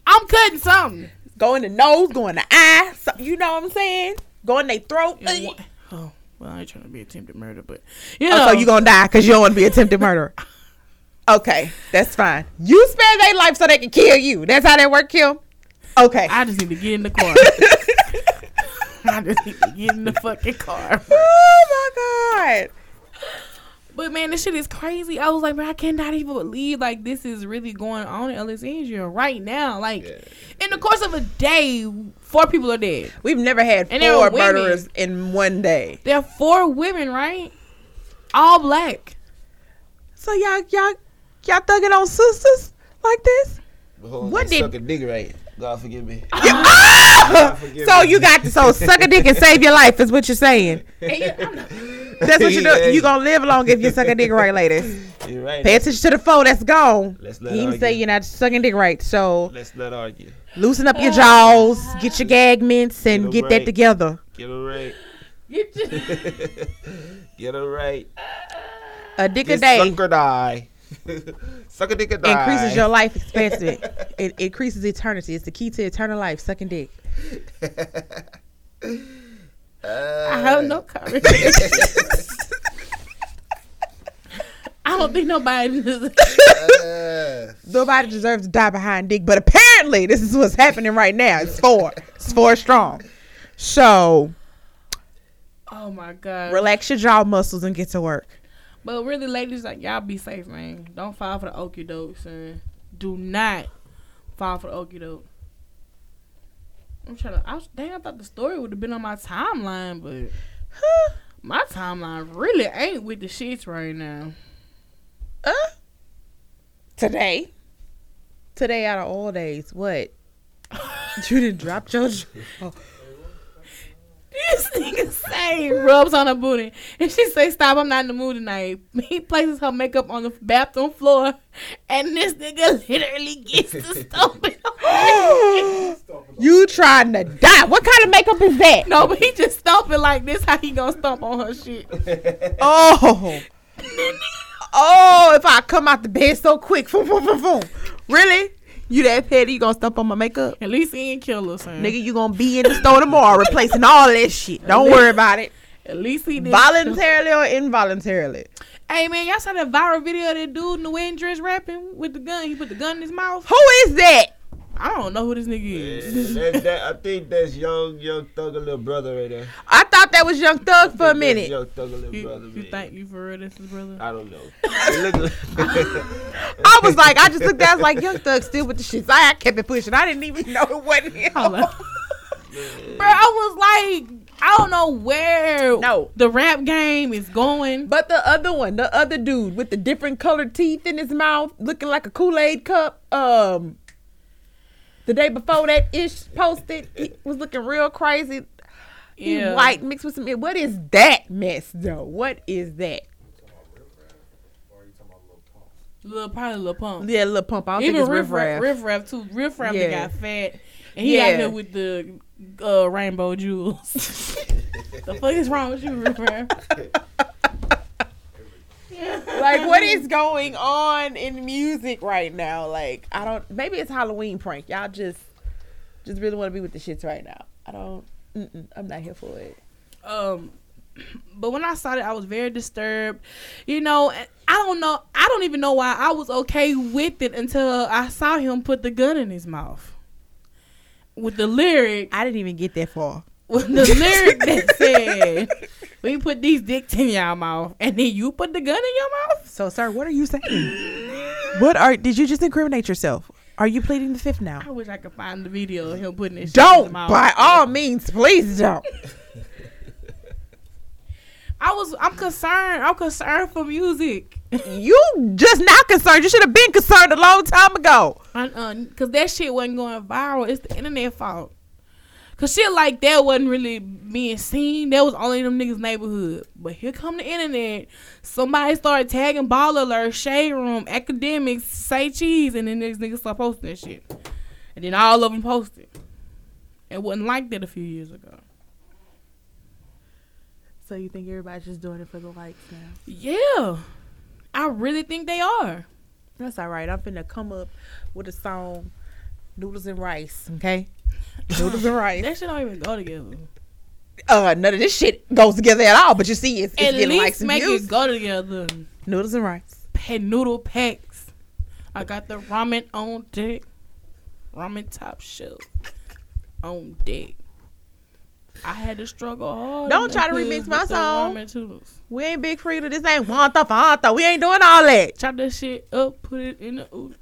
[SPEAKER 1] I I'm cutting something.
[SPEAKER 2] Go in the nose, go in the eye. So, you know what I'm saying? Go in their throat.
[SPEAKER 1] And wha- oh, well, I ain't trying to be attempted murder, but you know,
[SPEAKER 2] Oh, so you gonna die because you don't want to be attempted murder. Okay, that's fine. You spare their life so they can kill you. That's how they work, Kim. Okay.
[SPEAKER 1] I just need to get in the car. I just need to get in the fucking car.
[SPEAKER 2] oh my god.
[SPEAKER 1] But man, this shit is crazy. I was like, man, I cannot even believe like this is really going on in Alexandria right now. Like in the course of a day, four people are dead.
[SPEAKER 2] We've never had
[SPEAKER 1] And there
[SPEAKER 2] four
[SPEAKER 1] were women.
[SPEAKER 2] murderers in one day.
[SPEAKER 1] There are four women, right? All black.
[SPEAKER 2] So y'all y'all y'all thugging on sisters like this? What
[SPEAKER 3] What
[SPEAKER 2] did-
[SPEAKER 3] did suck a dick right? God forgive me.
[SPEAKER 2] Ah!
[SPEAKER 3] forgive
[SPEAKER 2] so
[SPEAKER 3] me.
[SPEAKER 2] you got so suck a dick and save your life is what you're saying. That's what you do. You gonna live long if you suck a dick right, ladies.
[SPEAKER 3] You're right.
[SPEAKER 2] Pay attention to the foe that's gone.
[SPEAKER 3] Let's not
[SPEAKER 2] He
[SPEAKER 3] argue.
[SPEAKER 2] say you're not sucking dick right, so
[SPEAKER 3] Let's not argue.
[SPEAKER 2] loosen up your jaws, get your gag mints, and
[SPEAKER 3] You're
[SPEAKER 2] get that
[SPEAKER 3] right.
[SPEAKER 2] together.
[SPEAKER 3] Get her right.
[SPEAKER 1] You just-
[SPEAKER 3] Get her right.
[SPEAKER 2] A dick a
[SPEAKER 3] Get
[SPEAKER 2] day
[SPEAKER 3] suck or die. suck a dick or die.
[SPEAKER 2] increases your life expectancy. it increases eternity. It's the key to eternal life. Sucking dick.
[SPEAKER 1] I have no courage. I don't think nobody.
[SPEAKER 3] Uh,
[SPEAKER 2] Nobody deserves to die behind dick, but apparently this is what's happening right now. It's four. It's four strong. So
[SPEAKER 1] oh my god.
[SPEAKER 2] relax your jaw muscles and get to work.
[SPEAKER 1] But really, ladies, like y'all be safe, man. Don't fall for the okie doke, son. Do not fall for the okie doke. I'm trying to. I was, dang, I thought the story would have been on my timeline, but my timeline really ain't with the shits right now.
[SPEAKER 2] Uh, today. Today out of all days, what? you didn't drop your jaw.
[SPEAKER 1] This nigga say rubs on her booty, and she say, "Stop! I'm not in the mood tonight." He places her makeup on the bathroom floor, and this nigga literally gets to stomping.
[SPEAKER 2] you trying to die. What kind of makeup is that?
[SPEAKER 1] No, but he just stomping like this. How he gonna stomp on her shit?
[SPEAKER 2] Oh. Oh, if I come out the bed so quick. Foom, foom, foom, foom. Really? You that petty? You gonna stump on my makeup?
[SPEAKER 1] At least he ain't kill her, son.
[SPEAKER 2] Nigga, you gonna be in the store tomorrow replacing all that shit. Don't worry about it.
[SPEAKER 1] At least he did.
[SPEAKER 2] Voluntarily or involuntarily.
[SPEAKER 1] Hey man, y'all saw that viral video of that dude in the wedding dress rapping with the gun. He put the gun in his mouth.
[SPEAKER 2] Who is that?
[SPEAKER 1] I don't know who this nigga is.
[SPEAKER 3] that, that, I think that's young, young thug, little brother right there.
[SPEAKER 2] I thought that was Young Thug for a
[SPEAKER 3] That's
[SPEAKER 2] minute.
[SPEAKER 3] Young thug, little
[SPEAKER 1] You,
[SPEAKER 3] brother.
[SPEAKER 1] you
[SPEAKER 3] man.
[SPEAKER 1] think you for real this is brother?
[SPEAKER 3] I don't know. It look-
[SPEAKER 2] I was like, I just looked at I was like, Young Thug still with the shits. I, I kept it pushing. I didn't even know it wasn't him.
[SPEAKER 1] Hold on. Bro, I was like, I don't know where
[SPEAKER 2] No.
[SPEAKER 1] the rap game is going.
[SPEAKER 2] But the other one, the other dude with the different colored teeth in his mouth, looking like a Kool Aid cup. Um, the day before that ish posted, he was looking real crazy. He
[SPEAKER 1] Yeah.
[SPEAKER 2] white mixed with some. What is that mess though? What is that?
[SPEAKER 1] Lil, probably Lil Pump.
[SPEAKER 2] Yeah, little pump. I don't
[SPEAKER 1] Even
[SPEAKER 2] think it's
[SPEAKER 1] Riff
[SPEAKER 2] riff
[SPEAKER 1] Raff.
[SPEAKER 2] raff.
[SPEAKER 1] Riff Raff too. Riff Raff done
[SPEAKER 2] Yeah.
[SPEAKER 1] got fat. And he
[SPEAKER 2] Yeah.
[SPEAKER 1] out here with the uh, rainbow jewels. the fuck is wrong with you, Riff Raff?
[SPEAKER 2] Like, what is going on in music right now? Like, I don't. Maybe it's Halloween prank. Y'all just, just really want to be with the shits right now. I don't. Mm-mm, I'm not here for it.
[SPEAKER 1] um but when i saw it i was very disturbed you know and i don't know i don't even know why i was okay with it until i saw him put the gun in his mouth with the lyric
[SPEAKER 2] I didn't even get that far.
[SPEAKER 1] with the lyric that said we put these dicks in your mouth and then you put the gun in your mouth
[SPEAKER 2] So, sir, what are you saying? What are did you just incriminate yourself? Are you pleading the fifth
[SPEAKER 1] i
[SPEAKER 2] now?
[SPEAKER 1] wish i could find the video of him putting this shit in
[SPEAKER 2] Don't,
[SPEAKER 1] his mouth.
[SPEAKER 2] by all means, please don't.
[SPEAKER 1] i was i'm concerned i'm concerned for music
[SPEAKER 2] you just not concerned. You should have been concerned a long time ago.
[SPEAKER 1] because Uh, that shit wasn't going viral. It's the internet fault. Cause shit like that wasn't really being seen. That was only in them niggas' neighborhood. But here come the internet. Somebody started tagging ball alert, shade room, academics, say cheese, and then niggas niggas start posting that shit. And then all of them posted. It wasn't like that a few years ago.
[SPEAKER 7] So you think everybody's just doing it for the likes now?
[SPEAKER 1] Yeah, I really think they are.
[SPEAKER 2] That's all right. I'm finna come up with a song noodles and rice. Okay, noodles and rice.
[SPEAKER 1] That shit don't even go together.
[SPEAKER 2] Uh, none of this shit goes together at all. But you see, it's, it's
[SPEAKER 1] At
[SPEAKER 2] getting
[SPEAKER 1] least
[SPEAKER 2] likes and
[SPEAKER 1] make
[SPEAKER 2] views.
[SPEAKER 1] it go together.
[SPEAKER 2] noodles and rice.
[SPEAKER 1] Pet noodle packs. I got the ramen on deck. Ramen top shelf on deck. I had to struggle hard.
[SPEAKER 2] Don't
[SPEAKER 1] in
[SPEAKER 2] try to
[SPEAKER 1] the hood
[SPEAKER 2] remix
[SPEAKER 1] with
[SPEAKER 2] my
[SPEAKER 1] the
[SPEAKER 2] song.
[SPEAKER 1] Ramen noodles.
[SPEAKER 2] We ain't big freedom. This ain't Wanta Fanta. We ain't doing all that.
[SPEAKER 1] Chop that shit up, put it in the oodles,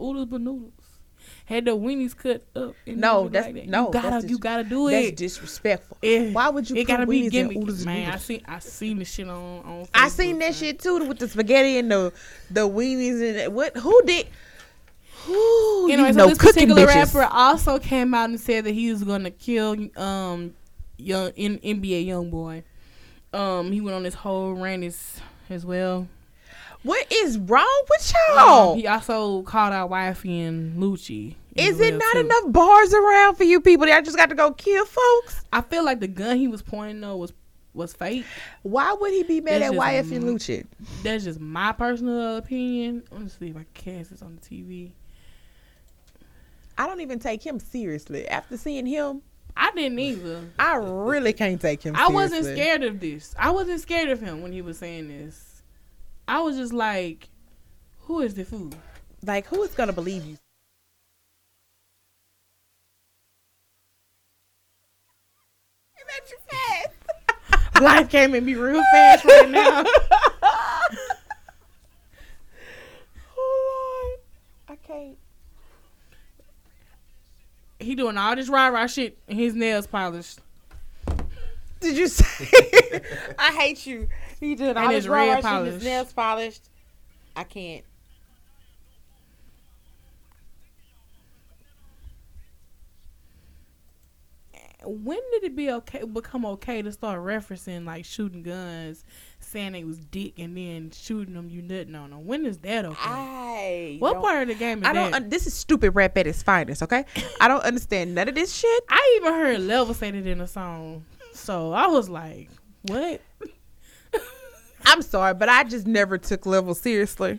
[SPEAKER 1] oodles but noodles. Had the weenies cut up. And
[SPEAKER 2] No,
[SPEAKER 1] noodles
[SPEAKER 2] that's-
[SPEAKER 1] like that.
[SPEAKER 2] no,
[SPEAKER 1] You gotta,
[SPEAKER 2] that's
[SPEAKER 1] you
[SPEAKER 2] dis-
[SPEAKER 1] gotta do
[SPEAKER 2] That's
[SPEAKER 1] it.
[SPEAKER 2] disrespectful.
[SPEAKER 1] It-
[SPEAKER 2] Why would you
[SPEAKER 1] It
[SPEAKER 2] put
[SPEAKER 1] gotta be
[SPEAKER 2] weenies in oodles
[SPEAKER 1] gimmicky,
[SPEAKER 2] and
[SPEAKER 1] man. I
[SPEAKER 2] noodles?
[SPEAKER 1] seen, I seen the shit on on.
[SPEAKER 2] I seen
[SPEAKER 1] Facebook,
[SPEAKER 2] that
[SPEAKER 1] man.
[SPEAKER 2] shit too with the spaghetti and the the weenies and the- what? Who did? Who
[SPEAKER 1] Anyway,
[SPEAKER 2] you
[SPEAKER 1] so
[SPEAKER 2] know
[SPEAKER 1] this
[SPEAKER 2] cooking
[SPEAKER 1] particular
[SPEAKER 2] bitches?
[SPEAKER 1] rapper also came out and said that he was gonna kill um young N- NBA young boy. Um, he went on this whole rant as, as well.
[SPEAKER 2] What is wrong with
[SPEAKER 1] Um,
[SPEAKER 2] y'all?
[SPEAKER 1] he also called out Wifey and Lucci. as
[SPEAKER 2] Is it
[SPEAKER 1] well,
[SPEAKER 2] not
[SPEAKER 1] too.
[SPEAKER 2] enough bars around for you people? that I just got to go kill folks.
[SPEAKER 1] I feel like the gun he was pointing though was was fake.
[SPEAKER 2] Why would he be mad
[SPEAKER 1] It's
[SPEAKER 2] at
[SPEAKER 1] just,
[SPEAKER 2] YF and
[SPEAKER 1] mm,
[SPEAKER 2] Lucci?
[SPEAKER 1] That's just my personal opinion. I'm gonna see if I can cast this on the TV.
[SPEAKER 2] I don't even take him seriously. After seeing him,
[SPEAKER 1] I didn't either.
[SPEAKER 2] I really can't take him.
[SPEAKER 1] I wasn't
[SPEAKER 2] seriously.
[SPEAKER 1] scared of this. I wasn't scared of him when he was saying this. I was just like, who is the fool?
[SPEAKER 2] Like who is gonna believe you?
[SPEAKER 1] Life came at me real fast right now.
[SPEAKER 2] Oh Lord, I can't.
[SPEAKER 1] He doing all this rah rah shit and his nails polished.
[SPEAKER 2] Did you say? I hate you. He did all
[SPEAKER 1] And
[SPEAKER 2] his
[SPEAKER 1] his red
[SPEAKER 2] red polish. His
[SPEAKER 1] polish.
[SPEAKER 2] nails polished. I can't.
[SPEAKER 1] When did it be okay become okay to start referencing like shooting guns, saying they was dick and then shooting them, you nutting on them? When is that okay?
[SPEAKER 2] I.
[SPEAKER 1] what
[SPEAKER 2] don't-
[SPEAKER 1] part of the game is
[SPEAKER 2] I don't.
[SPEAKER 1] that?
[SPEAKER 2] Un- this is stupid rap at its finest. Okay, I don't understand none of this shit.
[SPEAKER 1] I even heard Level say that in a song, so I was like, what?
[SPEAKER 2] I'm sorry, but I just never took level seriously.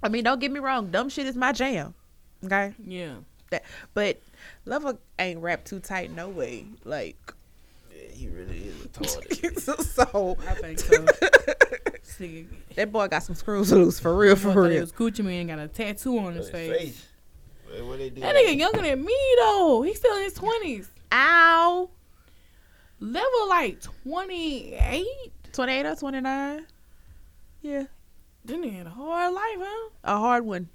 [SPEAKER 2] I mean, don't get me wrong. Dumb shit is my jam. Okay,
[SPEAKER 1] Yeah.
[SPEAKER 2] that, but level ain't rap too tight. No way. Like.
[SPEAKER 3] He really is retarded.
[SPEAKER 2] so, so
[SPEAKER 1] I think so. See,
[SPEAKER 2] that boy got some screws loose for real,
[SPEAKER 1] I
[SPEAKER 2] for
[SPEAKER 1] thought he
[SPEAKER 2] real.
[SPEAKER 1] was Gucci man got a tattoo on his
[SPEAKER 3] His
[SPEAKER 1] face.
[SPEAKER 3] face. Man, What they do?
[SPEAKER 1] That nigga younger than me though. He's still in his twenties.
[SPEAKER 2] Ow.
[SPEAKER 1] Level like twenty eight.
[SPEAKER 2] 28 or 29. Yeah.
[SPEAKER 1] Then he had a hard life, huh?
[SPEAKER 2] A hard one.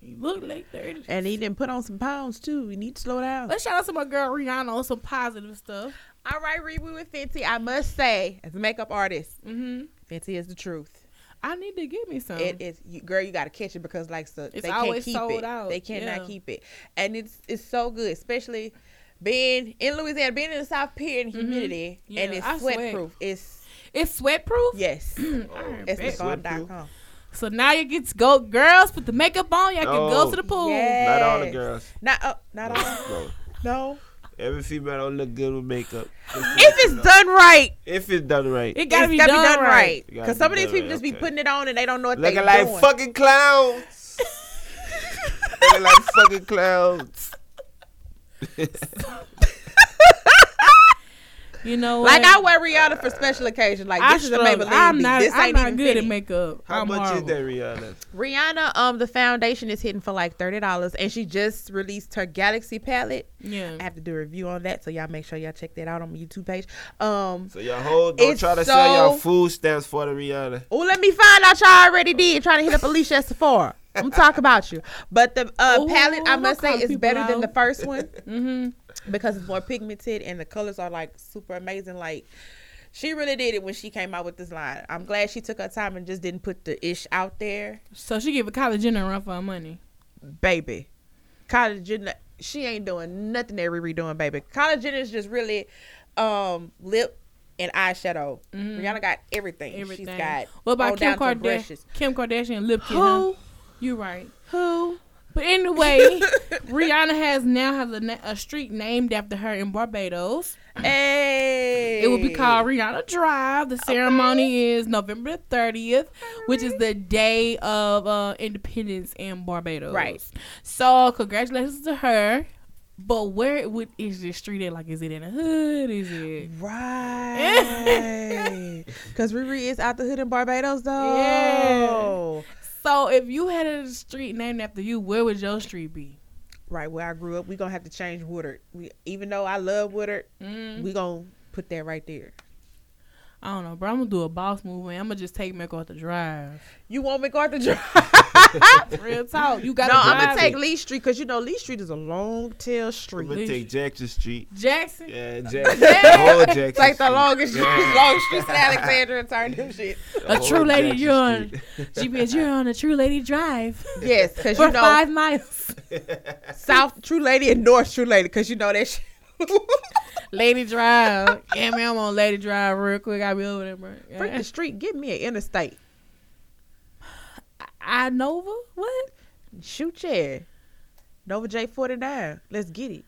[SPEAKER 1] He looked like thirty.
[SPEAKER 2] And he didn't put on some pounds too. We need to slow down.
[SPEAKER 1] Let's shout out to my girl Rihanna on some positive stuff.
[SPEAKER 2] All right, Riri with Fenty. I must say, as a makeup artist,
[SPEAKER 1] hmm
[SPEAKER 2] Fenty is the truth.
[SPEAKER 1] I need to get me some.
[SPEAKER 2] It is you, girl, you gotta catch it because like so
[SPEAKER 1] It's
[SPEAKER 2] they can't
[SPEAKER 1] always
[SPEAKER 2] keep
[SPEAKER 1] sold
[SPEAKER 2] it.
[SPEAKER 1] out.
[SPEAKER 2] They cannot
[SPEAKER 1] Yeah.
[SPEAKER 2] keep it. And it's it's so good, especially being in Louisiana, being in the South Pier and humidity
[SPEAKER 1] Yeah,
[SPEAKER 2] and it's
[SPEAKER 1] I sweat.
[SPEAKER 2] Mm-hmm. sweat proof. It's
[SPEAKER 1] it's sweat proof.
[SPEAKER 2] yes. it's
[SPEAKER 1] bet.
[SPEAKER 2] thegarden.com.
[SPEAKER 1] So now you get to go, girls. Put the makeup on. Y'all can go
[SPEAKER 3] No.
[SPEAKER 1] to the pool.
[SPEAKER 2] Yeah.
[SPEAKER 3] Not all the
[SPEAKER 2] Yes.
[SPEAKER 3] girls.
[SPEAKER 2] Not uh, not all
[SPEAKER 3] No.
[SPEAKER 2] no.
[SPEAKER 3] Every female don't look good with makeup.
[SPEAKER 2] If it's done right,
[SPEAKER 3] If it's done right.
[SPEAKER 1] It gotta
[SPEAKER 2] It's
[SPEAKER 1] be, done, right.
[SPEAKER 3] It gotta
[SPEAKER 2] Because
[SPEAKER 3] be
[SPEAKER 2] some of these
[SPEAKER 3] done
[SPEAKER 2] people
[SPEAKER 3] right,
[SPEAKER 2] just be
[SPEAKER 3] okay.
[SPEAKER 2] putting it on and they don't know what they
[SPEAKER 3] Looking like
[SPEAKER 2] doing.
[SPEAKER 3] fucking clowns. Looking like fucking clowns.
[SPEAKER 1] You know,
[SPEAKER 2] Like
[SPEAKER 1] what?
[SPEAKER 2] I Uh, wear Rihanna for special occasion. Like
[SPEAKER 1] I
[SPEAKER 2] this is a
[SPEAKER 1] struggle.
[SPEAKER 2] Maybelline.
[SPEAKER 1] I'm
[SPEAKER 2] beat.
[SPEAKER 1] not.
[SPEAKER 2] This
[SPEAKER 1] I'm
[SPEAKER 2] ain't
[SPEAKER 1] not
[SPEAKER 2] even
[SPEAKER 1] good at
[SPEAKER 2] fitting.
[SPEAKER 1] makeup.
[SPEAKER 3] How
[SPEAKER 1] I'm
[SPEAKER 3] much
[SPEAKER 1] horrible.
[SPEAKER 3] is that, Rihanna?
[SPEAKER 2] Rihanna, um, the foundation is hidden for like thirty dollars, and she just released her Galaxy palette. I
[SPEAKER 1] Yeah.
[SPEAKER 2] have to do a review on that, so y'all make sure y'all check that out on my YouTube page. Um,
[SPEAKER 3] So y'all hold don't
[SPEAKER 2] It's
[SPEAKER 3] try to sell y'all
[SPEAKER 2] so-
[SPEAKER 3] food stamps for the Rihanna.
[SPEAKER 2] oh, let me find out y'all already did trying to hit up Alicia at Sephora. I'm talking about you, but the uh,
[SPEAKER 1] Ooh,
[SPEAKER 2] palette I
[SPEAKER 1] don't
[SPEAKER 2] must say
[SPEAKER 1] call
[SPEAKER 2] is
[SPEAKER 1] people
[SPEAKER 2] better than
[SPEAKER 1] out.
[SPEAKER 2] the first one.
[SPEAKER 1] Mm-hmm.
[SPEAKER 2] because it's more pigmented and the colors are like super amazing. Like she really did it when she came out with this line. I'm glad she took her time and just didn't put the ish out there,
[SPEAKER 1] So she give a college Jenner a run for her money.
[SPEAKER 2] baby. Kylie Jenner, she ain't doing nothing that Riri doing, baby. Kylie Jenner's just really um lip and eyeshadow.
[SPEAKER 1] Mhm.
[SPEAKER 2] Rihanna got everything.
[SPEAKER 1] Everything.
[SPEAKER 2] She's got
[SPEAKER 1] What
[SPEAKER 2] on
[SPEAKER 1] about Kim
[SPEAKER 2] down to
[SPEAKER 1] Kardashian?
[SPEAKER 2] brushes.
[SPEAKER 1] Kim Kardashian lip kit. Huh?
[SPEAKER 2] Who
[SPEAKER 1] You right.
[SPEAKER 2] who
[SPEAKER 1] But anyway, Rihanna has now has a, na- a street named after her in Barbados.
[SPEAKER 2] Hey.
[SPEAKER 1] It will be called Rihanna Drive. The ceremony is November the 30th, which is the day of uh, independence in Barbados.
[SPEAKER 2] Right.
[SPEAKER 1] So, congratulations to her. But where would, is this street at? Like, is it in the hood? Is it?
[SPEAKER 2] Right. Because Riri is out the hood in Barbados, though.
[SPEAKER 1] So, if you had a street named after you, where would your street be?
[SPEAKER 2] Right where I grew up, we gonna have to change Woodard. We, even though I love Woodard,
[SPEAKER 1] Mm,
[SPEAKER 2] we gonna put that right there.
[SPEAKER 1] I don't know, bro. I'm gonna do a boss move and I'm gonna just take Mecca off the drive.
[SPEAKER 2] You want MacArthur Drive?
[SPEAKER 1] Real talk, you
[SPEAKER 2] no,
[SPEAKER 1] gotta.
[SPEAKER 2] I'm gonna
[SPEAKER 1] drive
[SPEAKER 2] take
[SPEAKER 1] it.
[SPEAKER 2] Lee Street because you know Lee Street is a long tail
[SPEAKER 3] I'm
[SPEAKER 2] street.
[SPEAKER 3] gonna take Jackson Street.
[SPEAKER 1] Jackson.
[SPEAKER 3] Yeah, Jackson.
[SPEAKER 1] Yeah.
[SPEAKER 3] Whole Jackson
[SPEAKER 2] It's like the
[SPEAKER 3] Street.
[SPEAKER 2] longest
[SPEAKER 3] Yeah.
[SPEAKER 2] long streets in Alexandria and turn them shit.
[SPEAKER 3] The
[SPEAKER 1] A
[SPEAKER 3] whole
[SPEAKER 1] true lady,
[SPEAKER 3] Jackson
[SPEAKER 1] you're on.
[SPEAKER 3] Street.
[SPEAKER 1] GPS, you're on a True Lady Drive
[SPEAKER 2] Yes, because
[SPEAKER 1] for
[SPEAKER 2] you know
[SPEAKER 1] five miles.
[SPEAKER 2] South True Lady and North True Lady, because you know that shit.
[SPEAKER 1] Lady Drive. Yeah, man, I'm on Lady Drive real quick. I'll be over there, bro.
[SPEAKER 2] Break the street, give me an interstate.
[SPEAKER 1] I Nova? What?
[SPEAKER 2] Shoot yeah. Nova J forty nine. Let's get it.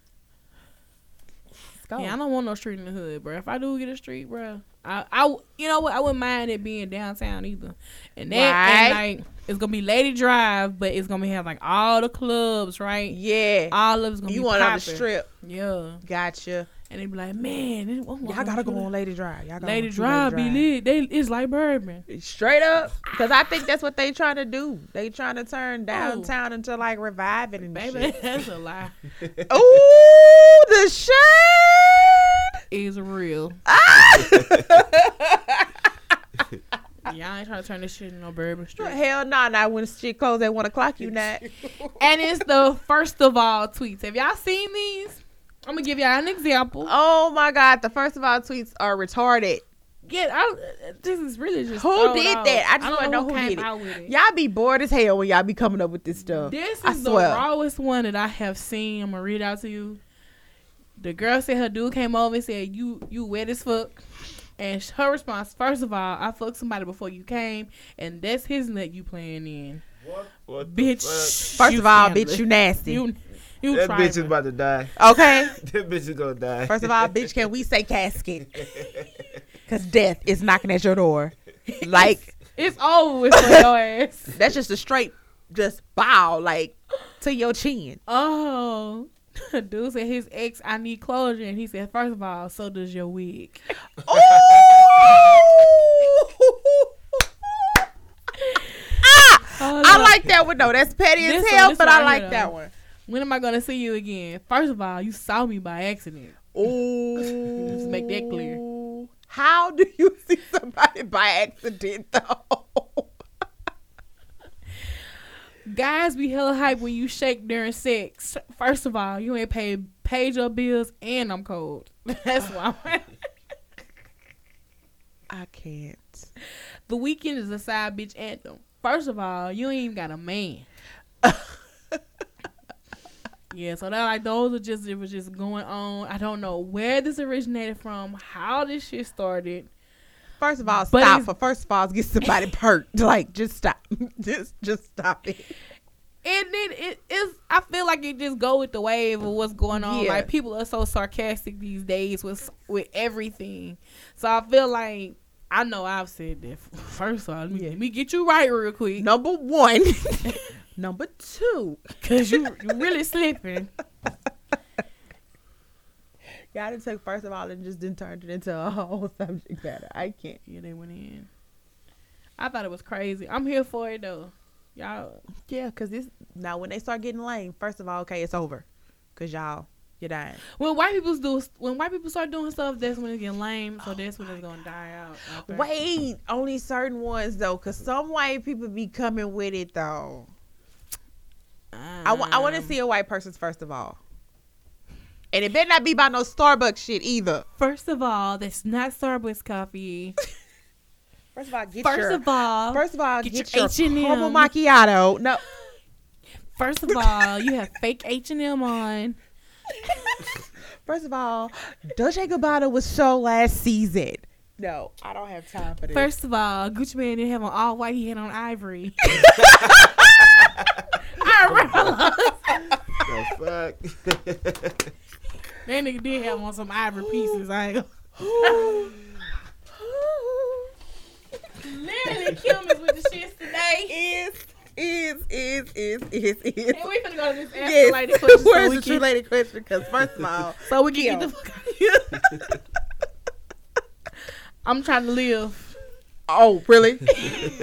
[SPEAKER 2] Let's go.
[SPEAKER 1] Yeah, I don't want no street in the hood, bro. If I do get a street, bro, I, I, w- you know what? I wouldn't mind it being downtown either. And that, and like, it's gonna be Lady Drive, but it's gonna have like all the clubs, right?
[SPEAKER 2] yeah.
[SPEAKER 1] All of it's gonna
[SPEAKER 2] you
[SPEAKER 1] be
[SPEAKER 2] want on the
[SPEAKER 1] popping.
[SPEAKER 2] strip.
[SPEAKER 1] Yeah,
[SPEAKER 2] Gotcha.
[SPEAKER 1] and they be like, man, this, oh
[SPEAKER 2] Y'all gotta go on Lady Drive. Y'all gotta
[SPEAKER 1] Lady
[SPEAKER 2] go on
[SPEAKER 1] Drive,
[SPEAKER 2] True
[SPEAKER 1] be lit. They, it's like Birdman.
[SPEAKER 2] Straight up, because I think that's what they trying to do. They trying to turn downtown into like reviving and
[SPEAKER 1] Baby,
[SPEAKER 2] shit.
[SPEAKER 1] that's a lie.
[SPEAKER 2] Ooh, the shade.
[SPEAKER 1] Is real. Y'all ain't trying to turn this shit into no Bourbon Street.
[SPEAKER 2] Hell no, nah, not when shit close at one o'clock. You not.
[SPEAKER 1] And it's the first of all tweets. Have y'all seen these? I'm gonna give y'all an example.
[SPEAKER 2] Oh my god, the first of all tweets are retarded.
[SPEAKER 1] Yeah, I, this is really just
[SPEAKER 2] Who
[SPEAKER 1] thrown
[SPEAKER 2] did
[SPEAKER 1] off.
[SPEAKER 2] that? I just
[SPEAKER 1] don't
[SPEAKER 2] wanna know who
[SPEAKER 1] came
[SPEAKER 2] did it.
[SPEAKER 1] out with it.
[SPEAKER 2] Y'all be bored as hell when y'all be coming up with this stuff.
[SPEAKER 1] This
[SPEAKER 2] I
[SPEAKER 1] is the
[SPEAKER 2] swear.
[SPEAKER 1] rawest one that I have seen. I'm gonna read out to you. The girl said her dude came over and said, "You you wet as fuck." And sh- her response, first of all, I fucked somebody before you came, and that's his nut you playing in,
[SPEAKER 3] What the
[SPEAKER 1] bitch.
[SPEAKER 3] fuck?
[SPEAKER 2] First of all, bitch,
[SPEAKER 1] scandalous.
[SPEAKER 2] you nasty.
[SPEAKER 1] you you
[SPEAKER 3] That
[SPEAKER 1] trying.
[SPEAKER 3] bitch is about to die.
[SPEAKER 2] okay.
[SPEAKER 3] That bitch is gonna die.
[SPEAKER 2] First of all, bitch, can we say casket? Cause death is knocking at your door. Like
[SPEAKER 1] it's over with for your ass.
[SPEAKER 2] that's just a straight just bow, like to your chin.
[SPEAKER 1] Oh. Dude said his ex, I need closure. And he said, first of all, so does your wig.
[SPEAKER 2] Oh! Ooh! ah!
[SPEAKER 1] Oh,
[SPEAKER 2] I
[SPEAKER 1] Lord.
[SPEAKER 2] like that one though. That's petty as
[SPEAKER 1] This one-
[SPEAKER 2] hell,
[SPEAKER 1] this
[SPEAKER 2] but
[SPEAKER 1] one
[SPEAKER 2] I
[SPEAKER 1] right
[SPEAKER 2] like
[SPEAKER 1] here,
[SPEAKER 2] that
[SPEAKER 1] though.
[SPEAKER 2] one.
[SPEAKER 1] When am I going to see you again? First of all, you saw me by accident.
[SPEAKER 2] Ooh.
[SPEAKER 1] Let's make that clear.
[SPEAKER 2] How do you see somebody by accident though?
[SPEAKER 1] Guys be hella hype when you shake during sex. First of all, you ain't paid paid your bills and I'm cold. That's why. I'm-
[SPEAKER 2] I can't.
[SPEAKER 1] the weekend is a side bitch anthem. First of all, you ain't even got a man. yeah, so that like those are just it was just going on. I don't know where this originated from, how this shit started.
[SPEAKER 2] First of all,
[SPEAKER 1] But
[SPEAKER 2] stop.
[SPEAKER 1] it's-
[SPEAKER 2] For first of all, get somebody perked. Like just stop. just just stop it.
[SPEAKER 1] And then it is I feel like it just go with the wave of what's going on.
[SPEAKER 2] Yeah.
[SPEAKER 1] Like people are so sarcastic these days with with everything. So I feel like I know I've said that. First of all, let me, let me get you right real quick.
[SPEAKER 2] Number one. Number two.
[SPEAKER 1] Cause you you really slipping.
[SPEAKER 2] Y'all didn't take first of all and just didn't turn it into a whole subject matter. I can't.
[SPEAKER 1] Yeah, they went in. I thought it was crazy. I'm here for it though. Y'all
[SPEAKER 2] Yeah, cause this now when they start getting lame, first of all, okay, it's over. Cause y'all, you're dying.
[SPEAKER 1] when white people do when white people start doing stuff, that's when it get lame. So that's when it's gonna die out. I think.
[SPEAKER 2] Wait, only certain ones though, cause some white people be coming with it though. I want to
[SPEAKER 1] Um,
[SPEAKER 2] see a white person's first of all, and it better not be by no Starbucks shit either.
[SPEAKER 1] First of all, that's not Starbucks coffee.
[SPEAKER 2] First of all, get
[SPEAKER 1] First
[SPEAKER 2] your
[SPEAKER 1] of all,
[SPEAKER 2] first of all
[SPEAKER 1] get
[SPEAKER 2] get,
[SPEAKER 1] your
[SPEAKER 2] your,
[SPEAKER 1] H&M.
[SPEAKER 2] caramel macchiato. No,
[SPEAKER 1] first of all, you have fake H and M on.
[SPEAKER 2] first of all, Dolce Gabbana was so last season. No, I don't have time for this.
[SPEAKER 1] First of all, Gucci man didn't have on all white; he had on ivory. I umbrella.
[SPEAKER 3] The fuck?
[SPEAKER 1] That nigga did have on some ivory pieces. I ain't gonna. Literally killed me with the shits today.
[SPEAKER 2] Is, is, is, is, is, is.
[SPEAKER 1] And we finna go to this after
[SPEAKER 2] Yes.
[SPEAKER 1] related question so
[SPEAKER 2] Where's
[SPEAKER 1] we,
[SPEAKER 2] the true
[SPEAKER 1] can,
[SPEAKER 2] lady question? Because first of all,
[SPEAKER 1] so we can get
[SPEAKER 2] Yeah.
[SPEAKER 1] the fuck out of here. I'm trying to live.
[SPEAKER 2] oh really?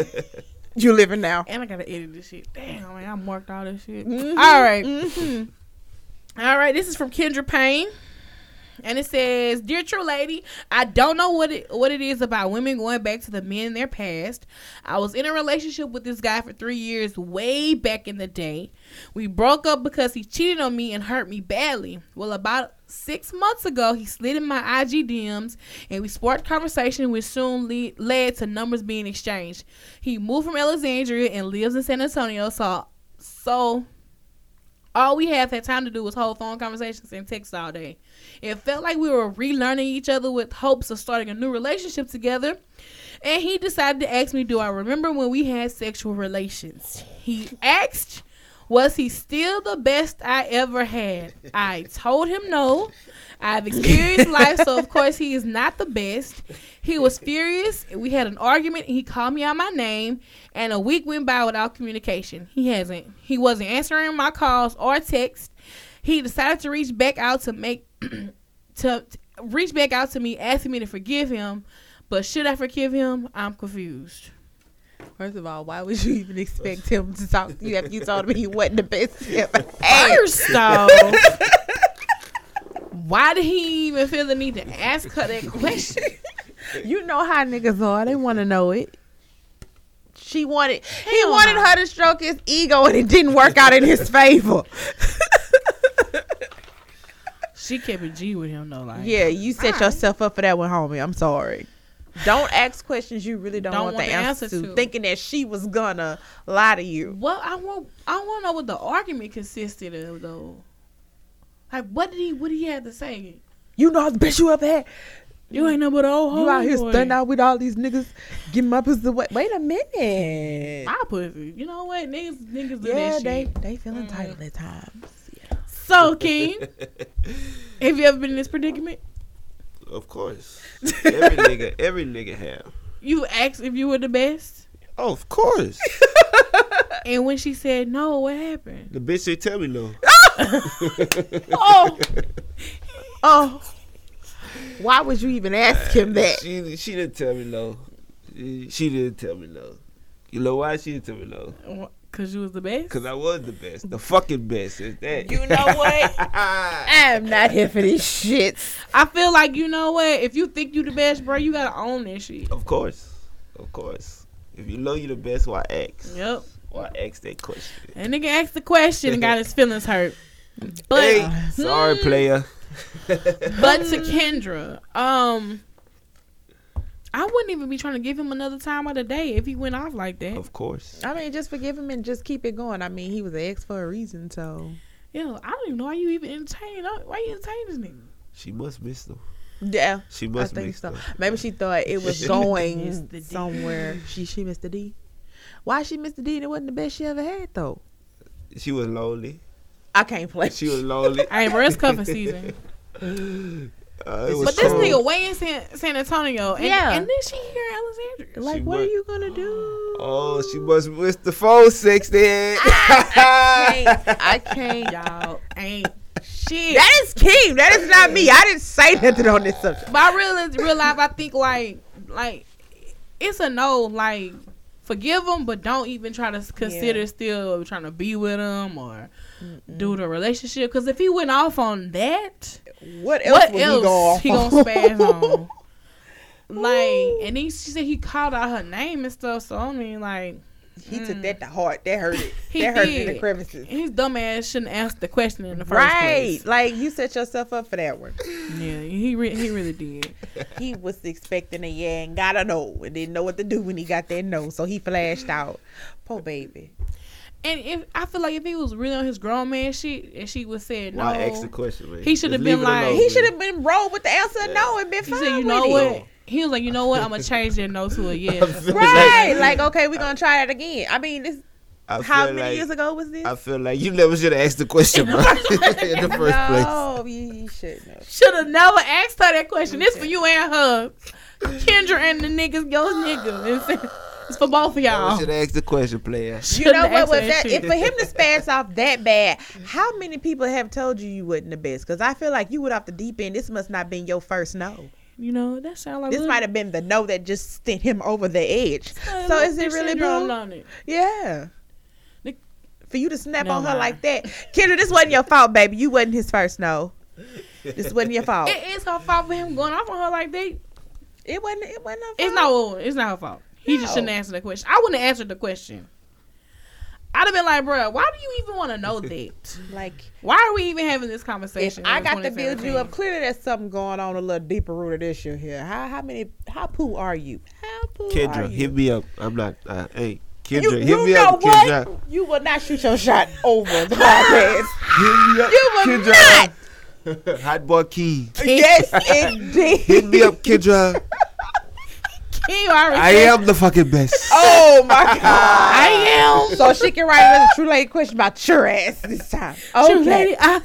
[SPEAKER 2] you living now?
[SPEAKER 1] And I gotta edit this shit. Damn, man, I marked all this shit.
[SPEAKER 2] Mhm.
[SPEAKER 1] All right.
[SPEAKER 2] Mhm.
[SPEAKER 1] All right, this is from Kendra Payne. And it says, "Dear True Lady, I don't know what it, what it is about women going back to the men in their past. I was in a relationship with this guy for three years, way back in the day. We broke up because he cheated on me and hurt me badly. Well, about six months ago, he slid in my IG DMs, and we sparked conversation, which soon lead, led to numbers being exchanged. He moved from Alexandria and lives in San Antonio, so so." All we have had time to do was hold phone conversations and text all day. It felt like we were relearning each other with hopes of starting a new relationship together. And he decided to ask me, Do I remember when we had sexual relations? He asked, Was he still the best I ever had? I told him no. I've experienced life, so of course he is not the best. He was furious. We had an argument. And he called me out my name, and a week went by without communication. He hasn't. He wasn't answering my calls or texts. He decided to reach back out to make to reach back out to me, asking me to forgive him. But should I forgive him? I'm confused.
[SPEAKER 2] First of all, why would you even expect him to talk to you after you told him he wasn't the best? he ever had?
[SPEAKER 1] First off, why did he even feel the need to ask her that question?
[SPEAKER 2] You know how niggas are. They want to know it. She wanted. he
[SPEAKER 1] Hell
[SPEAKER 2] wanted
[SPEAKER 1] no.
[SPEAKER 2] her to stroke his ego, and it didn't work out in his favor.
[SPEAKER 1] She kept it G with him though. Like,
[SPEAKER 2] yeah, you set yourself up for that one, homie. I'm sorry. Don't ask questions you really don't, want, the answer, to, thinking that she was gonna lie to you.
[SPEAKER 1] Well, I want I want to know what the argument consisted of though. Like, what did he what he had to say?
[SPEAKER 2] You know how the best you ever had.
[SPEAKER 1] You ain't no but old
[SPEAKER 2] You out here
[SPEAKER 1] homeboy.
[SPEAKER 2] standing out with all these niggas, getting my pussy away. Wait a minute.
[SPEAKER 1] I pussy. You know what niggas niggas do
[SPEAKER 2] yeah,
[SPEAKER 1] that
[SPEAKER 2] they
[SPEAKER 1] shit.
[SPEAKER 2] they feel
[SPEAKER 1] Mhm.
[SPEAKER 2] entitled at times.
[SPEAKER 1] So, King, have you ever been in this predicament?
[SPEAKER 3] of course. Every nigga, every nigga have.
[SPEAKER 1] You asked if you were the best,
[SPEAKER 3] Oh, of course.
[SPEAKER 1] and when she said no, what happened?
[SPEAKER 3] The bitch did tell me no.
[SPEAKER 1] Oh,
[SPEAKER 2] Oh, why would you even ask him that?
[SPEAKER 3] She she didn't tell me no. She, she didn't tell me no. You know why she didn't tell me no?
[SPEAKER 1] cause you was the best.
[SPEAKER 3] Cause I was the best, the fucking best. Is that?
[SPEAKER 2] You know what? I'm not here for this shit.
[SPEAKER 1] I feel like you know what? If you think you the best, bro, you gotta own that shit.
[SPEAKER 3] of course, of course. If you know you the best, why ask?
[SPEAKER 1] Yep.
[SPEAKER 3] Why ask that question?
[SPEAKER 1] That nigga asked the question and got his feelings hurt. But
[SPEAKER 3] hey, sorry,
[SPEAKER 1] Hmm.
[SPEAKER 3] player.
[SPEAKER 1] but to Kendra, um, I wouldn't even be trying to give him another time of the day if he went off like that.
[SPEAKER 3] Of course.
[SPEAKER 2] I mean, just forgive him and just keep it going. I mean, he was an ex for a reason, so
[SPEAKER 1] Yo, I don't even know why you even entertain. uh, Why you entertain this nigga?
[SPEAKER 3] She must miss them.
[SPEAKER 2] yeah,
[SPEAKER 3] She
[SPEAKER 2] I
[SPEAKER 3] must
[SPEAKER 2] think
[SPEAKER 3] miss
[SPEAKER 2] so.
[SPEAKER 3] them.
[SPEAKER 2] Maybe she thought it was going somewhere. She she missed the D. Why she missed the D? It wasn't the best she ever had, though.
[SPEAKER 3] She was lonely.
[SPEAKER 2] I can't play.
[SPEAKER 3] She was lonely.
[SPEAKER 1] Hey, bro, it's cuffing season.
[SPEAKER 3] Uh, it was
[SPEAKER 1] But this
[SPEAKER 3] cold.
[SPEAKER 1] nigga way in San, San Antonio, and,
[SPEAKER 2] Yeah.
[SPEAKER 1] and then she here in Alexandria.
[SPEAKER 2] like,
[SPEAKER 3] She
[SPEAKER 2] what are
[SPEAKER 3] went-
[SPEAKER 2] you gonna do?
[SPEAKER 3] Oh, she must miss the phone sex then.
[SPEAKER 2] Ah, I can't, y'all.
[SPEAKER 1] Ain't shit.
[SPEAKER 2] That is Kim. That is not me. I didn't say nothing on this subject.
[SPEAKER 1] But I really realize I think like like it's a no. Like forgive them, but don't even try to consider
[SPEAKER 2] Yeah.
[SPEAKER 1] still trying to be with them or do the relationship. Because if he went off on that,
[SPEAKER 2] What else?
[SPEAKER 1] what
[SPEAKER 2] would
[SPEAKER 1] else
[SPEAKER 2] he, go off
[SPEAKER 1] he
[SPEAKER 2] on?
[SPEAKER 1] gonna spaz on? like, and then she said he called out her name and stuff. So I mean, like.
[SPEAKER 2] He took that to heart. That hurt it.
[SPEAKER 1] He
[SPEAKER 2] that hurt it in the
[SPEAKER 1] did.
[SPEAKER 2] crevices.
[SPEAKER 1] His dumb ass shouldn't ask the question in the first
[SPEAKER 2] Right.
[SPEAKER 1] place.
[SPEAKER 2] Like you set yourself up for that one.
[SPEAKER 1] Yeah, he re- he really did.
[SPEAKER 2] He was expecting a yeah and got a no and didn't know what to do when he got that no. So he flashed out. Poor baby.
[SPEAKER 1] And if I feel like if he was really on his grown man shit, and she was saying no,
[SPEAKER 3] Why ask the question, man?
[SPEAKER 1] He should've
[SPEAKER 3] Just
[SPEAKER 1] been
[SPEAKER 3] leave it
[SPEAKER 1] like-
[SPEAKER 3] alone,
[SPEAKER 2] He
[SPEAKER 3] man.
[SPEAKER 2] should have been rolled with the answer of no and been
[SPEAKER 1] He
[SPEAKER 2] fine.
[SPEAKER 1] said, "You
[SPEAKER 2] with
[SPEAKER 1] know
[SPEAKER 2] it.
[SPEAKER 1] what?" He was like, "You know what? I'm gonna change that no to a yes."
[SPEAKER 2] Right. Like, okay, we're gonna try that again. I mean, this
[SPEAKER 3] I
[SPEAKER 2] How
[SPEAKER 3] feel
[SPEAKER 2] many
[SPEAKER 3] like,
[SPEAKER 2] years ago was this?
[SPEAKER 3] I feel like you never should have asked the question, bro. In the first place.
[SPEAKER 2] no, you, you should know.
[SPEAKER 1] Should have never asked her that question. This for you and her. Kendra and the niggas, yo nigga. It's, it's for both of
[SPEAKER 3] Never
[SPEAKER 1] y'all.
[SPEAKER 3] should have asked the question, player.
[SPEAKER 2] You know
[SPEAKER 1] Shouldn't
[SPEAKER 2] what?
[SPEAKER 1] ask
[SPEAKER 2] With
[SPEAKER 1] that
[SPEAKER 2] that,
[SPEAKER 1] shit.
[SPEAKER 2] if for him to spaz off that bad, how many people have told you you wasn't the best? Because I feel like you went off the deep end. This must not been your first no.
[SPEAKER 1] You know, that sound like
[SPEAKER 2] This
[SPEAKER 1] little-
[SPEAKER 2] might have been the no that just sent him over the edge.
[SPEAKER 1] like
[SPEAKER 2] So
[SPEAKER 1] little
[SPEAKER 2] is
[SPEAKER 1] dick
[SPEAKER 2] it really
[SPEAKER 1] syndrome
[SPEAKER 2] blue?
[SPEAKER 1] on it.
[SPEAKER 2] Yeah.
[SPEAKER 1] Nick-
[SPEAKER 2] For you to snap
[SPEAKER 1] Never
[SPEAKER 2] on her
[SPEAKER 1] mind.
[SPEAKER 2] like that, Kendra, this wasn't your fault, baby. You wasn't his first no. This wasn't your fault. It,
[SPEAKER 1] It is her fault for him going off on her like they.
[SPEAKER 2] wasn't. It wasn't. Her fault.
[SPEAKER 1] It's not. It's not her fault. He just shouldn't
[SPEAKER 2] No.
[SPEAKER 1] answer the question. I wouldn't have answered the question. I'd have been like, bruh, why do you even want to know that?
[SPEAKER 2] like
[SPEAKER 1] Why are we even having this
[SPEAKER 2] if
[SPEAKER 1] conversation?
[SPEAKER 2] I
[SPEAKER 1] in
[SPEAKER 2] got to build you
[SPEAKER 1] 2017?
[SPEAKER 2] up, clearly there's something going on a little deeper rooted issue here. How how many how poo are you? How poo are
[SPEAKER 3] Kendra,
[SPEAKER 2] you?
[SPEAKER 3] hit me up. I'm not. Uh, hey, Kendra,
[SPEAKER 2] You,
[SPEAKER 3] hit
[SPEAKER 2] you
[SPEAKER 3] me
[SPEAKER 2] know
[SPEAKER 3] up.
[SPEAKER 2] what?
[SPEAKER 3] Kendra,
[SPEAKER 2] You will not shoot your shot over the podcast.
[SPEAKER 3] hit me up.
[SPEAKER 2] You will
[SPEAKER 3] Kendra. Hot boy Key.
[SPEAKER 2] yes, indeed.
[SPEAKER 3] Hit me up, Kendra.
[SPEAKER 1] He already
[SPEAKER 3] I
[SPEAKER 1] said,
[SPEAKER 3] am the fucking best.
[SPEAKER 2] Oh my god.
[SPEAKER 1] I am.
[SPEAKER 2] So she can write another true lady question about your ass this time. Okay.
[SPEAKER 1] True lady, I,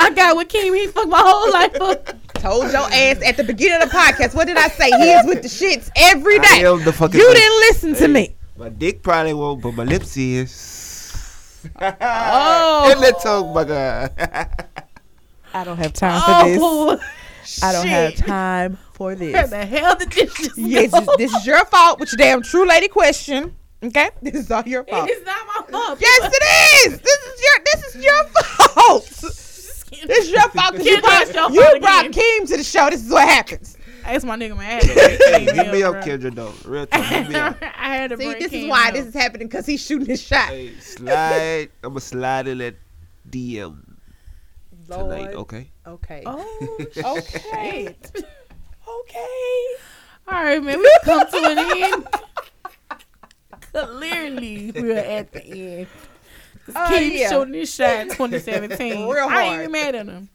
[SPEAKER 1] I got with Kim. He fucked my whole life up.
[SPEAKER 2] Told your ass at the beginning of the podcast. What did I say? He is with the shits every
[SPEAKER 3] I
[SPEAKER 2] day.
[SPEAKER 3] am the fucking
[SPEAKER 2] You
[SPEAKER 3] best.
[SPEAKER 2] didn't listen to me.
[SPEAKER 3] My dick probably won't, but my lips is.
[SPEAKER 1] Oh.
[SPEAKER 3] And let's talk, my guy.
[SPEAKER 2] I don't have time
[SPEAKER 1] Oh,
[SPEAKER 2] I don't have
[SPEAKER 1] shit.
[SPEAKER 2] time for this.
[SPEAKER 1] Where the hell did this just
[SPEAKER 2] Yes,
[SPEAKER 1] go?
[SPEAKER 2] this is your fault with your damn true lady question. Okay, this is all your fault.
[SPEAKER 1] It is not my fault.
[SPEAKER 2] Yes, it is. This is your this is your fault. This is your fault. 'cause You
[SPEAKER 1] Kendra, it's your
[SPEAKER 2] brought, you
[SPEAKER 1] fault
[SPEAKER 2] brought
[SPEAKER 1] again.
[SPEAKER 2] Keem to the show. This is what happens.
[SPEAKER 1] Ask my nigga my ass.
[SPEAKER 3] hey, hit me up,
[SPEAKER 1] bruh.
[SPEAKER 3] Kendra, though. Real talk, hit me
[SPEAKER 1] I
[SPEAKER 3] up.
[SPEAKER 1] had to
[SPEAKER 2] See,
[SPEAKER 1] break
[SPEAKER 2] this is
[SPEAKER 1] Kim
[SPEAKER 2] why
[SPEAKER 1] up.
[SPEAKER 2] this is happening because he's shooting his shot.
[SPEAKER 3] Hey, slide. I'm going to slide in that DM
[SPEAKER 2] Oh,
[SPEAKER 3] tonight, okay?
[SPEAKER 2] Okay.
[SPEAKER 1] Oh,
[SPEAKER 2] Okay.
[SPEAKER 1] shit.
[SPEAKER 2] okay.
[SPEAKER 1] All right, man. We come to an end. Clearly, we are at the end.
[SPEAKER 2] Oh,
[SPEAKER 7] Uh,
[SPEAKER 1] Keep
[SPEAKER 2] yeah.
[SPEAKER 1] shooting this shot. 2017.
[SPEAKER 2] Real
[SPEAKER 1] I ain't
[SPEAKER 2] hard.
[SPEAKER 1] even mad at him.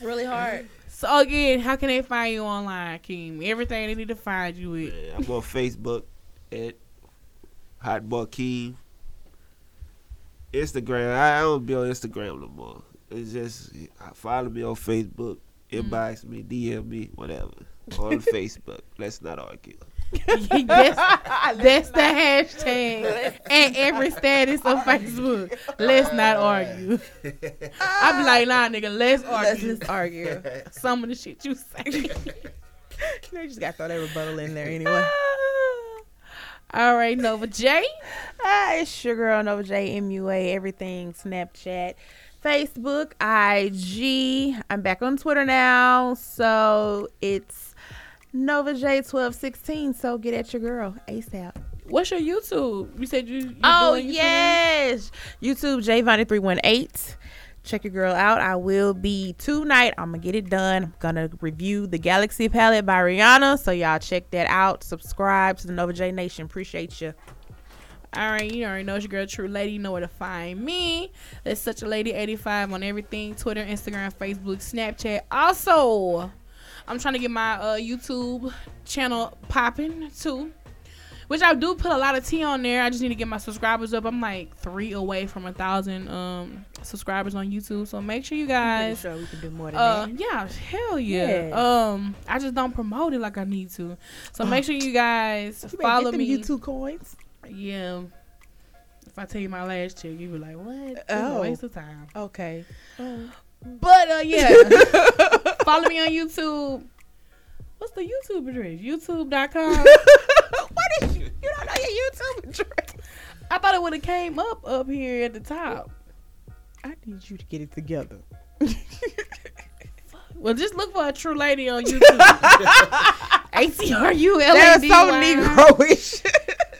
[SPEAKER 2] Really hard.
[SPEAKER 1] So again, how can they find you online, Keem? Everything they need to find you with.
[SPEAKER 3] Yeah, I'm on Facebook at Hot Boy Key. Instagram. I I don't be on Instagram no more. It's just follow me on Facebook, inbox me, DM me, whatever. On Facebook. Let's not argue.
[SPEAKER 1] that's, that's the hashtag at every status on Facebook. Let's not argue. I be like, nah, nigga, let's
[SPEAKER 2] Let's
[SPEAKER 1] argue.
[SPEAKER 2] just argue.
[SPEAKER 1] Some of the shit you say.
[SPEAKER 2] they just got to throw that rebuttal in there anyway.
[SPEAKER 1] Ah. All right, Nova J.
[SPEAKER 7] Ah, it's your girl Nova J M U A. Everything Snapchat, Facebook, IG. I'm back on Twitter now, so it's Nova J twelve sixteen. So get at your girl ASAP.
[SPEAKER 1] What's your YouTube? You said you. you
[SPEAKER 7] Oh
[SPEAKER 1] doing YouTube?
[SPEAKER 7] yes, YouTube J Vonnie three one eight. Check your girl out. I will be tonight. I'm gonna get it done. I'm gonna review the Galaxy Palette by Rihanna. So y'all check that out. Subscribe to the Nova J Nation. Appreciate you.
[SPEAKER 1] All right, you already know it's your girl, True Lady. You know where to find me. That's such a lady 85 on everything Twitter, Instagram, Facebook, Snapchat. Also, I'm trying to get my uh, YouTube channel popping too, which I do put a lot of tea on there. I just need to get my subscribers up. I'm like three away from a thousand um, subscribers on YouTube. So make sure you guys
[SPEAKER 7] sure we can do more than
[SPEAKER 1] uh, yeah, hell yeah.
[SPEAKER 7] Yes.
[SPEAKER 1] Um, I just don't promote it like I need to. So make sure you guys follow me.
[SPEAKER 2] YouTube coins.
[SPEAKER 1] Yeah. If I tell you my last check, you be like, "What? This a
[SPEAKER 2] Oh.
[SPEAKER 1] waste of time."
[SPEAKER 2] Okay. Oh.
[SPEAKER 1] But uh, yeah, follow me on YouTube. What's the YouTube address? YouTube.com.
[SPEAKER 2] what is you? You don't know your YouTube address.
[SPEAKER 1] I thought it would have came up up here at the top.
[SPEAKER 2] I need you to get it together.
[SPEAKER 1] Well, just look for a true lady on YouTube. A C R U L A
[SPEAKER 2] That's
[SPEAKER 1] D
[SPEAKER 2] so
[SPEAKER 1] Y.
[SPEAKER 2] Negroish.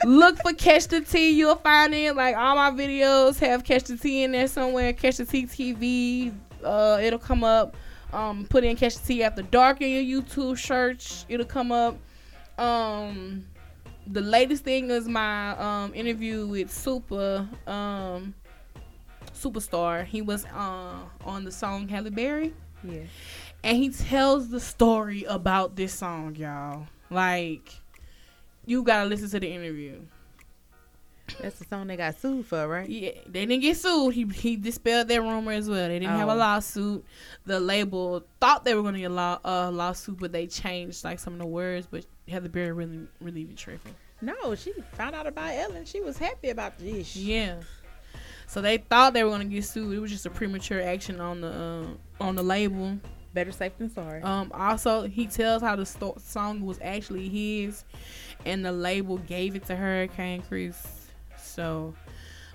[SPEAKER 1] look for Catch the T. You'll find it. Like all my videos have Catch the T in there somewhere. Catch the T TV. Uh, it'll come up. Um, put in Catch the T after dark in your YouTube search. It'll come up. Um, the latest thing is my um interview with Super um Superstar. He was uh on the song Halle Berry.
[SPEAKER 2] Yeah.
[SPEAKER 1] And he tells the story about this song, y'all. Like, you gotta listen to the interview.
[SPEAKER 2] That's the song they got sued for, right?
[SPEAKER 1] Yeah, they didn't get sued. He he dispelled that rumor as well. They didn't have a
[SPEAKER 2] Oh.
[SPEAKER 1] lawsuit. The label thought they were going to get a law, uh, lawsuit, but they changed like some of the words. But Heather Berry really really been tripping.
[SPEAKER 2] No, she found out about Ellen. She was happy about this.
[SPEAKER 1] Yeah. So they thought they were going to get sued. It was just a premature action on the uh, on the label.
[SPEAKER 2] Better safe than sorry.
[SPEAKER 1] Um, also, he tells how the sto- song was actually his, and the label gave it to Hurricane Chris. So,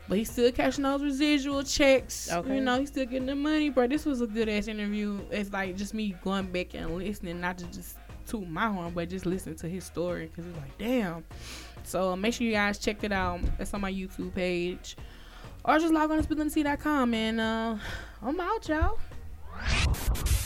[SPEAKER 1] but he's still cashing those residual checks.
[SPEAKER 2] Okay.
[SPEAKER 1] You know, he's still getting the money, bro. This was a good ass interview. It's like just me going back and listening, not to just toot my horn, but just listen to his story because it's like, damn. So uh, make sure you guys check it out. It's on my YouTube page. Or just log on to spillintc.com and uh, I'm out, y'all.